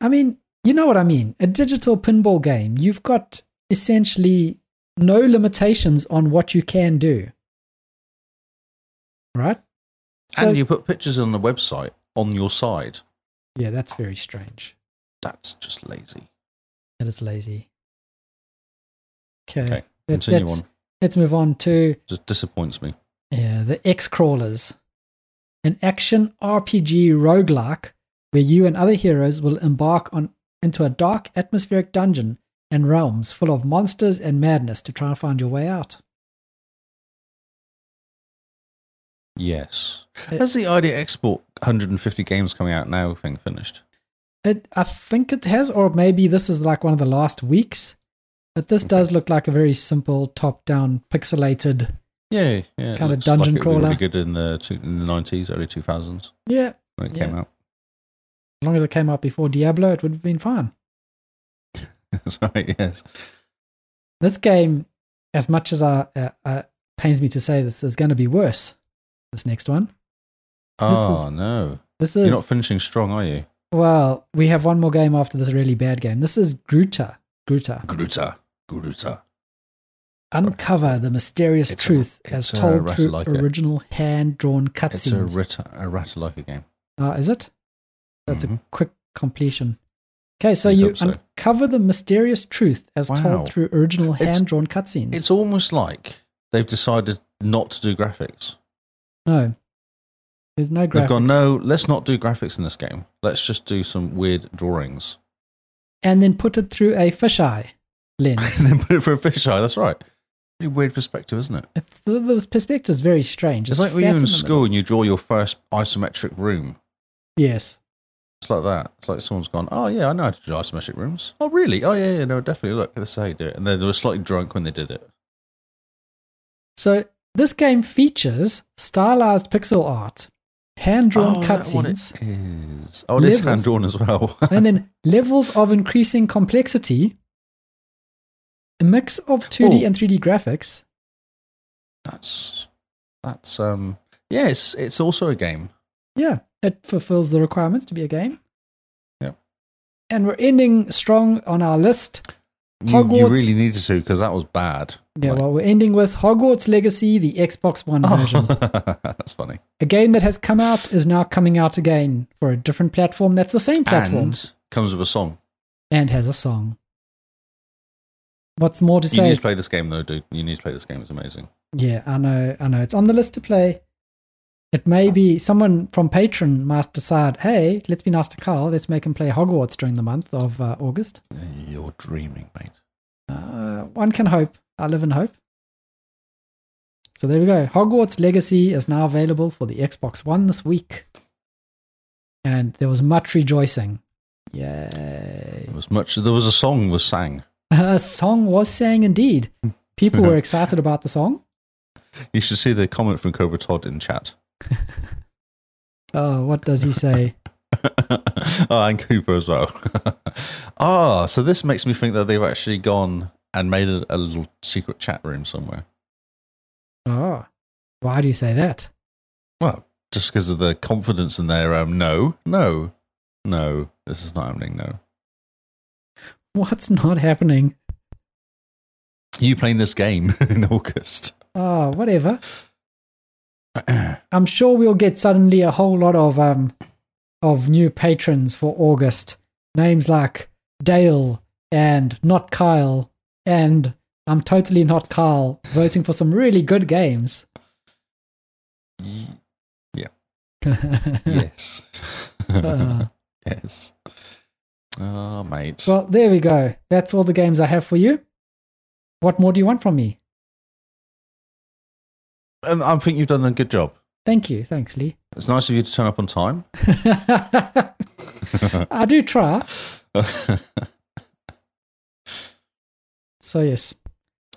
C: I mean, you know what I mean. A digital pinball game, you've got essentially no limitations on what you can do. Right? So-
A: and you put pictures on the website on your side.
C: Yeah, that's very strange.
A: That's just lazy.
C: That is lazy. Okay.
A: Okay,
C: let's,
A: Continue
C: let's,
A: on.
C: let's move on to
A: Just disappoints me.
C: yeah, the X Crawlers, an action RPG roguelike where you and other heroes will embark on into a dark atmospheric dungeon and realms full of monsters and madness to try and find your way out.
A: Yes.
C: It-
A: Has the idea export 150 games coming out now thing finished?
C: It, I think it has, or maybe this is like one of the last weeks. But this does look like a very simple top-down pixelated.
A: Yeah, yeah. it
C: Kind of
A: looks
C: dungeon
A: it would be
C: crawler.
A: Really good in the, two, in the 90s, early 2000s
C: Yeah, as
A: when it
C: Yeah.
A: came out.
C: long as it came out before Diablo, it would have been fine.
A: That's right. Yes.
C: this game, as much as I, uh, uh, pains me to say this, is going to be worse. This next one.
A: Oh no!
C: This
A: You're
C: is
A: not finishing strong, are you?
C: well, we have one more game after this really bad game. This is Gruta. Gruta.
A: Gruta, Gruta.
C: Uncover the mysterious
A: It's a-
C: truth as
A: it's a
C: told through
A: Ratalaika.
C: original hand-drawn
A: It's a
C: cutscenes.
A: rit- a Ratalaika game.
C: Ah, is it? That's
A: Mhm.
C: a quick completion. Okay, so
A: I
C: you
A: hope so.
C: uncover the mysterious truth as
A: Wow.
C: told through original
A: It's-
C: hand-drawn cutscenes.
A: It's almost like they've decided not to do graphics.
C: no, there's no graphics.
A: They've gone, no, let's not do graphics in this game. Let's just do some weird drawings.
C: and then put it through a fisheye lens.
A: and then put it for a fisheye. That's right. Pretty weird perspective, isn't it?
C: It's, the, the perspective is very strange.
A: It's, like when
C: flat
A: you're in
C: the middle.
A: school and you draw your first isometric room.
C: Yes.
A: It's like that. It's like someone's gone, oh, yeah, I know how to do isometric rooms. Oh, really? Oh, yeah, yeah, no, definitely. Look, this is how you do it. And then they were slightly drunk when they did it.
C: So this game features stylized pixel art, hand drawn
A: oh, is that what
C: cutscenes,
A: it is. Oh, it is
C: Levels.
A: hand drawn as well.
C: and then levels of increasing complexity, a mix of 2D
A: Oh.
C: and 3D graphics.
A: that's, that's, um, yeah, it's, it's also a game.
C: Yeah, it fulfills the requirements to be a game.
A: Yep.
C: And we're ending strong on our list.
A: You, you
C: Hogwarts-
A: really needed to because that was bad.
C: Yeah,
A: Right. Oh.
C: well, we're ending with Hogwarts Legacy, the Xbox One version.
A: that's funny.
C: A game that has come out is now coming out again for a different platform that's the same platform.
A: And comes with a song.
C: and has a song. What's more to
A: You
C: say?
A: need to play this game though, dude. You need to play this game. It's amazing.
C: yeah, I know, I know. It's on the list to play. It may be someone from Patron must decide. Hey, let's be nice to Carl. Let's make him play Hogwarts during the month of uh, August.
A: You're dreaming, mate.
C: Uh, one can hope. I live in hope. So there we go. Hogwarts Legacy is now available for the Xbox One this week, and there was much rejoicing. Yay!
A: There was much. There was a song was sang.
C: A song was sang indeed. People were excited about the song.
A: You should see the comment from Cobra Todd in chat.
C: Oh, what does he say?
A: oh, and Cooper as well. ah, so this makes me think that they've actually gone and made a, a little secret chat room somewhere.
C: oh, why do you say that?
A: Well, just because of the confidence in their um, no, no, no, this is not happening. No,
C: What's not happening?
A: you playing this game in August?
C: Oh, whatever. I'm sure we'll get suddenly a whole lot of um of new patrons for August. Names like Dale and not Kyle and I'm totally not Kyle voting for some really good games. Ah.
A: yes.
C: Uh,
A: yes. Oh, mate.
C: well, there we go. That's all the games I have for you. What more do you want from me?
A: and I think you've done a good job.
C: Thank you. Thanks, Lee.
A: It's nice of you to turn up on time.
C: I do try.
A: I
C: So, yes.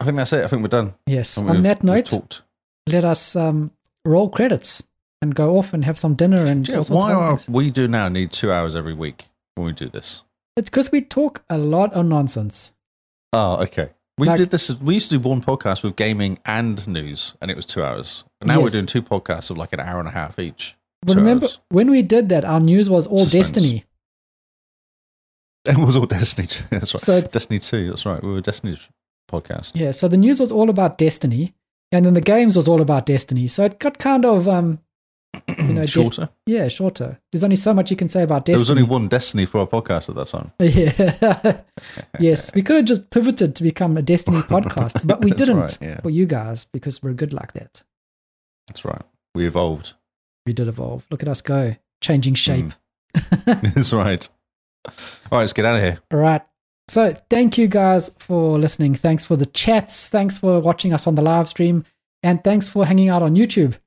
A: think that's it. I think we're done.
C: Yes.
A: I think
C: On
A: we've-
C: that
A: we've
C: note,
A: talked.
C: let us um, roll credits and go off and have some dinner and
A: Do you know,
C: all sorts of
A: why
C: other
A: are
C: things.
A: we do now need two hours every week when we do this?
C: It's because we talk a lot of nonsense.
A: Oh, okay. We
C: Like-
A: did this. We used to do one podcast with gaming and news, and it was two hours. And now we're
C: Yes.
A: doing two podcasts of like an hour and a half each.
C: But
A: Two
C: remember,
A: hours.
C: when we did that, our news was all
A: Suspense.
C: Destiny.
A: It was all Destiny. 2. That's right.
C: So-
A: Destiny Two. That's right. We were Destiny podcast.
C: Yeah, so the news was all about Destiny, and then the games was all about Destiny. So it got kind of, um, you know, Dest-
A: Shorter.
C: yeah, shorter. There's only so much you can say about
A: There was only
C: Destiny.
A: one Destiny for our podcast at that time.
C: yeah. yes, we could have just pivoted to become a Destiny podcast, but we
A: That's
C: didn't
A: right, yeah.
C: for you guys because we're good like that.
A: That's right. We evolved.
C: We did evolve. Look at us go, changing
A: Hmm.
C: shape.
A: That's right. All right, let's get out of here.
C: All right. So thank you guys for listening. Thanks for the chats. Thanks for watching us on the live stream. And thanks for hanging out on YouTube.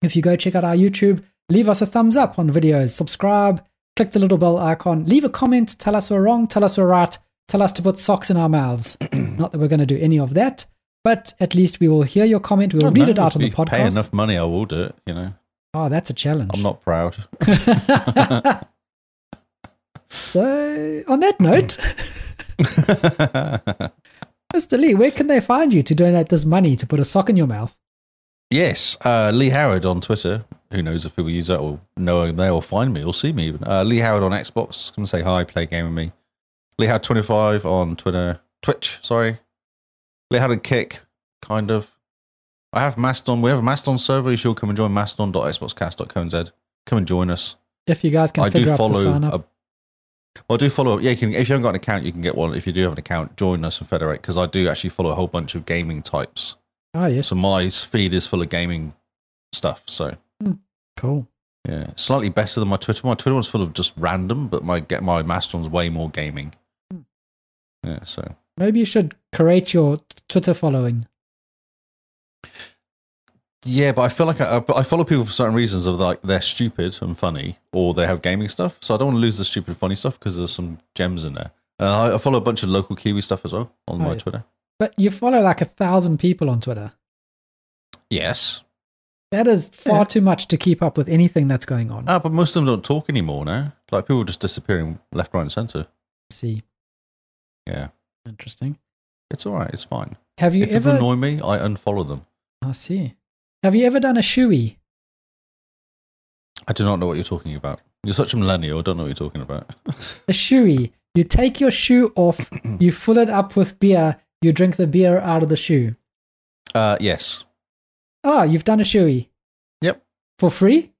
C: If you go check out our YouTube, leave us a thumbs up on videos, subscribe, click the little bell icon, leave a comment, tell us we're wrong, tell us we're right, tell us to put socks in our mouths. Not that we're going to do any of that, but at least we will hear your comment. We will read it out on
A: Oh, If
C: the
A: you Pay
C: podcast.
A: enough money, I will do it. You know,
C: Oh, that's a challenge.
A: I'm not proud.
C: so, on that note, Mr. Lee, where can they find you to donate this money to put a sock in your mouth?
A: Yes, uh, Lee Howard on Twitter. Who knows if people use that or know him there or find me or see me even. Uh, Lee Howard on Xbox. Come say hi, play a game with me. Lee Howard 25 on Twitter. Twitch, sorry. Lee Howard Kick, kind of. I have Mastodon. We have a Mastodon server. You should come and join mastodon.xboxcast.co.nz. Come and join us.
C: If you guys can
A: I
C: figure
A: do
C: out the
A: follow.
C: sign
A: A,
C: up.
A: well, I do follow. Yeah, you can, if you haven't got an account, you can get one. If you do have an account, join us and federate because I do actually follow a whole bunch of gaming types.
C: oh, yes.
A: So my feed is full of gaming stuff. So
C: Cool.
A: yeah, slightly better than my Twitter. My Twitter one's full of just random, but my get my Mastodon's way more gaming.
C: Hmm.
A: Yeah, so
C: Maybe you should create your Twitter following.
A: yeah, but I feel like I, I- I follow people for certain reasons of like they're stupid and funny, or they have gaming stuff. So I don't want to lose the stupid funny stuff because there's some gems in there. Uh, I, I follow a bunch of local Kiwi stuff as well on
C: Oh,
A: my
C: yes.
A: Twitter.
C: But you follow like a thousand people on Twitter.
A: Yes,
C: That is far
A: Yeah.
C: too much to keep up with anything that's going on.
A: ah, but most of them don't talk anymore now. Like people are just disappearing left, right, and center.
C: See,
A: Yeah,
C: interesting.
A: it's all right. It's fine.
C: Have you
A: if people
C: ever?
A: annoy me, I unfollow them.
C: I see. Have you ever done a shoey?
A: I do not know what you're talking about. You're such a millennial. I don't know what you're talking about.
C: A shoey. You take your shoe off. you fill it up with beer. You drink the beer out of the shoe.
A: Uh, yes.
C: Ah, you've done a shoey
A: Yep.
C: for free.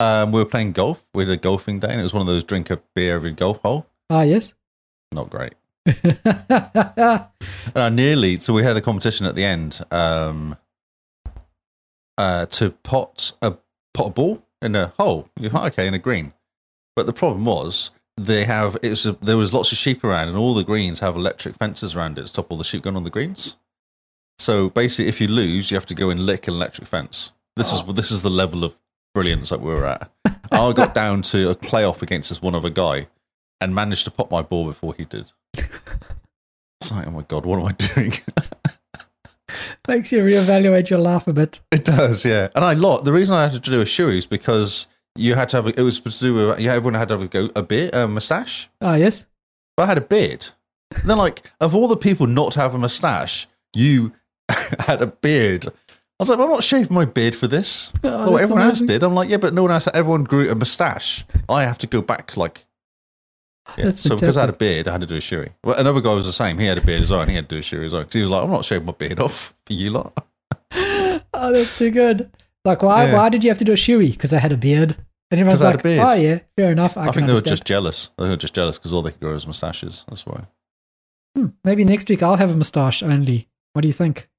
A: Um, we were playing golf. We had a golfing day, and it was one of those drink a beer every golf hole.
C: Ah, yes.
A: Not great.
C: oh,
A: And I Uh, nearly. So we had a competition at the end. Um, uh, to pot a pot a ball in a hole. You're like, okay in a green, but the problem was they have it was a, there was lots of sheep around, and all the greens have electric fences around it to stop all the sheep going on the greens. So basically, if you lose, you have to go and lick an electric fence. This is this is the level of brilliance that we were at. I got down to a playoff against this one other guy, and managed to pop my ball before he did. It's like, oh my god, what am I doing?
C: makes you reevaluate your laugh a bit.
A: It does, yeah. And I lot. The reason I had to do a shoey is because you had to have. A, it was to do with. Yeah, everyone had to have a, go, a beard, a mustache.
C: Ah, yes.
A: But I had a beard. And then, like, of all the people not to have a mustache, you had a beard. I was like, well, I'm not shaving my beard for this.
C: Oh,
A: Oh,
C: that's
A: everyone
C: amazing.
A: else did. I'm like, yeah, but no one else. Everyone grew a mustache. I have to go back like. Yeah.
C: That's
A: so because I had a
C: fantastic.
A: beard, I had to do a shoey. Well, another guy was the same. He had a beard as well, and he had to do a shoey as well. Because he was like, I'm not shaving my beard off for you lot.
C: Oh, that's too good. Like, why?
A: Yeah.
C: Why did you have to do a shoey? Because I had a beard. And everyone's
A: 'Cause I had a
C: like,
A: beard.
C: "Oh yeah, fair enough." I,
A: I,
C: can
A: think they were
C: understand.
A: just jealous. I think they were just jealous because all they could grow was mustaches. That's why.
C: Hmm, Maybe next week I'll have a moustache only. What do you think?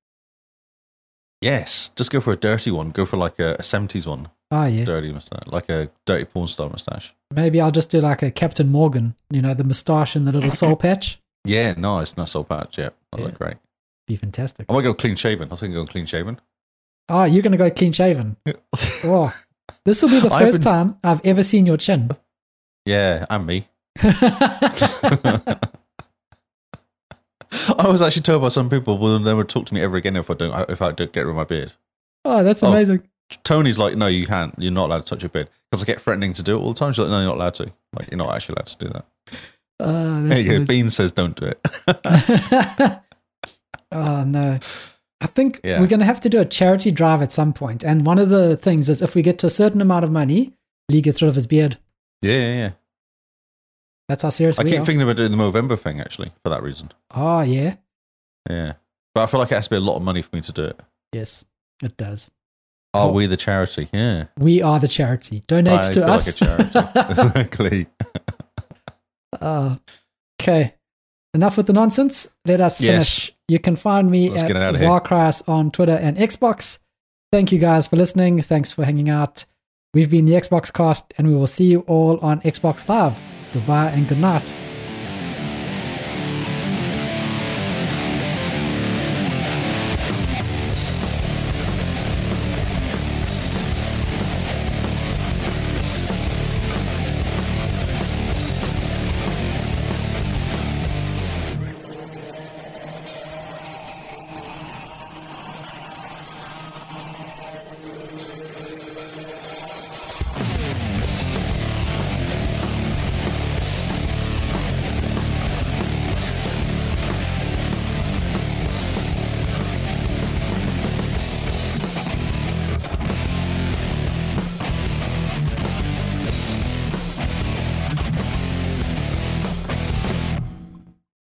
A: Yes, just go for a dirty one. Go for like a seventies one,
C: Ah, yeah.
A: dirty mustache, like a dirty porn star mustache.
C: Maybe I'll just do like a Captain Morgan. You know, the moustache and the little soul patch.
A: Yeah, nice, nice old patch. Yeah, that
C: Yeah.
A: look great.
C: Be fantastic.
A: I might go clean shaven. I think I'll go clean shaven.
C: Oh, you're going to go clean shaven. Oh, this will be the
A: I
C: 1st
A: haven't-
C: time I've ever seen your chin.
A: yeah, and me.
C: oh,
A: I was actually told by some people will never talk to me ever again if I don't if I don't get rid of my beard.
C: that's
A: Oh.
C: amazing.
A: Tony's like, no, you can't. You're not allowed to touch your beard because I get threatening to do it all the time. She's like, no, you're not allowed to. Like, you're not actually allowed to do that.
C: Oh,
A: There
C: that's
A: you go.
C: amazing.
A: Bean says, don't do it.
C: oh no. I think
A: Yeah.
C: we're going to have to do a charity drive at some point. And one of the things is if we get to a certain amount of money, Lee gets rid of his beard.
A: yeah, yeah, yeah.
C: That's how serious
A: I
C: we
A: keep
C: are.
A: thinking about doing the Movember thing actually for that reason.
C: oh, yeah.
A: Yeah, but I feel like it has to be a lot of money for me to do it.
C: Yes, it does.
A: Are
C: Oh.
A: we the charity? Yeah,
C: We are the charity. Donate
A: I
C: to
A: feel like
C: us.
A: a charity. exactly.
C: Uh, okay. Enough with the nonsense. Let us
A: Yes.
C: finish. You can find me
A: Let's
C: at
A: get it out of here.
C: Zarkras on Twitter and Xbox. Thank you guys for listening. Thanks for hanging out. We've been the Xbox cast, and we will see you all on Xbox Live. Goodbye and good night.